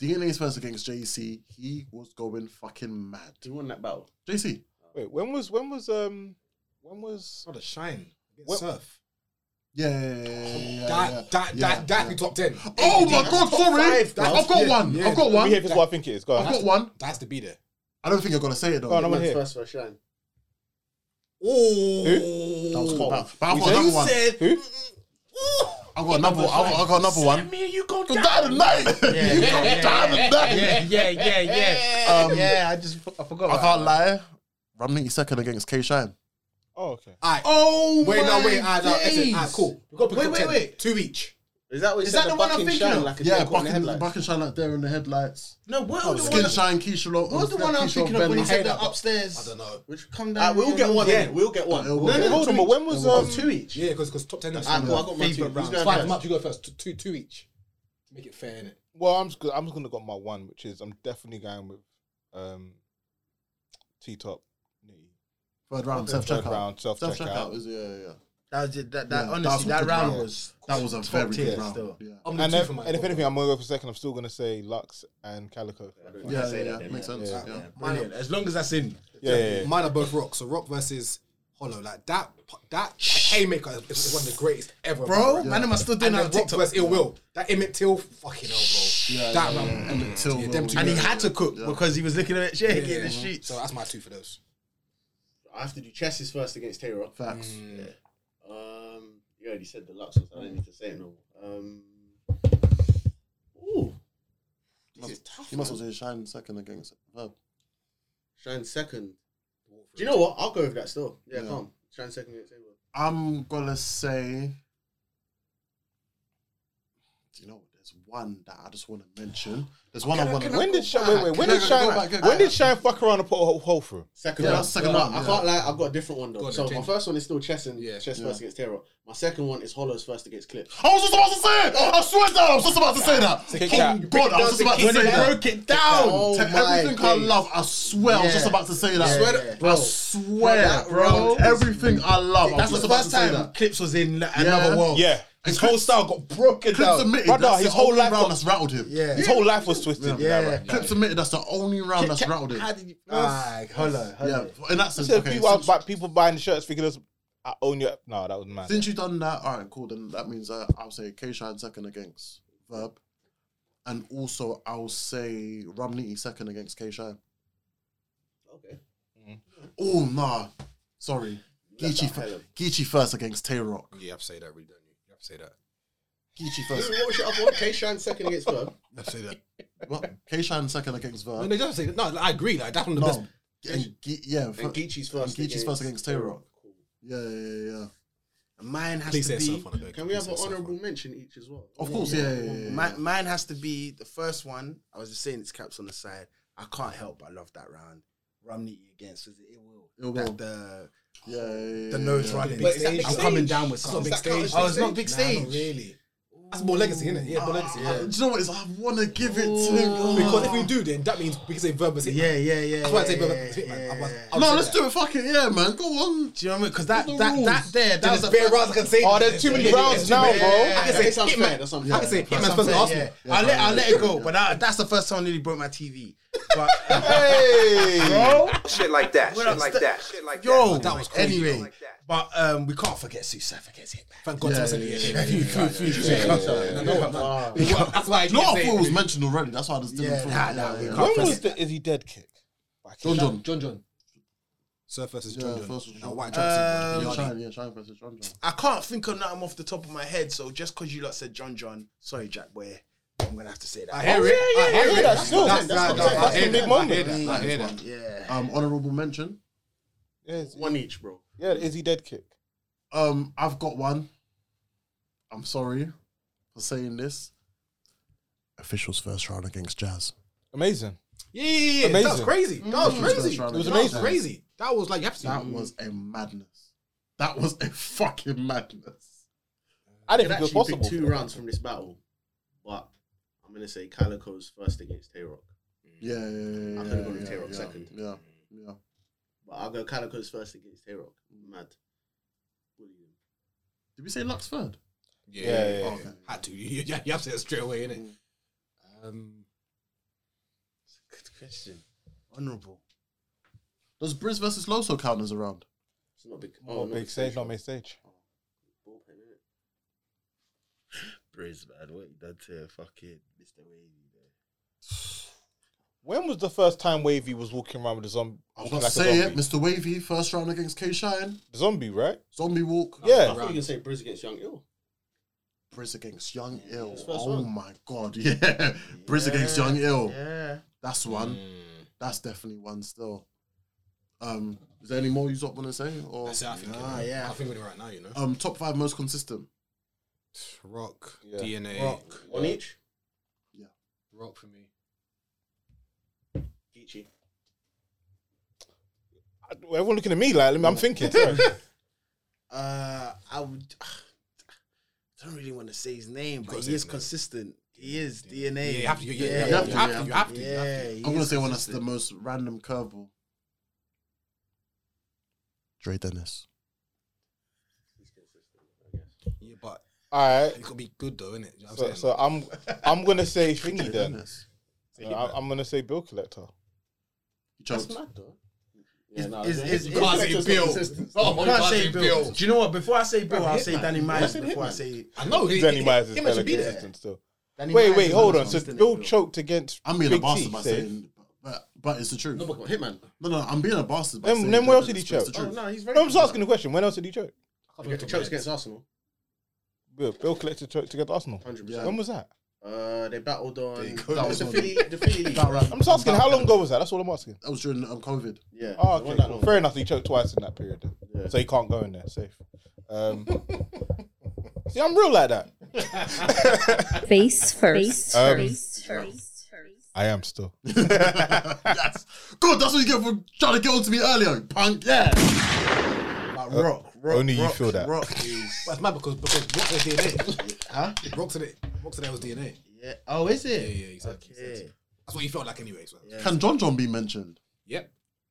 DNA's first against JC. He was going fucking mad.
He won that battle.
JC.
Wait, when was when was um when was
What a shine.
What-
Surf.
Yeah, yeah, yeah, yeah, yeah, yeah.
That that
yeah,
that that be top ten.
Oh
ABD.
my god! Sorry,
five,
I've,
that's-
got
yeah,
one.
yeah.
I've got
Let
one.
me hear if it's what I think it is. Go
I've
on.
got one.
That has to be there.
Oh,
I don't think you're gonna say it though.
Go on, I
He
want
won
to hear.
first for a shine.
Ooh.
That was
Ooh.
cold.
But-
But I've
You
got another one.
said-
Who?
I got another. one. I got, I got another one.
Me and you go
Go
down.
down tonight.
Yeah,
[LAUGHS] You
yeah,
go down
yeah,
tonight.
yeah, yeah, yeah, yeah.
Um,
yeah, I just I forgot.
I can't lie. Romney second against K Shine.
Oh, okay.
Alright.
Oh
Wait, no,
my
wait. Alright, no, that's it.
days.
Alright, cool. We've got to pick
Wait,
up
wait,
10.
wait.
Two each.
Is that what
Is that the one I'm thinking of?
Like a
Yeah,
yeah, buck
Buck
in
and,
the
Buck and Shine like there in the headlights.
No, what
Oh,
was the
Skin
one?
Shine, Keisha Lo.
What was the one I'm thinking of when he said that upstairs?
I don't know.
Which come down.
Alright, we'll
here,
get one.
Yeah.
Yeah, we'll get one.
No,
No,
we'll get
no,
one.
no,
Hold on, but when was
Oh,
um?
two each.
Yeah, because top 10 is
Alright, cool, I got my
Favourite
two. Who's
rounds.
going
Five
first?
them up, you go first. Two- Two, two each. To make it fair, innit?
Well, I'm just, gonna- I'm just gonna go my one, which is I'm definitely going with um, T top,
Third round, self
third
checkout.
round, self
Self checkout
checkout,
is yeah, yeah, yeah.
That was it. That,
Yeah,
that
that was
honestly,
a
that,
good
round
round.
was
That was a
top
very
tier
good round.
still.
Yeah,
I'm
and
two
if,
for mine.
and if anything, I'm gonna go for second. I'm still gonna say Lux and Calico.
yeah, yeah, yeah, makes sense. Yeah.
Brilliant. As long as that's in.
Yeah, yeah, yeah.
Mine are both Rock. So Rock versus Hollow, like that. That haymaker is one of the greatest ever,
Bro, man, am I still doing
And then
that
Rock
TikTok?
versus Ill Will. That Emmett Till, fucking hell, bro.
Yeah,
that
yeah,
man,
yeah. Emmett Till
Yeah, them
Will,
two.
And he
yeah.
had to cook
Yeah.
because he was looking at it shaking in the streets.
So that's my two for those.
I have to do chesses first against Tayro.
Facts.
Um, you already said the Luxus. I don't need to say it no. more. Um, ooh, this is tough.
You must
man.
also shine second against. Oh,
Shine second. Do you know what? I'll go with that still. Yeah,
Yeah.
come. Shine second against Tayro.
I'm gonna say. Do you know what? There's one that I just want to mention. There's one I want to.
When did Shine? Wait, wait. When did
Can I go
Shine?
back? Can I go
When
back?
did Shine fuck around and put a whole hole through?
Second
Yeah,
one.
that's second
No,
round,
I
yeah.
can't lie, I've got a different one though.
Go on,
so
then,
my
change
first one is still chess and
Yeah.
chess
Yeah.
first against Tayro. My second one is Hollows first against Clip.
I was just about to say it. I swear to God, I was just about to say that.
Kick
oh
out.
God, I was just about to say that.
it down.
Oh
Take
my
everything I
days.
love. I swear, I was just about to say that.
swear to-
I
bro.
swear,
That
bro.
round is-
Everything I love.
That's
I was
the
just about
first
to say
time
that.
Clips was in another world.
Yeah,
His whole style got broken
Clips
down.
admitted
Brother,
that's
his
the
whole
only
life
round
got-
that's rattled him.
Yeah.
his whole life was twisted.
Yeah.
Yeah,
Clips admitted that's the only round that's rattled him.
How did you?
Ah,
Hello,
Yeah,
hello.
in that sense,
So
okay.
people, are,
since-
but people buying the shirts thinking, this- "I own you." No, that was mad.
Since you've done that, all right, cool. Then that means uh, I'll say K Shine second against Verb. And also, I'll say Romney second against K Shine.
Okay.
Oh, nah. Sorry. Geechee, fir- Geechee first against Tay Rock.
You have to say that, really, don't you? You have to say that.
Geechee
What
first.
was your other one? K Shine second against Verb.
You have to say that.
what? K Shine second against
No,
Verb.
no, you don't say that. No, I agree. Like that's one of the best.
No. And Ge- yeah, fir-
And Geechee's first.
Geechee's first against Tay Rock.
Cool.
Yeah, yeah, yeah, yeah.
Mine has
Please
to
say
be.
yourself on it.
Can we have an honourable mention each as well?
Of course, yeah, yeah, yeah. yeah,
Mi- mine has to be the first one. I was just saying it's caps on the side. I can't help but I love that round. Romney against was it Ill Will?
Ill
That
Will.
the
yeah, yeah, yeah,
the nose
yeah.
running.
But is that big
I'm
stage?
coming down with something.
Big stage.
Oh, it's not big
Nah,
stage.
not really. That's more legacy, isn't it? Yeah, more legacy.
Uh,
Yeah.
do you know what? It's, I want to give it to him.
Because if we do, then that means we can say Verb is Hitman.
Yeah, yeah, yeah.
That's why I
yeah,
say Verb
yeah,
is Hitman.
yeah,
Otherwise,
yeah.
I'll
No,
say
let's
that.
do it. Fuck it, yeah, man.
Do
Go on.
you know what I mean? Because that, that,
What's the
that
rules?
there, that
There's
was a
bare rounds I can say.
Oh, there's too many rounds now,
I
bro.
can say
That sounds fair, that
Hitman.
sounds
I
fair.
can say
That's
Hitman's
what
first
I'm
last
saying,
one.
yeah. I'll let I'll let it go, but that, that's the first time I nearly broke my TV.
[LAUGHS]
But
Hey,
Shit like that.
We're
Shit like
upsta-
that. Shit
[LAUGHS]
like
yo,
that.
That was crazy.
anyway,
Like that.
but um, we can't forget Sue forgets Hitman.
Thank God. Thomas Elliott. Yeah, yeah,
Wow.
yeah. That's why I
No,
didn't
I thought it was
say.
mentioned already. That's why I just didn't.
Yeah,
feel
nah,
it.
nah, we can't
when was the is he dead kick?
John John.
John John. Surf versus
Yeah,
John John.
versus John
Now,
John.
White Johnson.
Yeah,
Yardley.
Shine, yeah, Shine versus John John.
I can't think of nothing off the top of my head. So just because you lot said John John, sorry Jack Boy, I'm gonna have to say that. Oh,
I hear it. I
yeah,
hear
yeah,
it.
that's still-
That's
that's
right,
what I'm saying.
I
That's
hear
a
that.
big moment.
I hear that. I hear
Nice
that.
one.
yeah.
Um, honorable mention.
Yeah, is he-
One each, bro.
yeah, is he dead kick?
Um, I've got one. I'm sorry for saying this. Officials first round against Jazz.
Amazing.
Yeah, yeah, yeah. That was
Amazing.
crazy. That was
Mm.
crazy.
It was
That was
amazing.
crazy. That was like you have to.
That was a madness. That was a fucking madness.
I
I could
didn't think it was
actually pick
possible.
two rounds from this battle, but I'm gonna say Calico's first against Tay Rock.
Yeah, yeah, yeah. yeah,
Mm. I could've gone with
yeah,
Tay Rock
yeah,
second.
Yeah, yeah.
But I'll go Calico's first against Tay Rock. Mad.
Did we say Lux third?
Yeah, yeah, yeah.
Okay.
Had to. [LAUGHS] You, you, you have to say it straight away, innit? Um,
Good question. Honourable.
Does Briz versus Loso count as a round?
It's not big.
Oh,
not
big stage, not main stage.
Bullpen, innit?
Briz, man, what you done to fucking Mr. Wavy?
When was the first time Wavy was walking around with a zombie?
I was
walking
gonna
like a
say it,
zombie?
Mr. Wavy, first round against K Shine.
Zombie, right?
Zombie walk.
Yeah.
I
I
thought you were
thought
gonna
say Briz against Young Ill.
Briz against Young Ill.
his first
Oh
round.
my god, [LAUGHS] yeah. Briz against Young
Oh.
Ill.
Yeah.
That's one. That's definitely one still. Um, is there any more you lot want to say? Or
That's it, I think.
Nah,
you know.
yeah.
I think we're right now, you know.
Um, top five most consistent.
Rock,
Yeah.
DNA.
Rock. On each?
Rock for me.
Geechee.
Everyone looking at me like I'm thinking. sorry.
Uh,
I would. [SIGHS] I don't really want to say his name, but
gotta
he
say
is
his name.
consistent. He is DNA.
Yeah, you have to. Yeah, yeah,
Yeah,
you have
yeah,
to. You have
yeah.
to. You have to. you have
yeah,
to.
he
I'm gonna
is
say one that's the
consistent.
most random curveball. Dre Dennis.
Yeah, but
All right.
it could be good though, innit? You know what I'm
So,
saying?
so I'm I'm gonna say
[LAUGHS]
thingy then.
Dennis.
Uh, I- I'm gonna say bill collector.
He choked.
Yeah,
Is-
no,
is-
it's-
is-
it's-
is-
it's- it's-
Bill.
it's-
Oh,
you
you
can't
can't
say
say
Bill.
Do you know what? Before I say Bill, I'll say
Hitman.
Danny
I
Myers.
said
Before I
Hitman.
say
I know. He,
Danny Myers is
He meant
better
to be there.
consistent still.
Danny
Wait,
Myers
wait,
is
hold
another
on. So
consistent,
Bill
Bill.
choked against.
I'm being
Big
a bastard
T,
by
say.
saying, but, but it's the truth.
No, but Hitman.
No, no, I'm being a bastard. by
Then-
saying
then
Dre
what else did he
Dennis, but it's the
choke?
Oh,
truth.
no, he's very.
No, I'm just asking the question. When else did he choke?
He chokes against Arsenal.
Bill, Bill collector choked against Arsenal.
100%.
Yeah.
When was that?
Uh, they battled on.
you go.
That was the Philly, the Philly league.
That round-
I'm just asking.
that
How long
round-
ago was that? That's all I'm asking.
That was during um, COVID. [LAUGHS]
Yeah.
Oh,
they won
okay.
that
cool.
one.
Fair enough. He choked twice in that period, then. so he can't go in there safe. Um, see, I'm real like that.
Face first.
Um,
Face first.
I am still.
yes. Good, that's what you get for trying to get on to me earlier, you punk. Yeah. Uh,
like rock, rock.
only you
rock,
feel that.
Rock is
But it's mad because because Rock's their DNA. huh? Rock's their Rock's their was DNA.
Yeah. Oh, is it?
Yeah, yeah, exactly.
Okay.
That's what you felt like anyway. So.
Yeah.
Can John John be mentioned?
Yep.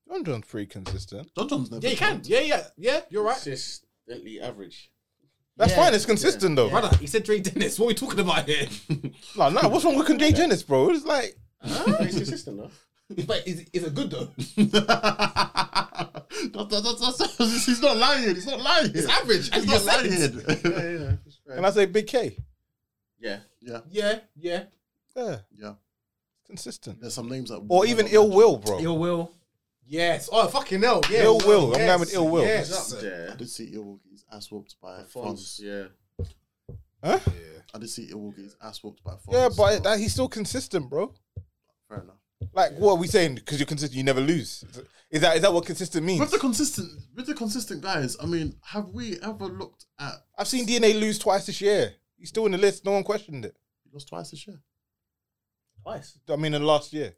John John's pretty consistent.
John John's never.
Yeah, you can. Yeah, yeah, yeah. You're right.
Consistently average.
That's
Yeah,
fine. It's consistent though.
Brother, he said Dre Dennis. What are we talking about here? [LAUGHS]
No, no. What's wrong with Kanye Jennings, bro? It's like
He's consistent though.
but is, is it good though? [LAUGHS]
[LAUGHS]
[LAUGHS] that, that, that's, that's, he's not lying. He's not lying.
It's average.
He's not lying.
Yeah, yeah. it's fair.
Can I say Big K?
Yeah.
Yeah, yeah.
Yeah,
yeah.
consistent.
There's some names that.
Or even Ill Will, bro.
Ill Will.
Yes. Oh, fucking hell. Yes.
Ill Will.
Yes.
I'm going with Ill Will.
Yes.
He's up
I
there.
did see Ill Will get his ass whooped by
Fonz.
Fonz.
Yeah.
Huh?
I did see Ill Will get his ass whooped by Fonz.
Yeah, but
that's
that, he's still consistent, bro.
fair enough.
Like, what are we saying? Because you're consistent, you never lose. Is that is that what consistent
With
means?
the consistent, with the consistent guys, I mean, have we ever looked at?
I've seen DNA lose twice this year. He's still in the list. No one questioned it.
He lost twice this year.
Twice.
I mean, in the last year,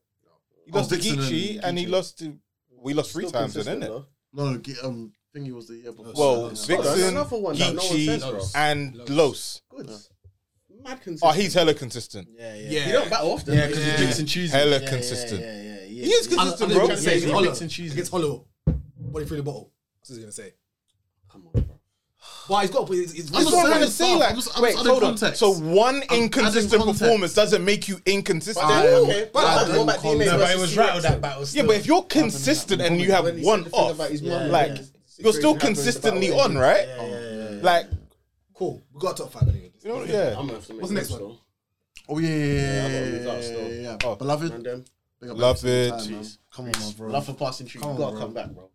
he
Oh,
lost to
Dixon and
Geechee and, he
Geechee.
lost to. We lost three
Still
times, then,
consistent,
didn't it?
though.
No, Ge- um, thingy was the year before.
Well,
Oh, that's
Dixon,
another one that no one
Geechee,
says, bro.
And
Los.
Los.
Good. Mad consistent.
Oh, he's hella consistent.
Yeah, yeah.
Yeah.
He don't battle often.
Yeah,
but
because
he's
it's
big-
Dixon Tuesday.
Hella
yeah, yeah,
consistent.
Yeah, yeah, yeah.
He is
I'm, I'm
consistent,
bro.
bro.
Trying to say
Yeah,
it's
he
hollow.
picks and chooses.
It's hollow. Body through the bottle. That's what he's gonna say.
Come on, bro.
Why he's got? but It's, it's,
I'm
That's
just
what I'm trying to
saying it's
say.
far.
Like,
I'm just- I'm
wait,
just adding
hold on.
context.
So one
adding
inconsistent
context.
performance doesn't make you inconsistent.
But then, okay, but
I
what
am
about DNA
confident.
No, but
versus
it was
T-Rex
rattled
then?
that battle. Still.
Yeah, but if you're consistent and you have
When he said
one
the thing
off,
about his mum,
Yeah.
like
yeah.
you're still
Situation happens about
consistently
what
on, right?
Yeah, yeah, yeah, yeah.
Like,
cool. We got a top five anyway.
you know, yeah.
I'm gonna have to make
What's the next
notes,
one?
though.
Oh yeah, yeah,
I
yeah,
gotta
yeah,
move up
yeah,
still.
yeah, yeah.
Oh.
beloved.
Random.
big up
Love
every
Oh,
single
it.
time, man.
Jeez.
Come on, my bro.
Love for passing through. You
Come
gotta
on,
come back, bro.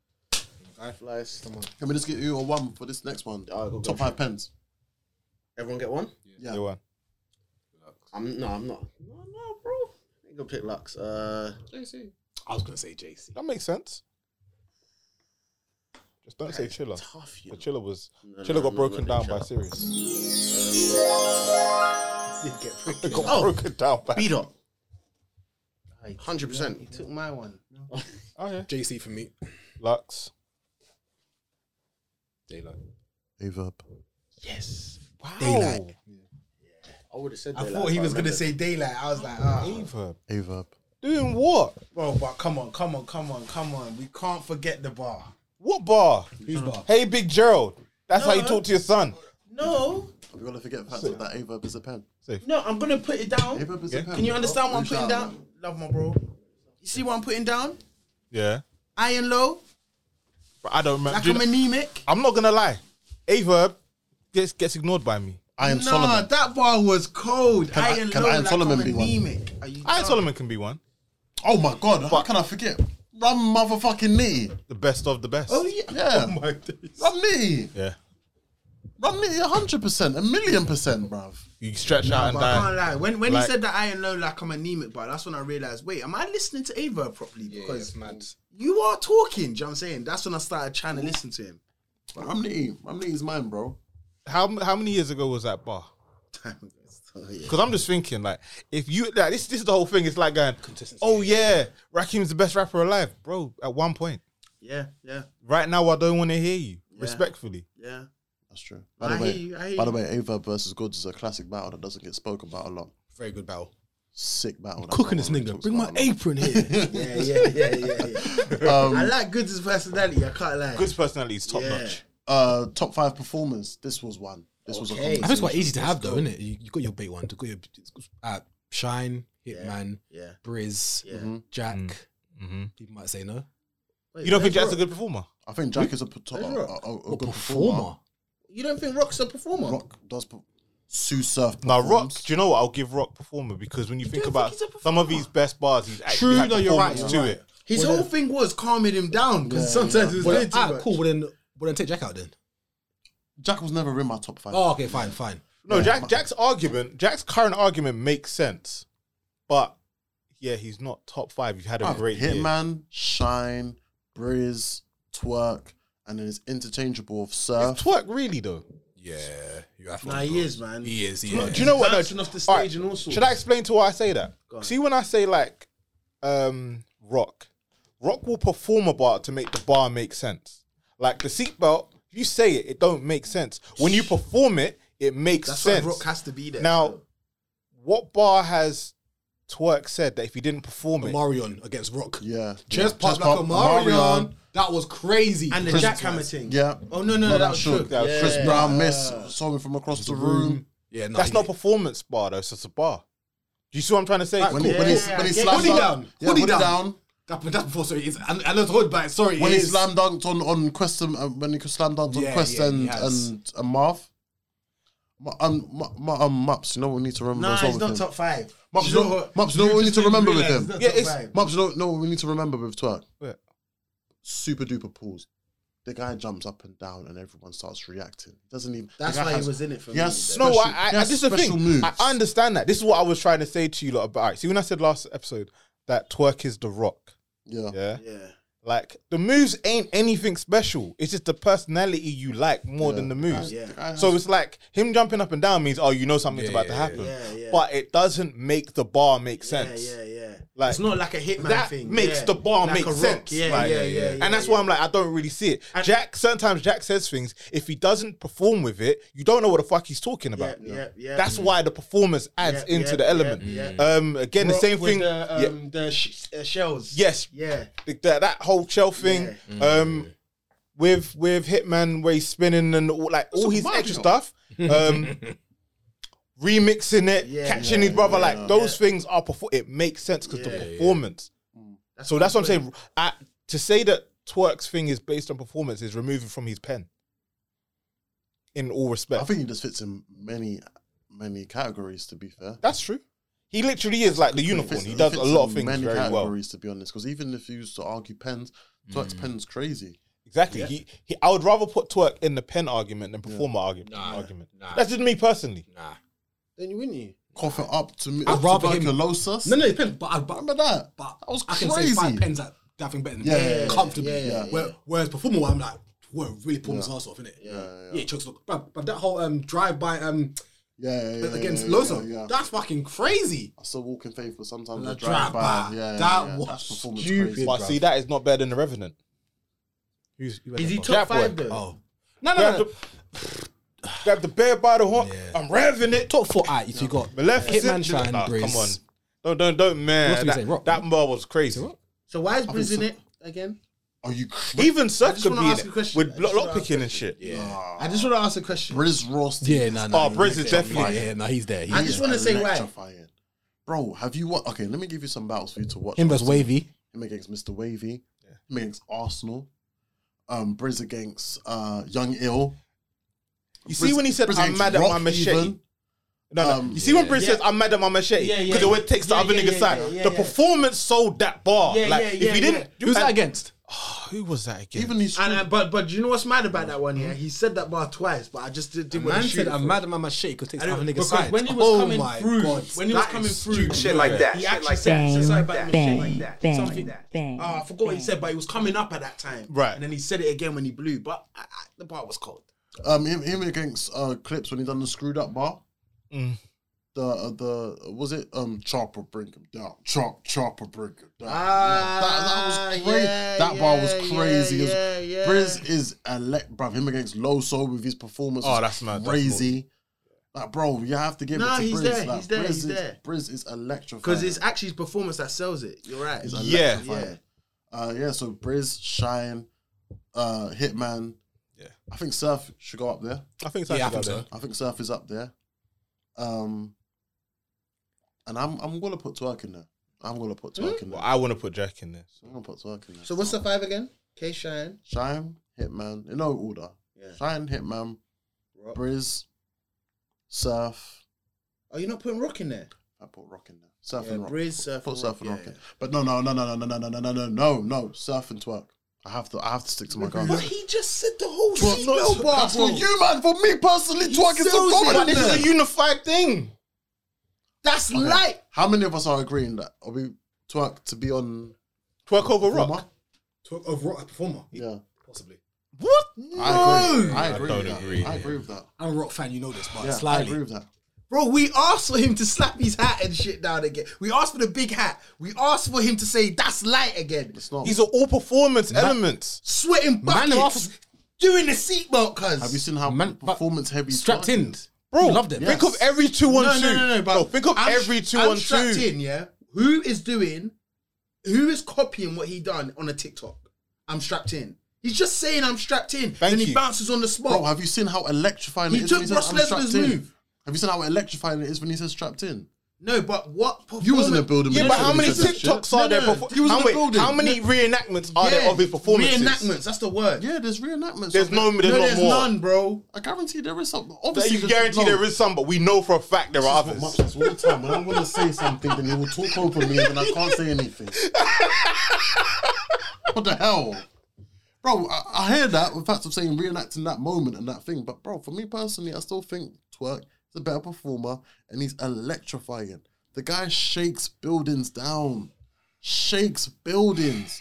Flies. Come on.
Can we just get you a one for this next one?
Alright, go, go.
Top five pens.
Everyone get one?
They won.
I'm no, I'm not. No, no, bro. I ain't gonna pick Lux. Uh, JC.
I was gonna say JC.
That makes sense. Just don't say Chiller.
Tough, you.
But Chiller was
No,
Chiller
no,
got
no,
broken
no,
down by
Chilla.
Sirius.
did get
It got
Oh,
broken down by.
beat up. Hundred percent.
He took my
[LAUGHS]
one.
Oh yeah.
JC for me.
Lux.
Daylight.
Reverb.
Yes.
Daylight.
I would have said.
I
Daylight
thought
if
he was gonna
remembered.
say daylight. I was like, ah.
Ava.
Reverb.
Doing what?
Bro, but come on, come on, come on, come on. We can't forget the bar.
What bar?
Who's bar?
Hey, Big Gerald. That's how you talk to your son.
No,
Are we gonna forget the fact that that Reverb is a pen?
no, I'm gonna put it down.
Reverb is a pen.
Can you understand what I'm putting
Shout out,
down? Love my bro. You see what I'm putting down?
Yeah.
Iron low,
But I don't remember.
like
Do you
I'm
know-
anemic.
I'm not gonna lie. Averb gets gets ignored by me.
Iron
nah,
Solomon.
that bar was cold.
Can I-
Iron
can
low,
Iron
like
Solomon
I'm
be one?
anemic. Are you
Iron
dumb?
Solomon can be one.
Oh my god, how can I forget? Rum motherfucking knee.
The best of the best.
Oh yeah. yeah.
Oh my days.
Rum knee.
Yeah.
Rum knee 100%, a million percent, bruv.
You stretch
Nah,
out and
but I can't
die.
lie. When when
Like-
he said that I ain't low like I'm anemic, but that's when I realized, wait, am I listening to Averb properly? Because you are talking. Do you know what I'm saying? That's when I started trying to listen to him.
Rum knee. Rum knee is mine, bro.
How how many years ago was that bar? Because I'm just thinking, like, if you like, this, this is the whole thing. It's like going, oh yeah, Rakim's the best rapper alive, bro. At one point,
Yeah, yeah,
right now, I don't want to hear you, respectfully. [LAUGHS]
yeah.
That's true. By the
I
way,
hear you, I hear
by the
you.
way, Averb versus Goods is a classic battle that doesn't get spoken about a lot.
Very good battle.
Sick battle.
Cooking this nigga. Bring my apron here.
[LAUGHS]
Yeah, yeah, yeah, yeah, yeah.
Um,
I like Goods' personality. I can't lie.
Good's personality is top
Yeah.
notch.
uh, top five performers. This was one. This was a.
Okay. I think
I think it's quite
conversation.
easy to
Let's
have though,
go.
isn't it? You, you got your big one. You got your uh, Shine, Hitman,
Yeah.
Briz,
Yeah.
Jack.
Mhm.
People might say no.
Mm-hmm. You don't think Jack's a good performer?
I think Jack is a, pot- a, a,
Rock?
a- a
Or
good
performer.
performer.
You don't think Rock's a performer?
Rock does. Per- Sue Surf.
Now, Rock,
performs.
do you know what? I'll give Rock performer because when you think
don't
about
think he's a
some of his best bars, he's actually
True,
had
no, you're right,
performance
you're
to
right.
it.
His whole thing was calming him down because
Yeah,
sometimes it was
Well,
doing too
ah,
much.
cool. Well then, well then, take Jack out then.
Jack was never in my top five.
Oh, okay, fine, fine.
No, Jack, Jack's argument, Jack's current argument makes sense, but yeah, he's not top five. You've had a
Oh,
Bruv,
great year.
Hitman, Shine, Briz, Twerk, and then it's interchangeable of
Is
Surf.
twerk really though?
Yeah, you have to.
Nah, he is, man.
He is. He
Do
is.
you know what? No,
Bouncing off the
all
stage and all sorts.
Should I explain to why I say that? See, when I say like um rock, rock will perform a bar to make the bar make sense. Like the seatbelt, you say it, it don't make sense. When you perform it, it makes
That's
sense.
why Rock has to be there.
now, what bar has Twerk said that if he didn't perform it,
Marion against Rock.
Yeah.
Chest
Yeah.
pop like a Marion. That was crazy.
and the
Chris-
jackhammer thing.
Yeah.
Oh no, no, no, that was
Shook.
Shook.
That was
Chris
Yeah.
Brown miss saw me from across the room.
Yeah, no,
that's
he-
not a performance bar though. It's just a bar. Do you see what I'm trying to say?
Right,
When
cool.
he when he,
Yeah,
when he
yeah.
slammed
Hoodie
dunk-
down.
Yeah,
Hoodie
hoodie
down.
down.
That, that's before. Sorry, it's, and, and that's hold back. Sorry,
When
it
he
is.
slam dunked on on Quest and uh, when he slam dunked on
Yeah,
Quest
yeah, he
and,
has.
and and Marv. My, um, my, my um, Mups, you know what we need to remember.
Nah,
as well
he's
with
not
him?
top five.
Mups, you know, Mups, you know what we need to remember with him.
Yeah, it's-
Mups, you know, know what we need to remember with Twerk.
What?
Super duper pause. The guy jumps up and down, and everyone starts reacting. Doesn't even.
That's
the guy
why
has-
he was in it for
He
me.
has
No,
special,
I, I,
he has
this is the
special
thing.
Moves.
I I understand that. This is what I was trying to say to you lot about. alright, see, when I said last episode that twerk is the rock,
Yeah.
yeah,
Yeah.
like the moves ain't anything special. It's just the personality you like more
Yeah.
than the moves.
Yeah.
So it's like him jumping up and down means oh, you know something's about to happen,
yeah, yeah.
but it doesn't make the bar make
Yeah,
sense.
yeah, yeah.
Like,
it's not like a hitman
That
thing.
makes
yeah.
the bar
Like
make
a rock.
sense.
Yeah,
like-
yeah, yeah, yeah.
and that's
yeah.
why I'm like, I don't really see it. Jack, sometimes Jack says things. If he doesn't perform with it, you don't know what the fuck he's talking
Yeah,
about.
yeah, yeah.
That's why the performance adds
Yeah,
into
yeah,
the element.
yeah,
Um, again, the same
With
thing.
The,
yeah,
um, the sh- uh, shells.
yes,
Yeah.
the- that, that whole shell thing. Um, with with Hitman, where he's spinning and all like all his extra stuff. Um, remixing it,
Yeah,
catching his brother, like those things are perfor- It makes sense because the performance. so that's what I'm saying. I, to say that Twerk's thing is based on performance is removing from his pen. In all respect,
I think he just fits in many, many categories. To be fair,
That's true. He literally is like the unicorn.
fits-
He does a
fits
lot
in
of things
many
very well.
categories. To be honest, because even if you used to argue pens, Twerk's
Mm.
pen's crazy.
Exactly. He, he, I would rather put twerk in the pen argument than performer argument.
Nah,
argument.
nah.
That's just me personally.
Nah.
Then you wouldn't you?
Cough it up to me.
I'd rather him-
Losus.
No, no, it depends. But I but,
remember that.
but
that was
I
crazy.
can say five pens at that thing better than
Yeah, yeah, yeah,
comfortably.
yeah, yeah, yeah.
Where, Whereas performer, wise, I'm like, whoa, really pulled his ass off, innit? Yeah,
yeah.
yeah. he chokes off. But, but that whole um, drive by um
yeah, yeah, yeah, yeah,
against
yeah,
Loso,
yeah, yeah.
that's fucking crazy.
I still walk in faith, but sometimes
The
I drive by.
drive-by.
Yeah, yeah,
That
yeah.
was
That's performance
stupid.
crazy.
But
bruv.
see, that is not better than the Revenant. Who's,
Is he top five though?
Oh, no,
Grab
no, no.
the, grab the bear by the horn.
Yeah.
I'm revving it.
Top four, alright. If you got
Maleficent.
Hitman, Shine,
Nah, Come on.
Briz.
Don't, don't, don't,
What
man.
did we say?
That,
Rock?
that bar was crazy.
Rock?
So why is Briz in it again?
Are you crazy?
Even Surf could
wanna
be in
ask a
it
question. I
with
just
lock-
wanna ask a
lockpicking and shit.
I just want to ask a question.
Briz Ross.
Yeah, no, no.
Oh,
he-
Briz is
yeah,
definitely-
yeah. No, he's there. He,
I just want to say why.
electrifying. Bro, have you watched? Okay, let me give you some battles for you to watch.
him versus Wavy.
Him against Mr. Wavy. Him against Arsenal. Um, Briz against uh, Young Ill.
You see when he said, I'm mad at my machete. No, no. you see when Prince says, "I'm mad at my machete," because
Yeah, yeah,
it always takes the
yeah,
other
yeah,
nigga's
yeah,
side.
yeah, yeah,
the
yeah.
performance sold that bar.
Yeah,
like
yeah,
if
yeah,
you didn't,
yeah. Who's that
against? who was that against?
Even these.
And, and- but but you know what's mad about that one? Yeah, he said that bar twice, but I just did, did what
Man
he
said,
should.
"I'm mad at my machete because takes
I don't-
other niggas'
because
side."
when he was
oh
coming
my
through-
god,
when he was coming through-
Shit like that.
He
Shit
actually
like
said, he said
that.
something about machete
Bang,
like that.
bang,
something like
bang,
Oh, I forgot what he said, but he was coming up at that time.
Right.
And then he said it again when he blew, but I, I, the bar was cold.
Um, him, him against uh, Clips when he done the screwed up bar.
Mm.
The uh, the was it um chopper bring him down chop chopper bring him down.
Ah,
that, that was crazy.
yeah,
that bar was
yeah,
crazy.
yeah,
as,
yeah,
Briz is elect, bruv. Him against Loso with his performance.
Oh,
was
that's mad. That's
crazy. like, bro, you have to give
Nah,
it to
he's
Briz.
there,
Like,
he's there,
Briz
he's
is,
there.
Briz is electrified.
Because it's actually his performance that sells it. You're right.
It's
Yeah.
electrifying. Uh, yeah, so Briz, Shine, uh, Hitman.
Yeah.
I think Surf should go up there.
I think it's
Yeah, I
actually
think
that
so.
there.
I think Surf is up there. Um, and I'm I'm gonna put Twerk in there. I'm gonna put Twerk in there.
Well, I want to put Jack in there.
So I'm gonna put Twerk in there.
So what's the five again? K Shine.
Shine, Hitman, in no order.
Yeah.
Shine, Hitman,
Rock.
Briz, Surf.
Oh, you're not putting Rock in there.
I put Rock in there. Surf
Yeah,
and Rock.
Briz, Surf,
put
and Rock,
Surf and
yeah,
Rock in. But no, no, no, no, no, no, no, no, no, no, no, no. Surf and Twerk. I have to I have to stick to my guns.
But he just said the whole
Twerk-
seatbelt bar.
for you, man. For me personally, Twerk is
sells
the
it.
dominant.
But this
there.
is a unified thing.
That's
Okay.
light.
How many of us are agreeing that are we twerk to be on
Twerk over
Former?
rock.
Talk of rock performer,
Yeah,
possibly.
What?
I agree. I
I
agree.
don't
with that.
agree.
I agree with that.
I'm a rock fan, you know this,
Yeah,
but
I agree
slightly.
with that.
Bro, we asked for him to slap his hat and shit down again. We asked for the big hat. We asked for him to say that's light again.
It's not.
These are all performance elements.
Sweating
Man,
buckets. doing the seatbelt, cuz.
Have you seen how
Man, but-
performance heavy
Strapped
Twerk
in,
is?
Bro,
love them.
Think of every two one
no,
two.
no, no, no, but
Bro, think of
I'm-
every two
I'm
one
strapped
two.
in, yeah. Who is doing? Who is copying what he done on a TikTok? I'm strapped in. He's just saying I'm strapped in,
Thank
and he
you.
bounces on the spot.
Bro, have you seen how electrifying
He
it is?
took
when
Brock
says, "I'm
Lesnar's
strapped in"?
move.
Have you seen how electrifying it is when he says strapped in?
no, but what? Performance?
You was in the building.
Yeah,
when
but
he
how
said
many
he said that
TikToks
shit.
are there?
no,
Before,
he was
how,
in the building.
how many reenactments are there of his performances?
Reenactments. That's the word.
Yeah, there's reenactments.
There's
of it.
no, there's
no,
not
there's
more.
none, bro.
I guarantee there is something.
That
Obviously,
you guarantee
no.
there is some, but we know for a fact there are
This is
others.
what Mups does all the time. When I'm gonna say something, then he will talk over me, and then I can't say anything. what the hell, bro? I, I hear that. In fact, I'm saying reenacting that moment and that thing. But bro, for me personally, I still think Twerk is a better performer, and he's electrifying. The guy shakes buildings down, shakes buildings.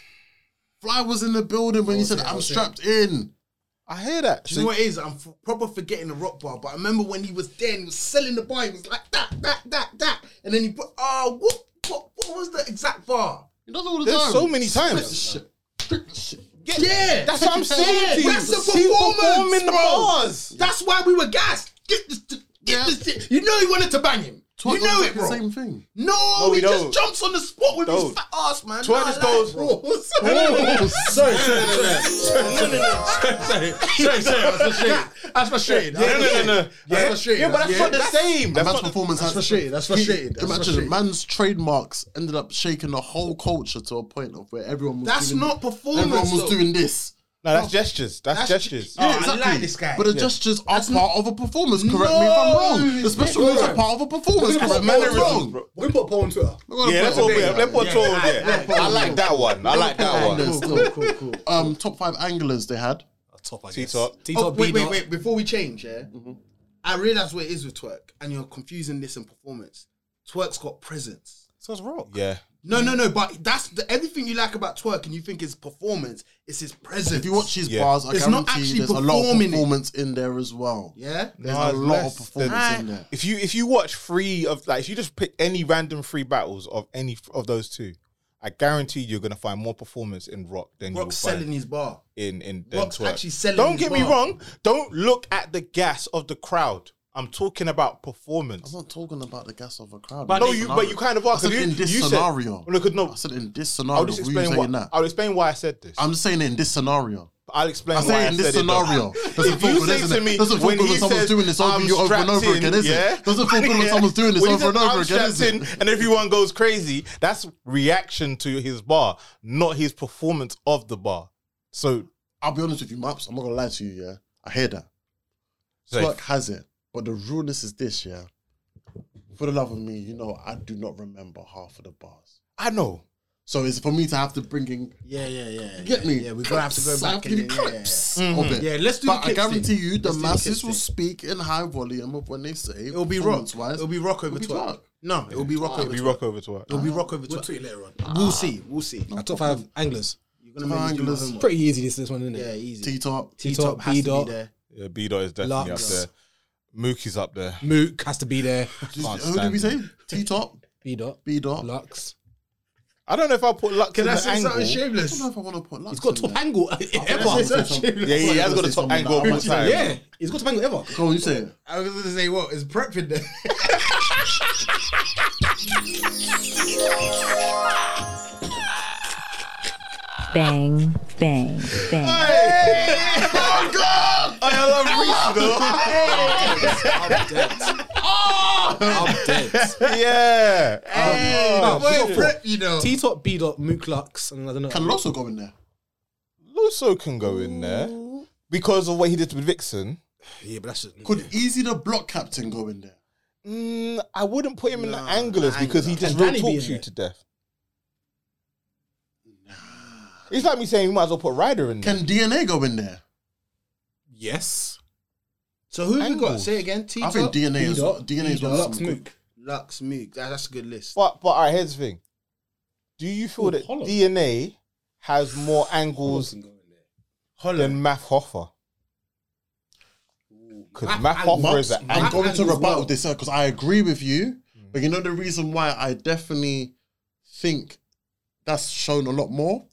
Fly was in the building when he said, "I'm strapped in."
I hear that.
Do you know what it is? I'm f- proper forgetting the rock bar, but I remember when he was there and he was selling the bar. He was like that, that, that, that, and then he put. Ah, what, what, what was the exact bar?
He does it all the
There's
time.
so many
Split the
times.
shit. Split the shit.
Yeah,
that's what I'm
saying to you.
That's the
He's
performance,
performing the
bro.
bars.
That's why we were gassed. Get this, get
Yeah.
this. shit. You know he wanted to bang him.
Twerk
you know
does
it, bro.
The same thing.
No,
No, we
he just
don't.
jumps on the spot with his
Don't.
fat ass, man.
Twerk
Nah,
just
like,
goes-
bro.
Sorry, sorry, sorry, sorry, sorry.
That's frustrating.
No, no, no, no.
That's
Yeah,
frustrating.
yeah, but that's
Yeah.
not the same.
And
That's
man's
not
performance
That's
has-
frustrating. That's
He-
frustrating. That's
imagine
frustrating.
man's trademarks ended up shaking the whole culture to a point of where everyone was.
That's
doing
not performance,
Everyone was
though.
doing this.
No, that's gestures. That's,
That's-
gestures.
Oh, I like this guy.
But the
Yeah.
gestures are part of a performance. Correct me if I'm wrong. The special moves are part of a performance. Correct me if I'm
Mannerisms,
wrong.
bro.
We put Paul on Twitter.
We're gonna
Yeah, let's
put
put
it
let's put Tor on there. I like that one. I like that
there.
one.
Cool, cool, cool. Um, top five anglers they had.
Top, I guess.
T-top.
Oh,
T-top,
wait, wait,
B-dot.
wait. Before we change, yeah,
Mm-hmm.
I realize what it is with twerk, and you're confusing this and performance. Twerk's got presence.
Sounds rock.
Yeah.
No,
Mm-hmm.
no, no. But that's the, everything you like about twerk, and you think it's performance. It's his presence.
If you watch his
Yeah.
bars, I
It's not
guarantee
actually
there's a lot of
performing it.
performance in there as well.
yeah,
There's
No,
a lot
less
of performance
than-
in there.
If you if you watch three of like if you just pick any random three battles of any of those two, I guarantee you're gonna find more performance in Rock than you will
Rock's selling
find
his bar.
in in than
Rock's
Twerk.
actually selling
Don't
his
get me
bar.
wrong. Don't look at the gas of the crowd. I'm talking about
I'm
performance.
not talking about the gas of a crowd.
no, you but you kind of are.
I said
'cause you-
in this
you said-
scenario.
Well, look, no,
I said in this
I'll
scenario.
just
Were you
explain
saying
why.
that?
I'll explain why I said this.
I'm just saying in this scenario.
I'll explain
I
why
say
I
in this
said it, [LAUGHS] though.
scenario. Doesn't
If
feel
you
good,
say
doesn't
to
it?
me
Doesn't feel
when
good when
he
someone's
says,
doing this over
"I'm
you over and
strapped
over
in,"
again, is
[LAUGHS]
it?
yeah?
Doesn't feel good when someone's doing this
When he
over and
says,
over
"I'm
again, is
strapped
it?
in," and everyone goes crazy. That's reaction to his bar, not his performance of the bar. So,
I'll be honest with you, Maps. I'm not gonna lie to you. Yeah, I hear that.
so
Twerk has it, but the realness is this. Yeah, for the love of me, you know, I do not remember half of the bars.
I know.
So it's for me to have to bring in.
Yeah, yeah, yeah.
You get
yeah,
me?
Yeah, we're gonna have to go
Clips. I
back.
give you
and then- yeah, yeah,
clips
Mm-hmm.
yeah.
of it.
Yeah, let's do.
But
the
I
clips
guarantee
thing.
you, the
Let's do
masses
clips
will
thing.
speak in high volume of when they say.
It'll be rock.
Wise,
It'll be rock over
be
twerk.
twerk.
No, it'll be rock
It'll
over
be
twerk.
rock over twerk.
It'll be rock over
We'll
twerk.
tweet later on.
We'll see. We'll see.
Our top five anglers.
You're gonna make me do my
Triangulars.
homework.
Pretty easy this this one, isn't
Yeah,
it?
easy.
T top.
T top,
has
B
to be
dot,
there.
Yeah, B dot is definitely
Lux.
up there. Mookie's up there.
Mook has to be there.
Can't
Who did
stand
we say?
him.
T top.
B dot,
B dot. I
Lux.
I don't know if I'll put Lux in
Can I
the
say
angle.
something
don't
shameless?
know if I want to put. Lux
He's got
in
top
there.
angle
I
eh,
was
ever.
gonna say something-
Yeah, yeah, he
I
has
was
got
gonna
a
say
top
something
angle
that I
all the
might
time.
say.
Yeah, he's got top angle ever.
Go on, you say it.
I was gonna say what is prepping there.
Bang, bang, bang.
I love Reese, though.
[LAUGHS] I'm dead. I'm
[LAUGHS]
dead.
yeah.
Oh,
No,
Wait,
T-top,
prep, you know.
T top, B dot, Mook Lux, and I don't know.
Can Losso go in there?
Lusso can go in there because of what he did with Vixen.
Yeah, but that's just.
Could Easy the block captain go in there?
Mm, I wouldn't put him in the anglers because he just
Can
real
Danny be
talks
in
you
there?
to death. It's like me saying you might as well put Ryder in there.
Can DNA go in there?
Yes.
So who have you got?
Angles.
Say again. T
I think
top.
DNA
B
is DNA
dot, B
is
dot,
well.
Lux, Mook.
Lux Moog. That- That's a good list.
But but all right, here's the thing. Do you feel
Ooh,
that
Holland.
DNA has more angles than Math Hoffer? Because Math Hoffer is an
I'm
angle.
going to rebuttal this because I agree with you,
Mm.
but you know the reason why I definitely think that's shown a lot more.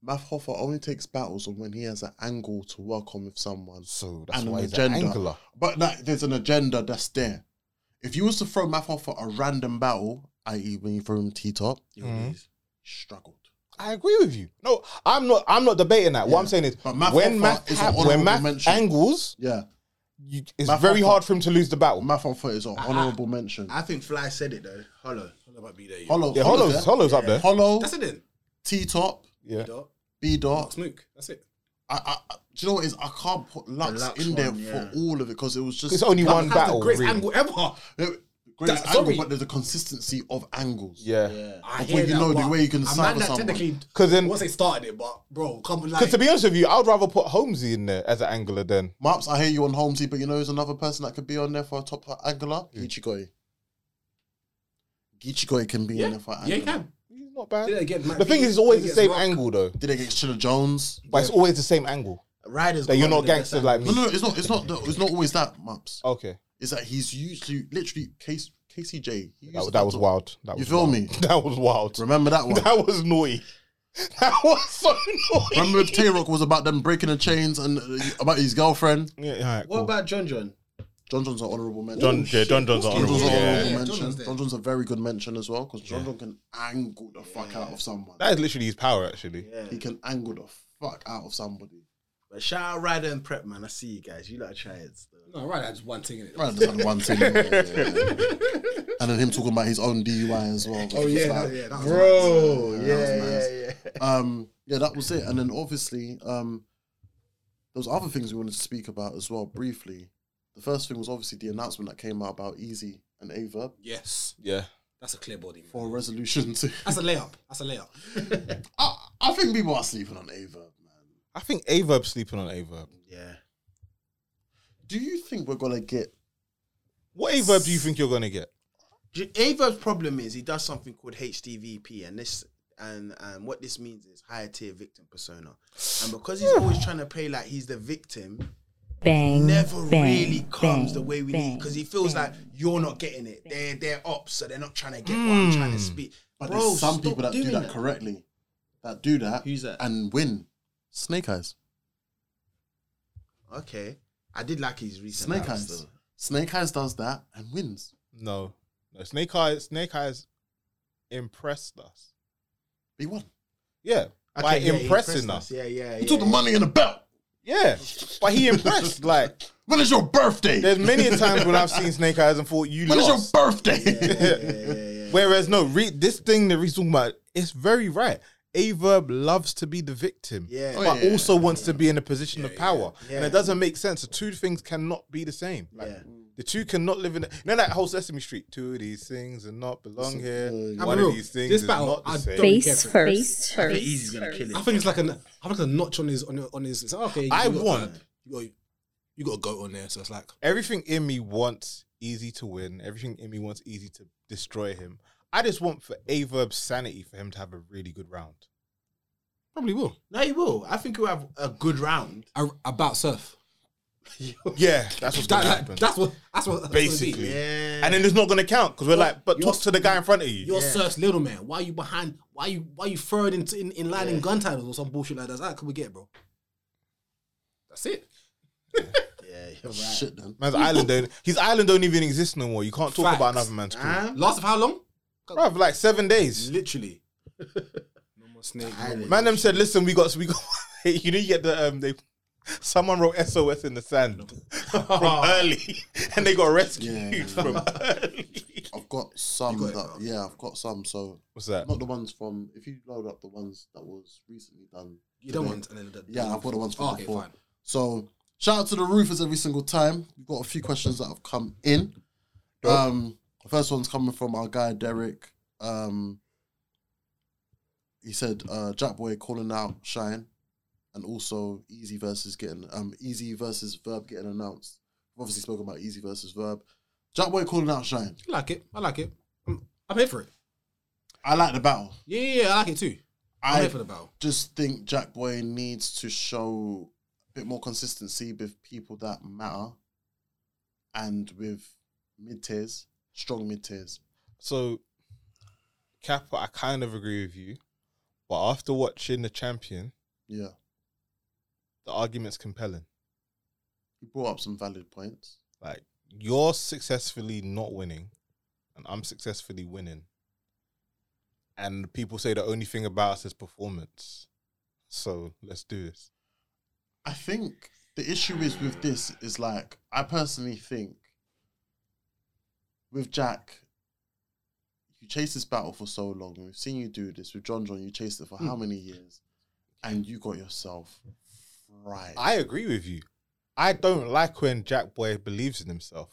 Math Hoffer only takes battles on when he has an angle to work on with someone.
So that's why he's an angler.
But like, there's an agenda that's there. If you was to throw Math Hoffer a random battle, i.e., when you throw him T top, struggled.
I agree with you. No, I'm not. I'm not debating that. What I'm saying is,
But Matt
when
Hoffa
Matt
is
ha-
an
when
honourable
Matt
mention.
angles,
Yeah,
you, it's
Matt
very
Hoffa.
hard for him to lose the battle.
Math Hoffer
Ah,
is an honourable mention.
I think Fly said it though. Hollow.
Hollow,
yeah, Hollow's Hollow's up there.
Hollow,
That's it then.
T top,
Yeah,
B dot.
That's Mook. That's it.
I, I, I- do you know what it is? I can't put Lux,
Lux
in there
one, yeah.
for all of it because it was just
it's only
Lux
one
has
battle.
The greatest
really.
angle ever.
The greatest
That-
angle,
sorry.
but there's a consistency of angles.
Yeah,
I
Before
hear
you
that,
know the
but
way you can
a
cyber
man that
someone.
Technically,
because then
once they started it, but bro, come on, like,
because to be honest with you, I'd rather put Holmesy in there as an angler than
Maps, I hear you on Holmesy, but you know there's another person that could be on there for a top angler?
Hmm.
Gichigoi. Gichigoi can be
yeah,
in there for an
yeah, you
angler.
can.
he's not bad.
Did it again, Matt
the thing
B.
is, it's always
Did
the
it
same
again,
angle though,
Did they get Chilla Jones?
but it's always the same angle.
Riders.
That you're
got
not
one of the best
gangsters like
No,
me.
no, it's not. It's not. the- It's not always that. Maps.
Okay,
It's that he's usually, literally, Case, KCJ. he
that,
used
that
to-
was wild. That
You
was
feel
wild. [LAUGHS]
me?
That was wild.
Remember
[LAUGHS]
that one.
That was naughty. That was so naughty.
Remember Tay Rock was about them breaking the chains and uh, about his girlfriend.
Yeah, all
What
right, cool.
about John John?
John John's an honourable mention.
John, yeah, John John's an
John John's
honourable.
an
Yeah.
honourable mention.
Yeah, John
John
John's
John's,
there.
a very good mention as well because John John can angle the fuck out of someone.
That is literally his power, actually.
Yeah.
He can angle the fuck out of somebody.
But shout out Ryder and Prep, man. I see you guys. You lot are triads. though.
No, right, I just one thing in it.
Right, that's like one thing.
[LAUGHS]
And then him talking about his own DUI as well. Oh yeah,
yeah, that was
Bro,
mad.
yeah,
Yeah, that was
yeah,
mad.
yeah.
um, yeah, that was it. And then obviously, um, there was other things we wanted to speak about as well briefly. The first thing was obviously the announcement that came out about Easy and Averb
Yes,
Yeah.
that's a clear body. Man.
for a resolution to. [LAUGHS]
That's a layup. That's a layup.
I, I think people are sleeping on Averb, man.
I think Averb's sleeping on Averb.
Yeah.
Do you think we're gonna get?
What Averb do you think you're going to get?
J- Averb's problem is he does something called HDVP, and this and and what this means is higher tier victim persona, and because he's always trying to play like he's the victim,
Bang,
never
bang,
really comes
bang,
the way we need
bang,
because he feels
bang.
like you're not getting it. They're they're up, so they're not trying to get what I'm trying
Hmm.
to speak.
But
Bro,
there's some
stop
people that do
doing
that, correctly, that do that,
Who's that?
and win. Snake Eyes,
Okay, I did like his recent
Snake
raps,
Eyes,
though.
Snake Eyes does that and wins.
No. no. Snake Eyes Snake Eyes impressed us.
He won.
Yeah. by
Okay, yeah, he
impressing
impressed
us.
Yeah, yeah,
He
yeah.
took the money in the belt.
Yeah. But
[LAUGHS]
he impressed. like,
When is your birthday?
there's many a times when I've seen Snake Eyes and thought, you
When is your
lost.
birthday?
Whereas, no, re- this thing that Reese talking about, it's very right. Averb loves to be the victim,
Yeah.
Oh,
but
yeah,
also wants to be in a position of power,
yeah.
and it doesn't make sense. The two things cannot be the same. Like,
Yeah.
The two cannot live in. The, you know that whole Sesame Street. Two of these things and not belong here.
I'm
One
real.
of these things
This
is
battle,
not the
I
same.
don't Face care for it.
Face first.
Easy's gonna kill it.
I think it's like an. I think it's a notch on his on, on his. It's like, okay.
I
you got-
want-
You got, you got a goat on there, so it's like
Everything in me wants easy to win. Everything in me wants easy to destroy him. I just want for Averb's sanity for him to have a really good round.
probably will
No, he will. I think he'll have uh, a good round.
A- about surf.
Yeah, that's what's
That,
gonna
that-
happen.
that's what. That's what. that's what it'd be.
basically, and then it's not gonna count because we're like, but
you're-
talk to the guy in front of you.
You're surf's little man. Why are you behind? Why you why you third in in, in line in gun titles or some bullshit like that? That's could we get, bro. That's it.
Shit, then.
Man's island don't. His island don't even exist no more. You can't talk about
Facts.
another man's crew.
Last of how long?
Bruv, like seven days. [LAUGHS]
Literally. no more snake. no more-
Man, them said, "Listen, we got, we got. [LAUGHS] you know, you get the um, they. Someone wrote SOS in the sand [LAUGHS]
[LAUGHS]
from early, [LAUGHS] and they got rescued
Yeah.
[LAUGHS] from early.
[LAUGHS] I've got some
got it,
that yeah, I've got some. So
What's that?
not the ones from if you load up the ones that was recently done.
You don't
today.
want. And then the,
Yeah, I've got the ones from
Oh, okay,
before.
fine.
So shout out to the roofers every single time. We've got a few questions that have come in. Um, the first one's coming from our guy Derek. Um, he said uh, Jack Boy calling out Shine, and also Easy versus getting um Easy versus Verb getting announced. We've obviously spoken about Easy versus Verb. Jack Boy calling out Shine.
I like it. I like it. I'm, I'm here for it.
I like the battle.
Yeah, yeah, yeah, I like it too. I'm
I-
here for the battle.
just think Jack Boy needs to show a bit more consistency with people that matter and with mid tiers, strong mid tiers.
So, Kappa, I kind of agree with you, but after watching the champion,
Yeah.
the argument's compelling.
He brought up some valid points.
Like you're successfully not winning, and I'm successfully winning. And people say the only thing about us is performance. So let's do this.
I think the issue is with this is like I personally think with Jack, you chase this battle for so long. We've seen you do this with John John. You chased it for how many years, and you got yourself right.
I agree with you. I don't like when Jack Boy believes in himself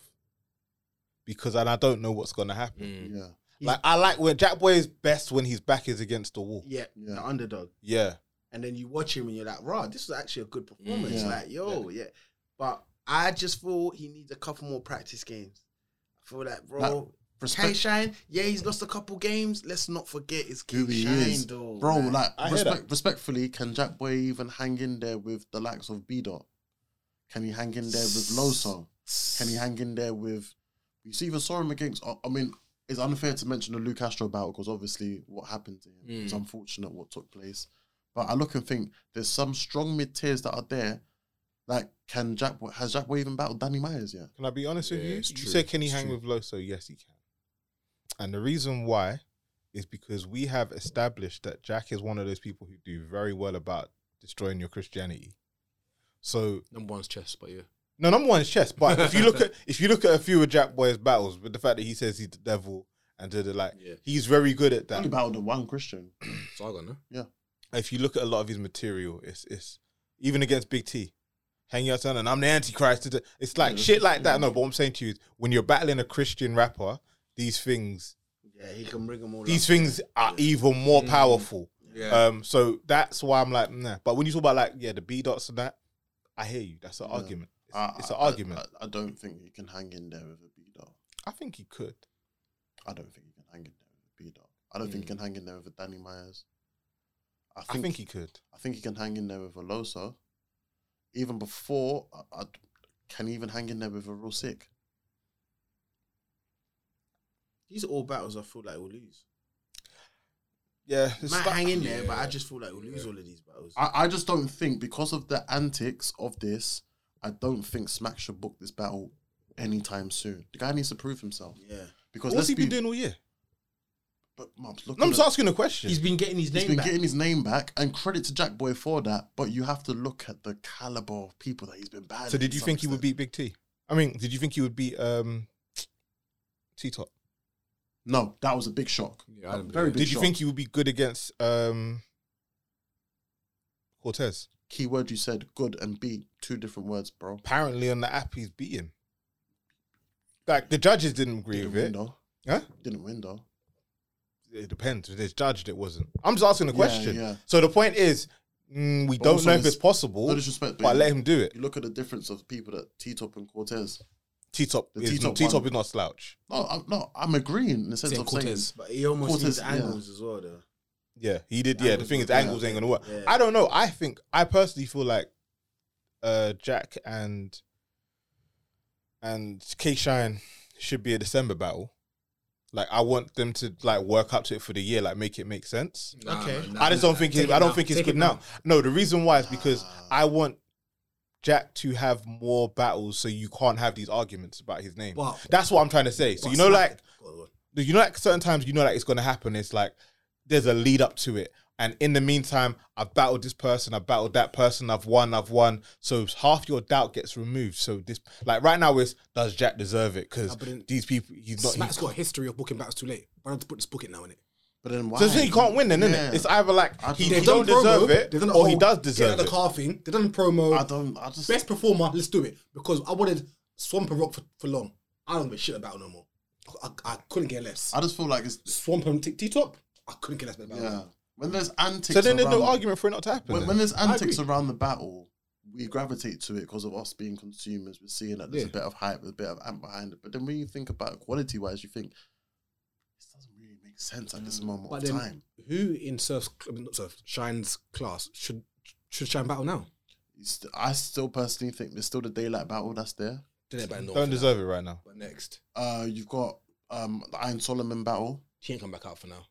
because and I don't know what's going to happen.
yeah,
Like I like when Jack Boy is best when his back is against the wall.
Yeah,
Yeah.
the underdog.
Yeah.
And then you watch him and you're like, "Raw, this was actually a good performance."
Yeah.
Like, yo, yeah. But I just feel he needs a couple more practice games. I feel like, bro,
Like,
K
respect
Shine. Yeah, he's lost a couple games. Let's not forget it's K
who he
Shine,
is,
though.
bro.
man.
Like
I hear
respect, respectfully, can Jack Boy even hang in there with the likes of B Dot? Can he hang in there with Loso? Can he hang in there with? You see, even saw him against. I- I mean, it's unfair to mention the Lou Castro battle because obviously what happened to him It's
Hmm.
was unfortunate. What took place, but I look and think there's some strong mid tiers that are there. Like, can Jack Boy has Jack Boy even battled Danny Myers yet?
Can I be honest with
Yeah,
you?
it's
You
true,
said can he
it's
hang
true.
with Loso? Yes, he can. And the reason why is because we have established that Jack is one of those people who do very well about destroying your Christianity. So
Number one's chest, but yeah.
no, number one is chess. But if you look
[LAUGHS]
at if you look at a few of Jack Boy's battles, with the fact that he says he's the devil and did it like
Yeah.
he's very good at
Only
that.
battled the one Christian.
So I got no.
If you look at a lot of his material, it's it's even against Big T, hanging out and I'm the Antichrist. It's like shit like that. No, but what I'm saying to you is when you're battling a Christian rapper, these things
yeah, he can bring them all.
these
up.
things are even more powerful.
Yeah.
Um, so that's why I'm like, nah. But when you talk about like, yeah, the B dots and that, I hear you. That's an argument. It's,
I-
it's an
I-
argument.
I, I don't think he can hang in there with a B Dot.
I, think he could.
I don't think he can hang in there with B Dot. I don't think he can hang in there with a Danny Myers. Mm. I
I
think,
think, he could.
I think he can hang in there with a Loso. Even before, I, I can he even hang in there with a real sick.
These are all battles I feel like we'll lose.
Yeah, it's
Might
like-
hang in there, but I just feel like we'll lose all of these battles.
I, I just don't think because of the antics of this, I don't think Smack should book this battle anytime soon. The guy needs to prove himself
yeah,
because
What's
let's
he been
be,
doing all year?
But, Mubs,
No, I'm
looking
just
at-
asking a question.
he's been getting his
He's
name
been
back.
getting his name back, and credit to Jack Boy for that. But you have to look at the caliber of people that he's been battling.
so did you
to
think he
some
would
extent.
beat Big T? I mean, did you think he would beat um, T Top?
No, that was a big shock.
Yeah, I don't
very big
Did you
shock.
think he would be good against um, Cortez?
Key word you said, good and beat, two different words, bro.
Apparently on the app, he's beat him. Like the judges didn't agree with it. Huh?
Didn't win though.
It depends. If it's judged, it wasn't. I'm just asking the
Yeah,
question.
yeah.
So the point is, mm, we
But
don't
also
know if
there's-
it's possible.
No disrespect,
but
you-
let him do it.
You look at the difference of people that T Top and Cortez.
T top,
The
T
T-top
top
one.
is not a slouch.
No, I'm, no, I'm agreeing in the sense
Saying
of
Cortez.
saying,
But
he almost
Cortez,
needs
yeah.
angles as well, though.
Yeah, he did. Yeah, the
Angles
thing is,
don't work.
angles ain't gonna work.
Yeah.
I don't know. I think I personally feel like uh Jack and and K Shine should be a December battle. Like I want them to like work up to it for the year, like make it make sense.
Nah, Okay. nah,
I just
nah,
don't think
take
it,
it
I don't
now,
think it's
take
good
it
now.
now. Ah.
No, the reason why is because I want Jack to have more battles, so you can't have these arguments about his name.
But-
That's what I'm trying to say. So
but
you know,
Smack-
like you know, like certain times you know like it's gonna happen. It's like there's a lead up to it, and in the meantime, I've battled this person, I've battled that person, I've won, I've won. So half your doubt gets removed. So this, like right now, is does Jack deserve it? Because
Nah, but then-
these people, he's not.
Smack's
he's-
got a history of booking battles too late. Why don't you put this book it now in it?
But then
So then you can't win, then, innit?
Yeah.
It's either like
I
he,
think-
he
They've
don't
done promo,
deserve it,
they've done a
or he
whole
does
get out
deserve
of
it.
the car thing. They've done a promo. I
don't. I just
best performer. Let's do it because I wanted Swamp and Rock for, for long. I don't give a shit about no more. I, I couldn't get less.
I just feel like it's
Swamp and T Top. I couldn't get less about
yeah. When there's antics,
So then there's no
around-
argument for it not to happen.
When,
then.
when there's
I
antics
agree.
around the battle, we gravitate to it because of us being consumers. We're seeing that there's
Yeah.
a bit of hype, there's a bit of amp behind it. But then when you think about quality wise, you think this doesn't really make sense at this moment
Mm. But
of
then,
time.
who in Surf's I mean, not Surf Shine's class should should Shine battle now?
It's- I still personally think there's still the daylight battle that's there.
Daylight battle, no,
Don't deserve it right now.
But next,
Uh, you've got um the Iron Solomon battle.
she ain't come back out for now.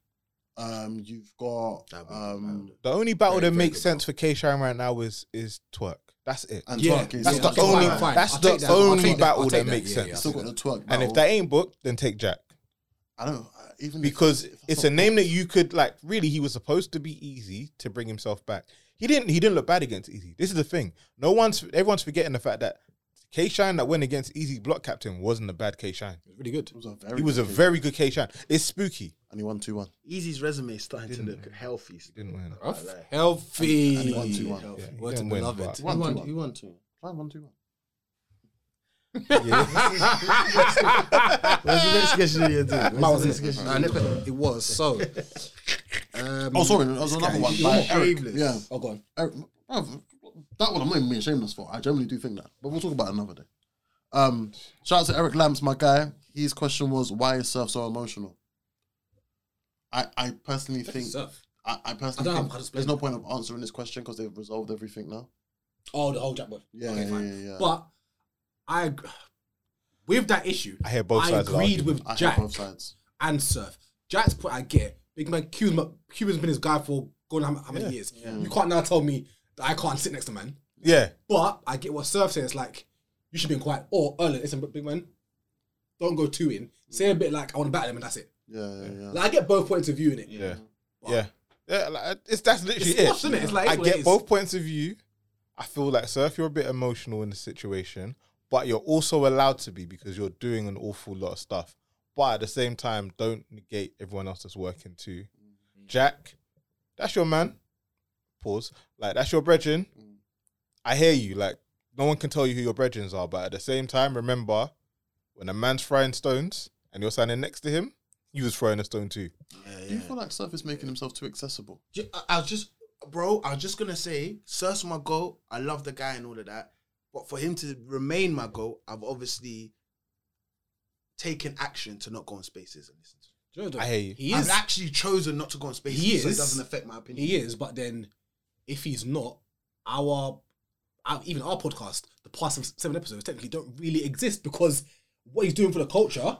Um, you've got um
The only battle
Very,
that
very
makes sense for K Shine right now is is twerk. That's it.
And Yeah, twerk is-
that's
yeah,
the
okay,
only
fine, fine.
that's
I'll
the
take that, I'll
only
take that,
battle
I'll
that,
take that,
makes
yeah,
sense.
yeah, Still I'll got take the that. twerk
And if
battle.
that ain't booked, then take Jack.
I don't I- even if-
Because
if
it's
not
a name that you could like. Really, he was supposed to be easy to bring himself back. He didn't. He didn't look bad against Easy. This is the thing. No one's. Everyone's forgetting the fact that K Shine that went against Easy block captain wasn't a bad K Shine.
really good.
It was a very
He was a
good K.
very good K Shine. It's spooky.
And he won two one.
Easy's resume is starting to look healthy. He
didn't win.
Healthy.
And he won two one.
Healthy.
Yeah,
Word
he
to
didn't win,
beloved.
but-
He
One,
won-
two, one.
he
won two. Plan one two one.
What's the next question that you're doing? What's
Miles,
the next
innit?
question?
Nah, Nepe- It was so. Um,
Oh, sorry, there was another one.
You
by
know what?
Eric. Yeah.
[LAUGHS] Oh, go on.
Eric- bruv, that one I'm not even being shameless for. I generally do think that, but we'll talk about it another day. Um, shout out to Eric Lamps, my guy. His question was, "Why is Surf so emotional?" I I personally think
Surf.
I, I personally
I don't know
think
how to explain
there's no point of answering this question because they've resolved everything now.
Oh, the whole jackpot.
Yeah,
Okay,
yeah,
fine.
yeah, yeah.
But I, ag- with that issue,
I hear both sides of the
agreed
argument.
with
I hear
Jack
both
and Surf. Jack's point I get. Big man, Cuban, but Cuban's been his guy for going how, how many
Yeah.
years.
Yeah.
You can't now tell me that I can't sit next to man.
Yeah.
But I get what Surf says. Like you should be in quiet. Or Erlen, listen, big man, don't go too in. Say a bit like I want to battle him, and that's it.
Yeah, yeah, yeah.
Like I get both points of view in it.
Yeah. Yeah. Yeah, like, uh, it's that's literally
Mm. It's
it.
sports, innit? It's like-
I
it's what it
get
is.
both points of view. I feel like so if you're a bit emotional in the situation, but you're also allowed to be because you're doing an awful lot of stuff. But at the same time, don't negate everyone else that's working too.
Mm-hmm.
Jack, that's your man. Pause. Like that's your brethren.
Mm.
I hear you. Like no one can tell you who your brethren are, but at the same time, remember when a man's frying stones and you're standing next to him, you was throwing a stone too.
Do you feel like Surf is making himself
[LAUGHS]
too accessible?
Ju- I- I was just, bro. I was just gonna say, Surf's my goal. I love the guy and all of that, but for him to remain my goal, I've obviously taken action to not go on spaces and listen
Do you know
to.
what I hear you. He is-
I've actually chosen not to go on spaces,
He is.
so it doesn't affect my opinion.
He is, but then if he's not, our, our even our podcast, the past of seven episodes technically don't really exist because what he's doing for the culture,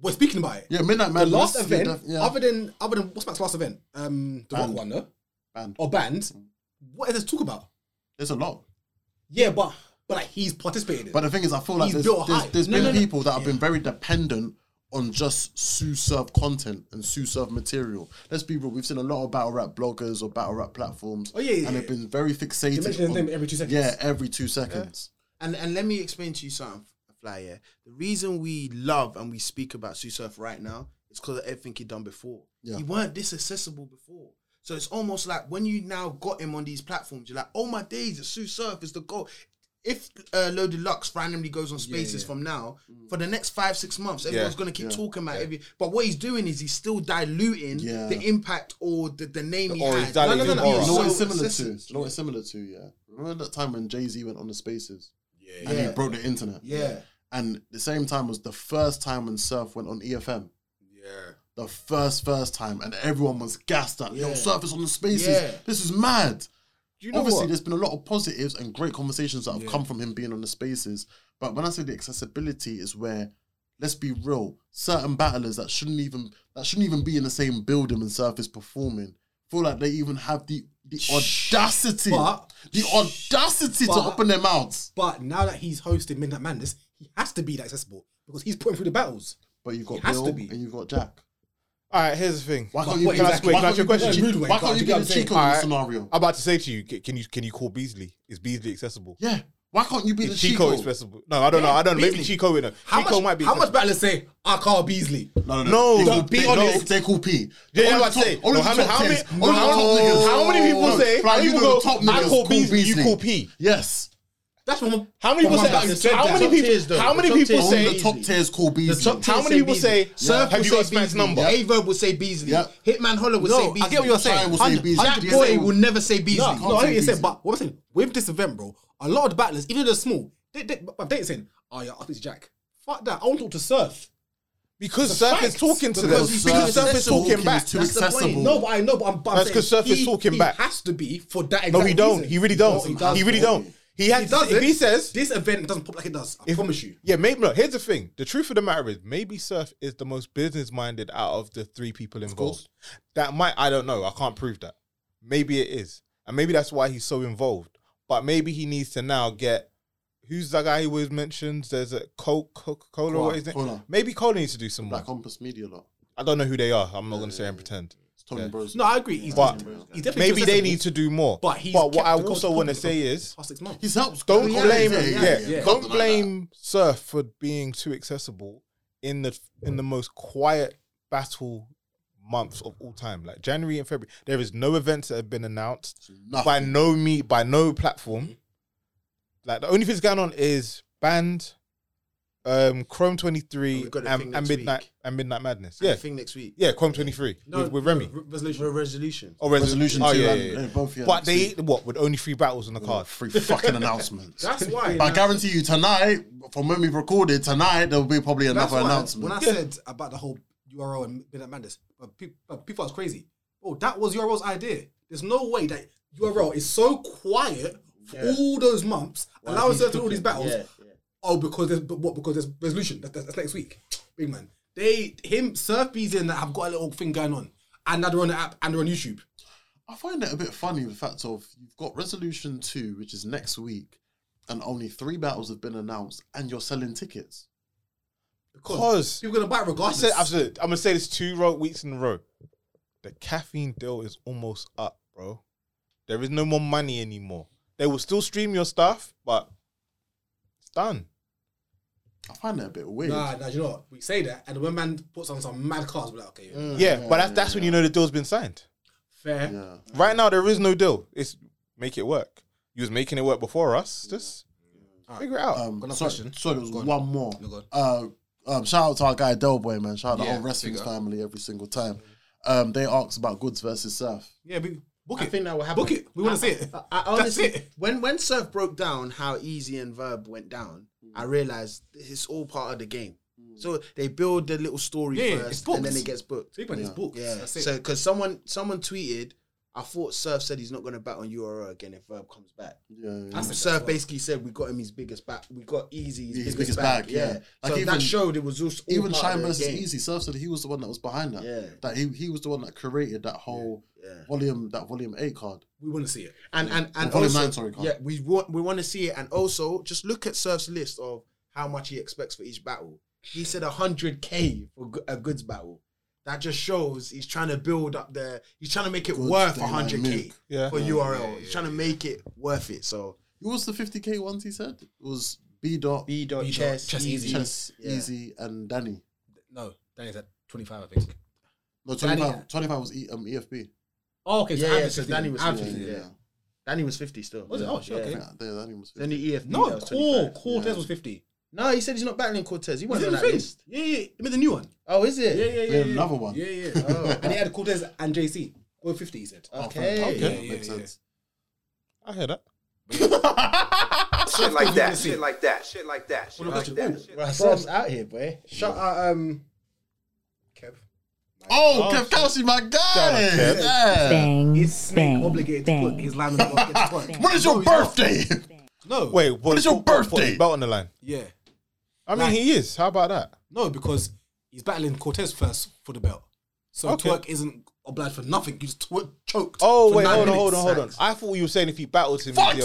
we're speaking about it.
Yeah, Midnight Madness,
The last
yeah,
event,
def- yeah.
other than other than what's Matt's last event? Um, the rock
Band.
one, no?
Band.
or band. What is there to talk about?
There's a lot.
Yeah, but but like he's participated. in
But uh,
it.
the thing is, I feel like
He's
there's,
built a
there's,
hype.
there's
No,
been
no, no.
people that have been very dependent on just Sue Surf content and Sue Surf material. Let's be real, we've seen a lot of battle rap bloggers or battle rap platforms.
Oh, yeah, yeah,
And they've
yeah.
been very fixated.
They mention his
on-
name every two seconds.
Yeah, every two seconds.
And and let me explain to you something, Flyer. The reason we love and we speak about Sue Surf right now is because of everything he done before.
Yeah.
He weren't this accessible before. So it's almost like when you now got him on these platforms, you're like, oh my days, it's Sue Surf is the goal. if uh, Loaded Lux randomly goes on spaces from now, for the next five, six months, everyone's going to keep talking about every. But what he's doing is he's still diluting
Yeah.
the impact or the, the name he
Or
had.
he's diluting
no, no, no,
aura.
he's
You know
so
what it's similar to?
consistent.
You know what it's similar to? Yeah. Remember that time when Jay Z went on the Spaces?
Yeah.
And
Yeah.
he broke the internet.
Yeah.
And the same time was the first time when Surf went on EFM.
Yeah.
The first, first time, and everyone was gassed at. Yo,
Yeah.
Surf is on the Spaces.
Yeah.
This is mad.
know
Obviously,
what?
there's been a lot of positives and great conversations that have come from him being on the Spaces. But when I say the accessibility is where, let's be real, certain battlers that shouldn't even that shouldn't even be in the same building and Surf is performing feel like they even have the the audacity,
But-
the audacity to
But-
open their mouths.
But now that he's hosted Midnight Madness, he has to be that accessible because he's putting through the battles.
But you've got
It has to
Bill
be.
and you've got Jack.
All right, here's the thing.
Why
But
can't you?
what
Can I
exactly-
swear-
why
why can't you
can't
give a
you-
cheek-
rude way,
why
but
can't
you
you
get
give
what
a
I'm
cheek
saying.
on
Alright.
this scenario?
I'm about to say to you, ca- can you can you call Beasley? Is Beasley accessible?
Yeah. Why can't you be the
Is Chico
Chico?
accessible? No, I don't know. I don't know. Maybe
Beasley.
Chico in a
How
Chico
much,
might be.
how much
accessible.
better say I call Beasley?
No,
No,
They
no,
call-
be
they-
honest.
They call P.
Yeah, yeah,
Only
I
the
say.
top- only
No, how
the top
many- how many-
10s. Only the
how
top
many-
10s.
how many people
No,
say-
fly,
how many
you
people
know the
go,
top
I
niggas
call Beasley, you call P.
Yes.
That's what
How many people
Come
say?
on, man, said
How
that.
many
Top
tiers,
people?
though.
How many
Top
people
tiers.
Only
say?
the top tiers call Beasley.
top
How
tiers
many people
Beasley.
say?
Surf
Have
will
you got
say
Smack's
Beasley.
number?
Averb will say Beasley.
Yep.
Hitman Holler will say
No,
Beasley.
I get what you're saying.
Shine will say
Hundred-
Beasley.
Jack
Hundred
Boy
percent.
will never say Beasley.
No, no, I
say
think you said,
Beasley.
but what I'm saying, with this event, bro, a lot of the battlers, even though they're small, they, they, but they ain't saying, oh yeah, I'll speak to Jack. Fuck that. I want to talk to Surf.
Because
It's a
Surf is
fact.
talking to them.
Because he's being
Because Surf is
accessible.
talking back.
He's too
That's the point.
accessible.
No, but I know, but I'm, but I'm
That's
saying
'cause Surf is
he-
talking
he
back.
has to be for that exact
No, he don't.
reason.
He really don't.
doesn't
He
have
really
to.
don't. He has.
He
to-
doesn't.
If he says,
This event doesn't pop like it does. I
If-
promise you.
Yeah, maybe look, here's the thing. The truth of the matter is maybe Surf is the most business minded out of the three people involved. That might I don't know. I can't prove that. Maybe it is. And maybe that's why he's so involved. But maybe he needs to now get who's that guy he always mentions? There's a Coke Coca Cola
Cola,
what is it?
Cola.
Maybe Cola needs to do some more.
Black Compass Media lot.
I don't know who they are. I'm not gonna say and pretend.
It's Tony
Yeah.
Bros.
No, I agree. He's,
But
he's definitely
Maybe they
accessible,
need to do more.
But he's
but what
kept
I
the
also
culture
want to
going
say
for
is
past six months.
He's helped.
don't
Yeah,
blame
yeah,
yeah,
yeah,
yeah.
don't
Something like
blame surf for being too accessible in the in the most quiet battle months of all time like january and february there is no events that have been announced
Nothing.
by no me by no platform like the only thing that's going on is band um chrome 23
We've got the thing
and, and
next
midnight
week.
and midnight madness
yeah.
yeah
Thing next week.
yeah chrome 23 with, with remy
Re- Resolution.
Resolution.
or
Resolution
oh,
two
yeah,
and-
yeah, yeah.
they're both, yeah,
but
next
they what with only three battles on the card
Free fucking announcements.
[LAUGHS] That's why.
But I guarantee you tonight, from when we recorded tonight, there will be probably
That's
another
why
announcement.
When I said about the whole URL and Midnight Madness, but people, but people was crazy. Oh, that was URL's idea. There's no way that URL is so quiet for all those months, allowing us to do all these battles. Oh, because there's but what? Because there's resolution. That, that's, that's next week. Big man. They him Surf Beezy and that have got a little thing going on, and now they're on the app and they're on YouTube.
I find it a bit funny the fact of you've got resolution two, which is next week, and only three battles have been announced, and you're selling tickets.
because
People gonna buy it
I
regardless.
said, I've said, I'm gonna say this two ro- weeks in a row. The caffeine deal is almost up, bro. There is no more money anymore. They will still stream your stuff, but it's done.
I find that a bit weird.
Nah, nah, you know what? We say that, and when man puts on some mad cards, we're like, okay, yeah,
yeah, but that's that's when you know the deal's been signed.
fair.
Yeah.
Right now, there is no deal. It's make it work. You was making it work before us. Just figure it out.
Um,
Got another
sorry,
question?
sorry, there was
Go on.
one more.
No, go on.
Uh, um, shout out to our guy Delboy, man. Shout out to
Yeah,
our wrestling
big up.
family every single time. Um, they asked about goods versus surf.
Yeah, we book
I
it.
think that will happen.
book it. We want to see it.
I, I honestly,
That's it.
when when Surf broke down how Easy and Verb went down, I realized it's all part of the game. So they build the little story
Yeah, it's
first,
booked.
and then it gets booked.
Big man is booked.
Yeah.
That's it.
So because someone someone tweeted, I thought Surf said he's not going to bat on URL again if Verb comes back.
Yeah, yeah.
That's it.
Surf basically said we got him his biggest back. We got Easy his
His
biggest,
biggest
back.
bag,
Yeah.
yeah. Like
so
even-
that showed it was just all
even
part
Shine
of the
versus
game.
Easy. Surf said he was the one that was behind that.
Yeah.
That he, he was the one that created that whole
Yeah.
volume that volume eight card.
We want to see it.
and and and
Volume
also,
nine, sorry, Carl.
yeah, we want we want to see it, and also just look at Surf's list of how much he expects for each battle. He said hundred k for go- a goods battle. That just shows he's trying to build up the. He's trying to make it
Goods,
worth
daylight
hundred k
milk.
Yeah.
for
Yeah,
URL. he's trying to make it worth it. So
What was the fifty k ones he said? It was B dot
B dot
B dot
chess,
chess
easy.
easy.
Chess,
Yeah.
Easy, and Danny.
No, Danny's at 25, I think.
No,
Danny-
25, 25 was e, um, EFB.
Oh, okay. So
Yeah,
Abby
yeah,
said
so Danny was
Abby
Yeah,
said-
yeah. Danny was 50 still.
Was it? Oh, shit, okay.
Yeah.
Nah,
Danny was
Then the EFB.
No,
that was
Cor-
25.
Cortez was 50.
No, he said he's not battling Cortez. He wasn't on
in the
that
thing.
list.
Yeah, yeah. I mean, the new one.
Oh, is it?
Yeah, yeah, yeah.
We had
yeah.
another one.
Yeah, yeah. Oh. and he had Cortez and JC. Go 50, he said.
Okay.
Oh, Okay,
Yeah, yeah,
makes
yeah.
sense.
I hear that.
Shit like that. Shit like that. Shit like that. Shit like that. Shit like that.
Rob's out here, boy. Shut up.
Um, Kev.
Oh, Kev Kelsey, my guy. Yeah.
Bang.
Is Snake
Bang.
obligated to
Bang.
put his line on the basket? to work?
When is your birthday?
No.
Wait, what
is your
what- what- what-
birthday?
Belt on the line.
Yeah.
I mean,
Like-
he is. How about that?
No, because he's battling Cortez first for the belt. So
Okay.
Twerk isn't obliged for nothing. You just twerk choked.
Oh
for
wait,
nine
hold on, hold
minutes.
on, hold on. I thought you were saying if he battles him,
Fuck
he'd be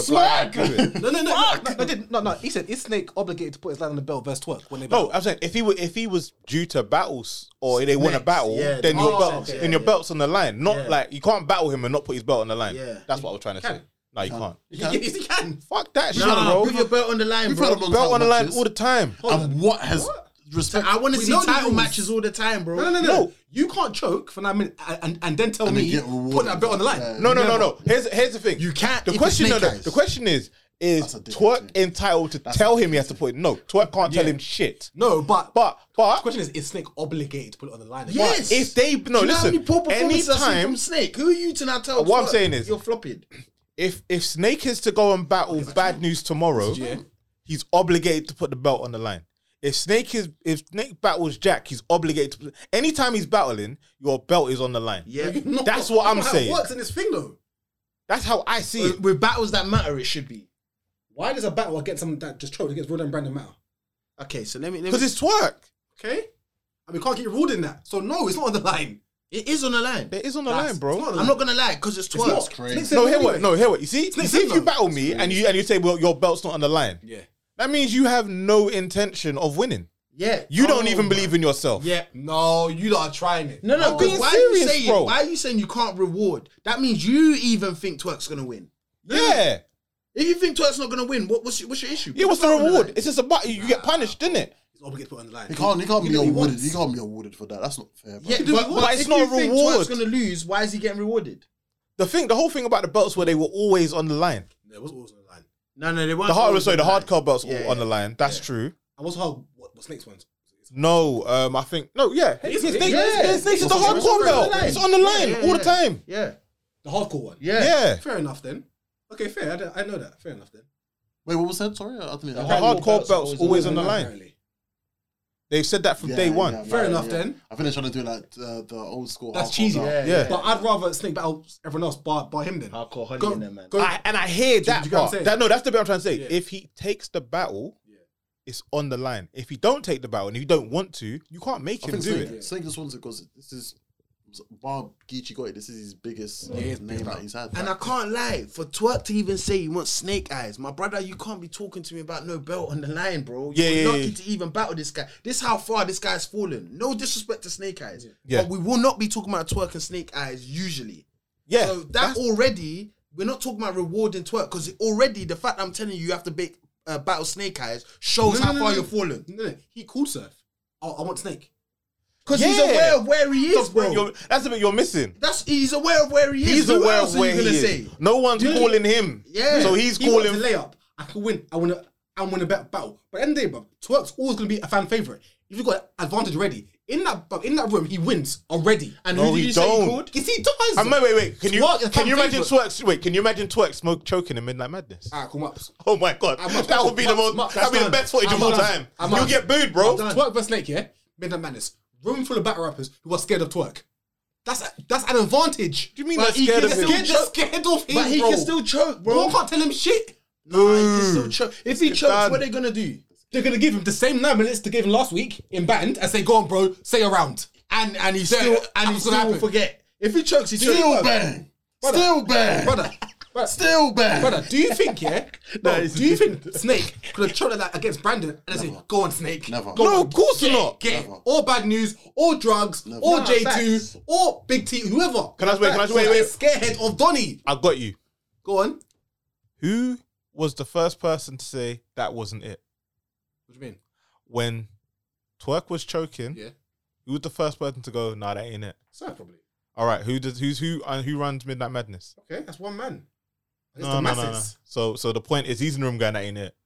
Swag!
obliged to do it.
No, no, no, no, no, no, didn't- no, no. He said, "Is Snake obligated to put his line on the belt versus Twerk when they
No,
battle?"
I'm saying if he were, if he was due to battles or they want to battle, then your
oh,
belt,
okay,
then your belt's on the line. Not like you can't battle him and not put his belt on the line.
Yeah.
that's what I was trying to say. No, you can't.
yes, he can.
Fuck that shit,
no,
bro.
Put your belt on the line,
We've
bro.
had a long
Belt
time
on the line
matches.
all the time.
And what has respect?
I want to
We
see
know the
title
rules.
matches all the time, bro.
No, no, no, no,
No.
You can't choke for nine minutes and, and, and then tell
And then
me
get
put that
rewarded.
belt on the line.
Yeah.
No, no, no, no. Here's here's the thing.
You can't
The
if
question,
it's
no,
snake
no.
eyes.
The question is, is
That's a different
Twerk
thing.
entitled to tell him he has to put it? No, Twerk can't tell him shit.
No, but
But
the
but
question is, is Snake obligated to put it on the line? again?
Yes.
if they no
Do you know how
listen,
many poor performances I've seen
anytime
from Snake. Who are you to now tell?
What I'm
Twerk
saying is-
you're flopping.
if if Snake is to go and battle Bad News tomorrow, he's obligated to put the belt on the line. If Snake is if Snake battles Jack, he's obligated to. Anytime he's battling, your belt is on the line.
Yeah,
[LAUGHS] No,
That's what I'm
how it
saying.
Works in this thing though.
That's how I see it.
with, with battles that matter, it should be
Why does a battle against someone that just choked against Rodan and Brandon matter?
okay. So let me. Let
Because
me
it's Twerk.
Okay, and we can't get ruled in that. So no, it's not on the line.
it is on the line.
It is on the line, bro.
not on the
I'm not gonna lie because it's
It's
twerk.
not.
crazy.
Snake said
No,
it
hear
anyway.
what? No, hear what? You see, you see, if you
Simon.
battle me and you and you say, "Well, your belt's not on the line,"
Yeah.
that means you have no intention of winning.
Yeah,
You don't even believe in yourself.
Oh Yeah.
No, you lot are trying it.
No, no.
I'm
'cause
being
why are you
serious,
saying?
bro.
Why are you saying you can't reward? That means you even think twerk's gonna win.
yeah.
If you think twerk's not gonna win, what, what's your, what's your issue?
Yeah, what's the reward? It's just about you get punished, isn't it?
He's obligated to put it on the line.
He can't. He can't
You
be
know he
awarded.
wants.
He can't be awarded for that. That's not fair. Bro.
Yeah,
do
but,
we
but,
want- But it's
if
not
you
a
think
reward.
Twerk's gonna lose. Why is he getting rewarded?
The thing, the whole thing about the belts where they were always on the line.
No, it was always on the line.
No, no, they weren't.
The hard,
always
sorry, the
on line.
hardcore belts were
Yeah,
on
yeah.
the line. That's true.
And what's hard? What, what Snake's ones?
No, um, I think no, yeah,
Is
it's,
it?
it's, it's,
Yeah.
it's, it's the
It's on the
hardcore belt.
line.
It's on the line
Yeah,
all the
yeah.
time.
Yeah,
The hardcore one.
yeah.
Yeah,
Fair enough then. Okay, fair. I, don't- I know that. Fair enough then.
Wait, what was that? Sorry, I think
the
I,
hardcore belts, always on the
Apparently.
line. They've said that from
yeah,
day
yeah,
one.
yeah,
Fair
yeah,
enough
yeah.
then.
I think they're trying to do like uh, the old school.
That's
hardcore
cheesy.
belt.
Yeah,
Yeah.
yeah.
But I'd rather Snake battle everyone else bar, bar him then.
Hardcore Holly
Go-
in there, man.
go-
I, and I hear that
you get what I'm
part.
saying?
That, no, that's the bit I'm trying to say.
Yeah.
If he takes the battle, it's on the line. If you don't take the battle and you don't want to, you can't make
I
him
think
do
Snake,
it.
Snake just wants it because this is Bob Geechee got it. This is his biggest
his
name
big
that
one.
he's had.
And I can't lie, for Twerk to even say you want snake eyes, my brother, you can't be talking to me about no belt on the line, bro. You're
Yeah, yeah,
lucky
yeah.
to even battle this guy. This how far this guy's fallen. No disrespect to snake eyes.
Yeah.
But we will not be talking about Twerk and snake eyes usually.
Yeah,
so Oh, that
that's-
already, we're not talking about rewarding Twerk because already the fact that I'm telling you you have to bake, uh, battle snake eyes shows
No,
how
no, no,
far
no.
you're fallen.
No, no, he called Surf. Oh, I want Snake.
Because he's
Yeah.
aware of where he is,
that's,
bro.
what you're, that's the bit you're missing.
That's he's aware of where he is.
He's
Who
aware
else
of
are
where
you
he
gonna
is.
say?
No one's calling him.
Yeah.
so he's
he wants a
calling.
layup. I can win. I want to. I want to bet battle. But at the end of the day, bro, Twerk's always going to be a fan favorite. If you've got advantage already in that, bruv, in that room, he wins already. And
No, he don't.
Is he does?
I'm Uh, wait, wait, wait. Can you
Twerk is
can you
fan
imagine
favourite.
Twerk? Wait, can you imagine Twerk smoke choking in Midnight Madness?
Alright, cool, Maps.
Oh my god,
Ah. I'm not-
that would be the
Maps,
most.
Maps,
that'd be
that's
the
done.
best footage of
I'm
all
done.
time.
I'm
You'll
done.
get booed, bro.
Twerk versus Snake, yeah? Midnight Madness. Room full of battle rappers who are scared of Twerk. That's that's an advantage.
Do you mean
But
they're
he
scared
can
of
They're
still
him?
Dude,
scared, they're scared of him,
But he
bro.
can still choke,
No
bro.
one can't tell him shit.
No, he can still choke. If he
It's
chokes,
done.
what are they gonna do?
They're gonna give him the same nine minutes they gave him last week in band and say, "Go on, bro, say a round."
And and he still and he
that's
still
gonna
will
happen.
forget. If he chokes, he
Still
chokes.
bang.
Brother.
Still bang.
brother, brother,
Still bang.
brother. Do you think, yeah? [LAUGHS] no, do you think [LAUGHS] Snake could have choked like that against Brandon and then say, "Go on, Snake,
Never.
go
No,
on,
of course
get,
not.
get or bad news, or drugs,
Never.
or
Nah,
J two, or Big T, whoever."
Can I wait? Can I wait? Wait.
Scarehead of Donny.
I got you.
Go on.
Who was the first person to say that wasn't it?
What do you mean?
When Twerk was choking,
Yeah.
who was the first person to go, nah, that ain't it?
Sir, probably.
All right, who does who's who and who runs uh, Midnight Madness?
Okay, that's one man.
No, no, no, no. So, so the point is, he's in the room going, that ain't it.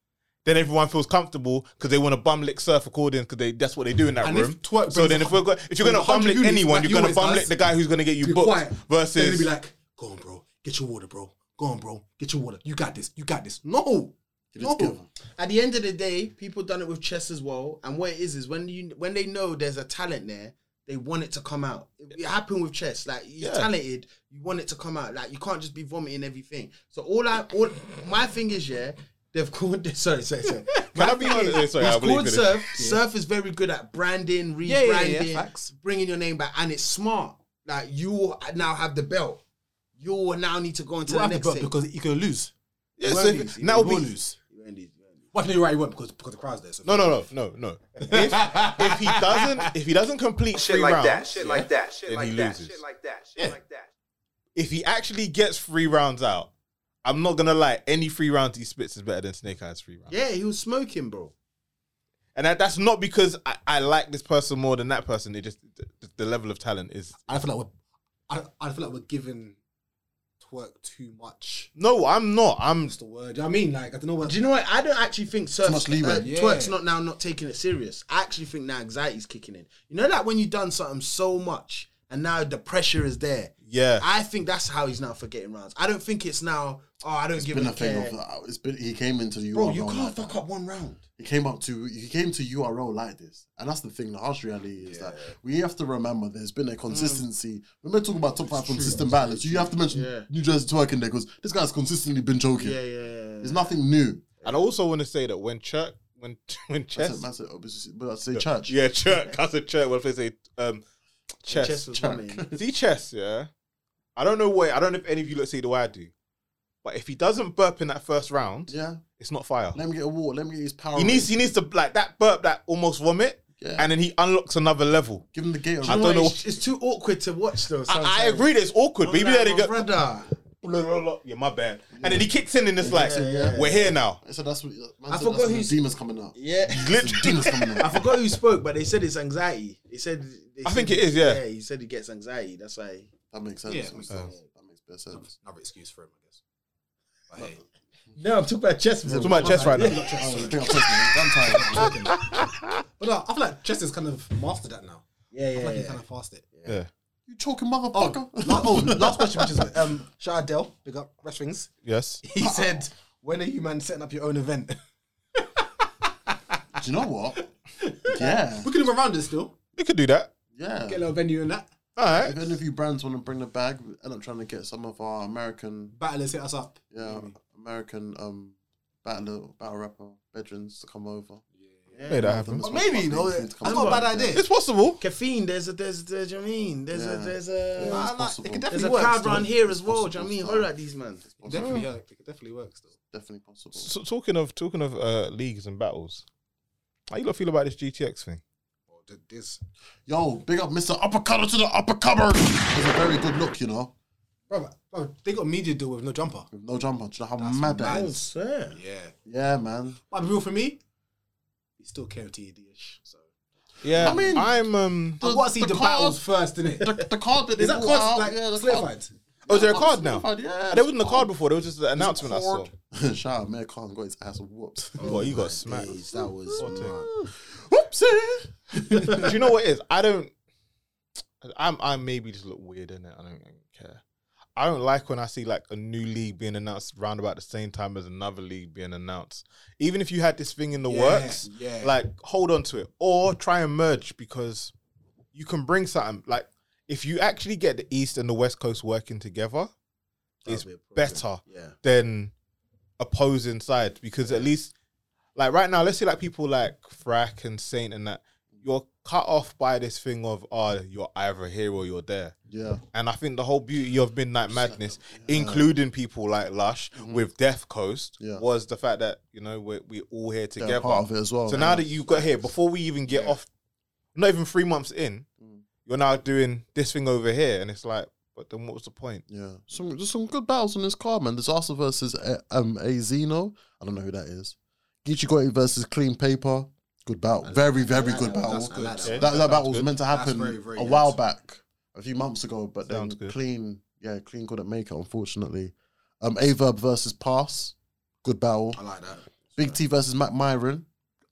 Then everyone feels comfortable because they want to bum lick surf according because they that's what they do in that
And if
room.
twerk
So
brings
then,
a
if we're go- if you're gonna
brings a
bum
hundred
lick
units
anyone,
like
you're
you
gonna
always
bum
does,
lick the guy who's gonna get you
be
booked.
quiet. They're gonna
Versus,
be like, go on, bro, get your water, bro. Go on, bro, get your water. You got this. You got this. No, no.
At the end of the day, people done it with chess as well. And what it is is when you when they know there's a talent there, they want it to come out. It, it happened with chess. Like you're
Yeah.
talented, you want it to come out. Like you can't just be vomiting everything. So all I all my thing is yeah, they've [LAUGHS] called this. Sorry, sorry, sorry.
Can
My
I be
thing
honest?
is,
Sorry,
it's
I believe
called
it is.
surf. Surf is very good at branding, rebranding,
Yeah, yeah, yeah, facts.
bringing your name back, and it's smart. Like you will now have the belt. You will now need to go into
You
the
have the
next
belt
thing.
because you can lose.
Yeah,
You
so
won't
if-
lose.
now
You
be-
will lose. Well, no, you're right. You won't because because the crowd's there. So
no, no, no, no, no. If, if he doesn't, if he doesn't complete
Shit
three
like
rounds,
that. Shit like that. Shit
then
like
he
that.
loses.
Shit like that. Shit like that.
if he actually gets three rounds out, I'm not gonna lie. Any three rounds he spits is better than Snake Eyes three rounds.
Yeah, he was smoking, bro.
And that, that's not because I, I like this person more than that person. It just the, the level of talent is
I feel like we're, I, don't- I feel like we're giving twerk too much.
no. I'm not. I'm
What's the word? Do you know what I mean, like I don't know what.
Do you know what? I don't actually think surf,
much leeway.
uh,
Yeah.
twerk's not now not taking it serious. I actually think now anxiety's kicking in. You know that when you've done something so much and now the pressure is there.
yeah.
I think that's how he's now forgetting rounds. I don't think it's now. Oh, I don't give
been
a
a thing
care.
of uh, it's been he came into the
Bro,
URL
you can't
like
fuck
that.
up one round.
He came up to he came to URL like this, and that's the thing. The harsh reality is that we have to remember there's been a consistency.
Mm.
When we're talking about top five consistent battlers, you have to mention New Jersey Twerk in there because this guy's consistently been joking.
Yeah, yeah, yeah.
There's nothing new.
And I also want to say that when Chirk, when [LAUGHS] when
That's
Chess,
it. That's it. Obviously, But I say church.
yeah, [LAUGHS] Chirk, I said Chirk. What if they say um, Chess?
Chess was
Chirk.
running.
[LAUGHS] See Chess, yeah. I don't know what I don't know if any of you look see the way I do, but if he doesn't burp in that first round,
Yeah.
it's not fire.
Let him get a walk. Let him get his power.
He needs he needs to like that burp that almost vomit,
Yeah.
and then he unlocks another level.
give him the gate.
I don't know.
It's, it's too awkward to watch though.
I, I
sometimes.
agree that it's awkward, but
I'm
even there they
like,
go.
"My brother.
blah, blah, blah. Yeah, my bad. And then he kicks in and it's like,
yeah.
we're here now.
[LAUGHS] I said that's what man
I
said
forgot
that's when
who's-
the demons coming out.
Yeah.
The demons
[LAUGHS]
coming
I
out.
forgot who spoke, but they said it's anxiety. They said. They
I
said-
think it is, yeah.
Yeah, he said he gets anxiety. That's why.
That makes sense.
Yeah,
that
it
makes
makes
sense. That makes better sense.
Another excuse for him, I guess.
[LAUGHS]
But hey,
No, I'm talking about chess.
Talking about chess right now.
Oh, I think I've taken it. I'm tired.
[LAUGHS]
but no, I feel like Chess has kind of mastered that now.
Yeah,
I feel
yeah,
like he
yeah.
kind of passed it.
Yeah.
You choking motherfucker.
La- oh, last question, which is um, shout out Dell, big up Rush Rings.
Yes.
[LAUGHS] He said, "When are you man setting up your own event?"
[LAUGHS]
[LAUGHS]
Do you
[LAUGHS]
know what? Yeah,
we could do a round this still.
You could do that.
yeah.
Get a little venue and that.
All right.
If any of you brands want to bring the bag, we end up trying to get some of our American,
Battlers hit us up.
yeah, American um, battler, battle rapper veterans to come over.
Hey, that happens.
Well,
Oh, Maybe you know,
Come
it's
on.
not a bad idea.
It's possible.
Caffeine. There's a. There's. There's. You know what I mean? There's
Yeah.
a. There's a.
Yeah, it's
I like-
possible.
it could
There's
It
a
works,
crowd
though.
round here as well. Do you know
possible
what I mean?
stuff.
Holler at these man.
It's possible.
Definitely, yeah, it definitely works though.
definitely possible.
So, talking of talking of uh, leagues and battles, how you lot feel about this GTX thing?
Or did this,
Yo, big up Mr. Uppercutter to the upper cupboard. It's a very good look, you know,
bro, bro, Oh, they got a media deal with no jumper.
with no jumper. Do you know how mad that
mad.
is?
sir.
Yeah,
Yeah, man.
but real for me, he's still KOTD ish. So
Yeah, I
I mean-
am um.
I want to see
the
the,
card-
battles first, innit?
The, the card that
Is
they
that
brought
card
out,
like
yeah, the card.
solidified?
Oh, is there a card now?
Yeah,
There wasn't a card before. There was just an announcement I saw.
[LAUGHS] Shout out, Mayor Khan got his ass whooped.
Oh, you
[LAUGHS]
got smacked.
That was.
Whoopsie.
Do you know what it is? I don't. I'm. I maybe just look weird in it. I don't care. I don't like when I see like a new league being announced round about the same time as another league being announced. Even if you had this thing in the
Yeah,
works,
yeah.
like hold on to it or try and merge because you can bring something like if you actually get the East and the West Coast working together, it's better
Yeah.
than opposing sides because at least like right now, let's say like people like Frack and Saint and that you're cut off by this thing of oh you're either here or you're there.
Yeah.
And I think the whole beauty of Midnight Madness, including people like Lush with Death Coast,
Mm-hmm. Yeah.
was the fact that you know we're we all here
They're
together.
part of it as well.
So now that you've got here, before we even get off, not even three months in,
Mm.
you're now doing this thing over here, and it's like, but then what was the point?
Yeah, some there's some good battles on this card, man. There's Arsenal versus uh, um Azino. I don't know who that is. Gichigoi versus Clean Paper. Good battle. very very good battle.
That's good.
Yeah.
That that
That's
battle was
good.
meant to happen
very, very
a
good.
while back, a few months ago, but
Sounds
then
good.
Clean, yeah, Clean couldn't make it unfortunately. Um, Averb versus Pass, good battle. I
like that.
Big T versus Mac Myron.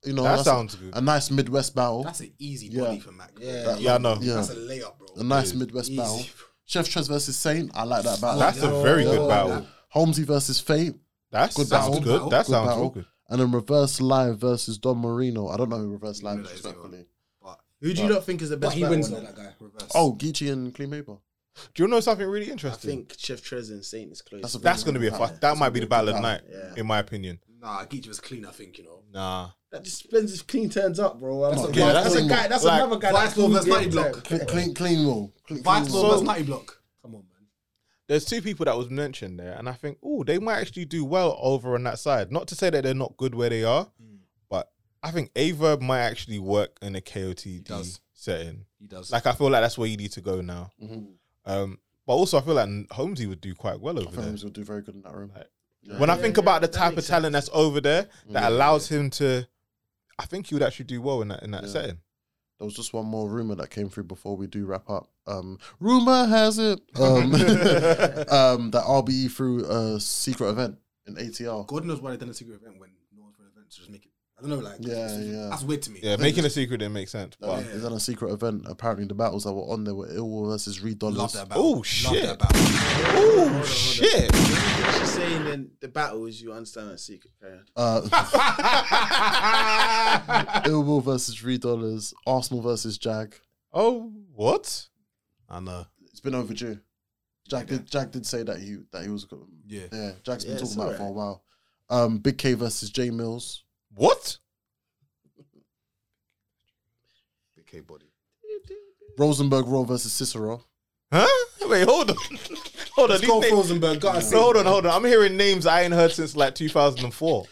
You know
That
that's
sounds
a,
good.
A nice Midwest battle.
That's an easy
Yeah.
body for Mac.
Yeah. Yeah, I know.
That's a layup, bro.
A nice Midwest
Easy.
battle. Chef Trez versus Saint. I like that battle.
That's a very good battle.
Holmesy versus Fate.
That's- that's good. That sounds real good.
And then Reverse Live versus Don Marino. I don't know who Reverse Live is, respectfully.
Who do you not think is the
But
best?
he
battle
wins
in
though,
that?
that guy. Reverse.
Oh, Geechee and Clean Paper.
Do you know something really
I
interesting?
think Chef Trez and Saint is close.
That's a very
that's going to
good
be a
battle.
fuss. That might be the battle of the night,
battle. Yeah.
in my opinion.
Nah, Geechee was clean. I think you know.
Nah.
That just depends if Clean turns up, bro. I'm
That's
not-
a- yeah,
that's
that's
a
a-
guy. That's
like,
another guy.
Vice
that
Law
can
versus
get
Nutty
there.
Block.
Clean, clean, clean roll. Clean,
Vice
clean
Law
roll.
versus Nutty Block. Come on, man.
There's two people that was mentioned there, and I think, oh, they might actually do well over on that side. Not to say that they're not good where they are, but I think Averb might actually work in a KOTD
does.
setting.
He does.
Like, I feel like that's where you need to go now.
Mhm.
Um, but also, I feel like Holmesy would do quite well
I
over
think
there.
Holmes will do very good in that room.
Like, When I think about the type of talent that's over there that allows him to, I think he would actually do well in that in that setting.
There was just one more rumor that came through before we do wrap up. Um, rumor has it
[LAUGHS]
[LAUGHS]
[LAUGHS]
um, um, that RBE through a secret event in ATR.
God knows why they done a secret event when no one's for an event. So just make it. I don't know. Like,
Yeah,
that's-
yeah.
That's weird to me.
Yeah, making a secret didn't make sense.
Um,
But
They done a secret event. Apparently, the battles that were on there were Ilwa versus Reed
Love
Dollars.
that battle.
oh shit!
Love that battle.
Oh shit! [LAUGHS]
She's saying then the battle is you understand that secret. player.
Uh, Ilwa versus Reed Dollars. Arsenal versus Jag.
Oh what? I know.
It's been overdue. Jack did. Jack did say that he that he was. Good.
Yeah.
yeah. Jack's been
Yeah,
talking
it's
about it for a while. Um, Big K versus J Mills.
What?
Big K body.
Rosenberg Raw versus Cicero.
Huh? [LAUGHS] Wait, hold on, hold on.
Let's go
these names-
Rosenberg. Gotta
No,
say.
hold on, hold on. I'm hearing names I ain't heard since like 2004.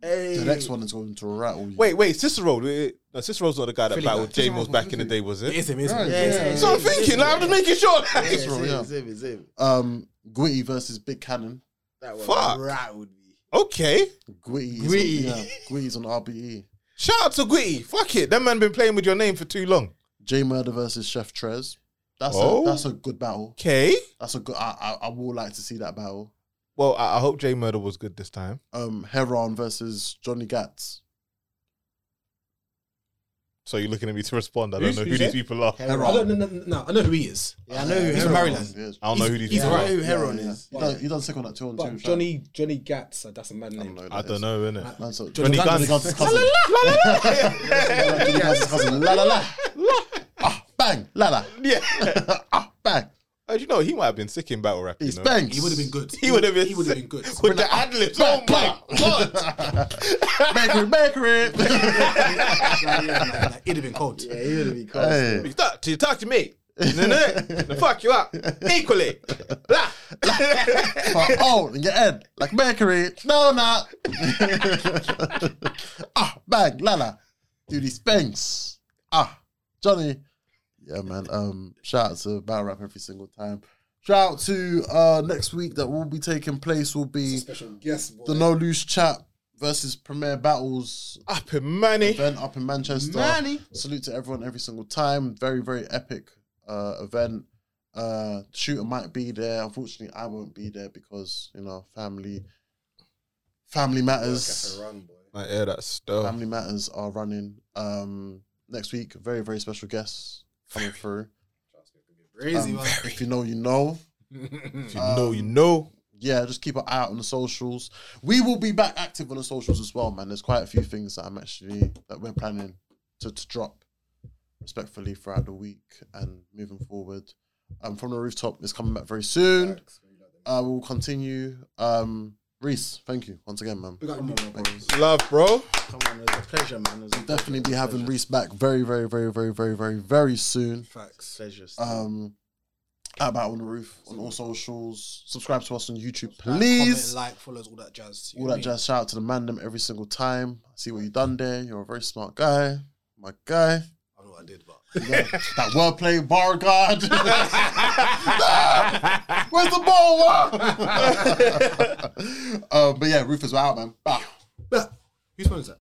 The next one is going to rattle you.
Wait, wait, Cicero. wait, No, Cicero's not the guy that
Philly
battled
guy.
J Mills back in the day, was
It
it?
is him, isn't
Right,
it?
[LAUGHS] yeah.
So I'm thinking, like, I'm just making
[LAUGHS]
sure.
Cicero, yeah.
Zim, zim, zim.
Um, Gwitty versus Big Cannon.
That one
Fuck.
rattled me.
Okay.
Gwitty.
Gwitty.
Is on, yeah, Gwitty's uh, on E? RBE.
Shout out to Gwitty. Fuck it. That man been playing with your name for too long.
J Murder versus Chef Trez. That's
Oh.
a, that's a good battle.
Okay.
That's a good. I, I I would like to see that battle.
Well, I, I hope J Murder was good this time.
Um, Heron versus Johnny Gats.
So you're looking at me to respond. I don't
Who's-
know who
who's
these
that?
people are.
I don't know. No, no, no, I know who he is.
Yeah, I know who
He's
Heron is.
from Maryland.
Yes.
I don't know who these
He's
people
I know
are.
who Heron is.
He done, he done sick on that two on two.
But
track.
Johnny Johnny Gats, uh, that's a mad
I don't
name.
know who that
I
is.
don't know, innit?
Man, so-
Johnny
Guns.
Guns' cousin. [LAUGHS]
[LAUGHS]
Johnny Guns' cousin. La la la. Ah, bang. La la.
Yeah.
Ah, bang.
Oh, you know, he might have been sick in battle rap. You
It's
know?
bangs.
He would have been good.
He would have been
He would have
sick
been good.
With the ad libs. Oh my god.
Bakery, bakery.
Yeah, yeah, nah, nah, He'd have been cold.
Yeah, he would be cool.
Hey.
You talk to, you talk to me. No, no, no. Fuck you up. Equally. Blah.
for [LAUGHS] all in your head, like bakery. No, no. [LAUGHS] ah, bang, lala. Do these bangs. Ah, Johnny. Yeah, man. Um, shout out to Battle Rap every single time. Shout out to uh next week that will be taking place will be
Special guest. boy.
the No Loose Chat versus Premier Battles
Up in money.
[LAUGHS] event up in Manchester. Salute to everyone every single time. Very, very epic uh, event. Uh, shooter might be there. Unfortunately, I won't be there because you know family, family matters.
I hear that stuff.
Family matters are running. Um, next week, very, very special guests coming through.
Crazy
Um,
man.
if you know, you know.
If you know, you know.
yeah, just keep an eye out on the socials. We will be back active on the socials as well, man. There's quite a few things that I'm actually that we're planning to, to drop respectfully throughout the week and moving forward. Um, from the rooftop is coming back very soon. Uh, we'll continue. Um, Reese, thank you once again, man.
Big up you, bro.
Love, bro.
Come on, it was a pleasure, man. It was a
Definitely be having Reese back very, very, very, very, very, very, very soon.
Facts. Uh,
pleasure.
Um, at Battle on the Roof on all socials. Subscribe to us on YouTube,
Like,
please.
comment, like, follows, all that jazz. You
All
know
that jazz. Shout out to the man them every single time. I see what you done there. You're a very smart guy, my guy.
what I mean? I don't know what I did, but [LAUGHS]
That wordplay, bar guard. Where's the ball? [LAUGHS] uh, but yeah, Rufus, we're out, man. Bow.
who sponsors that?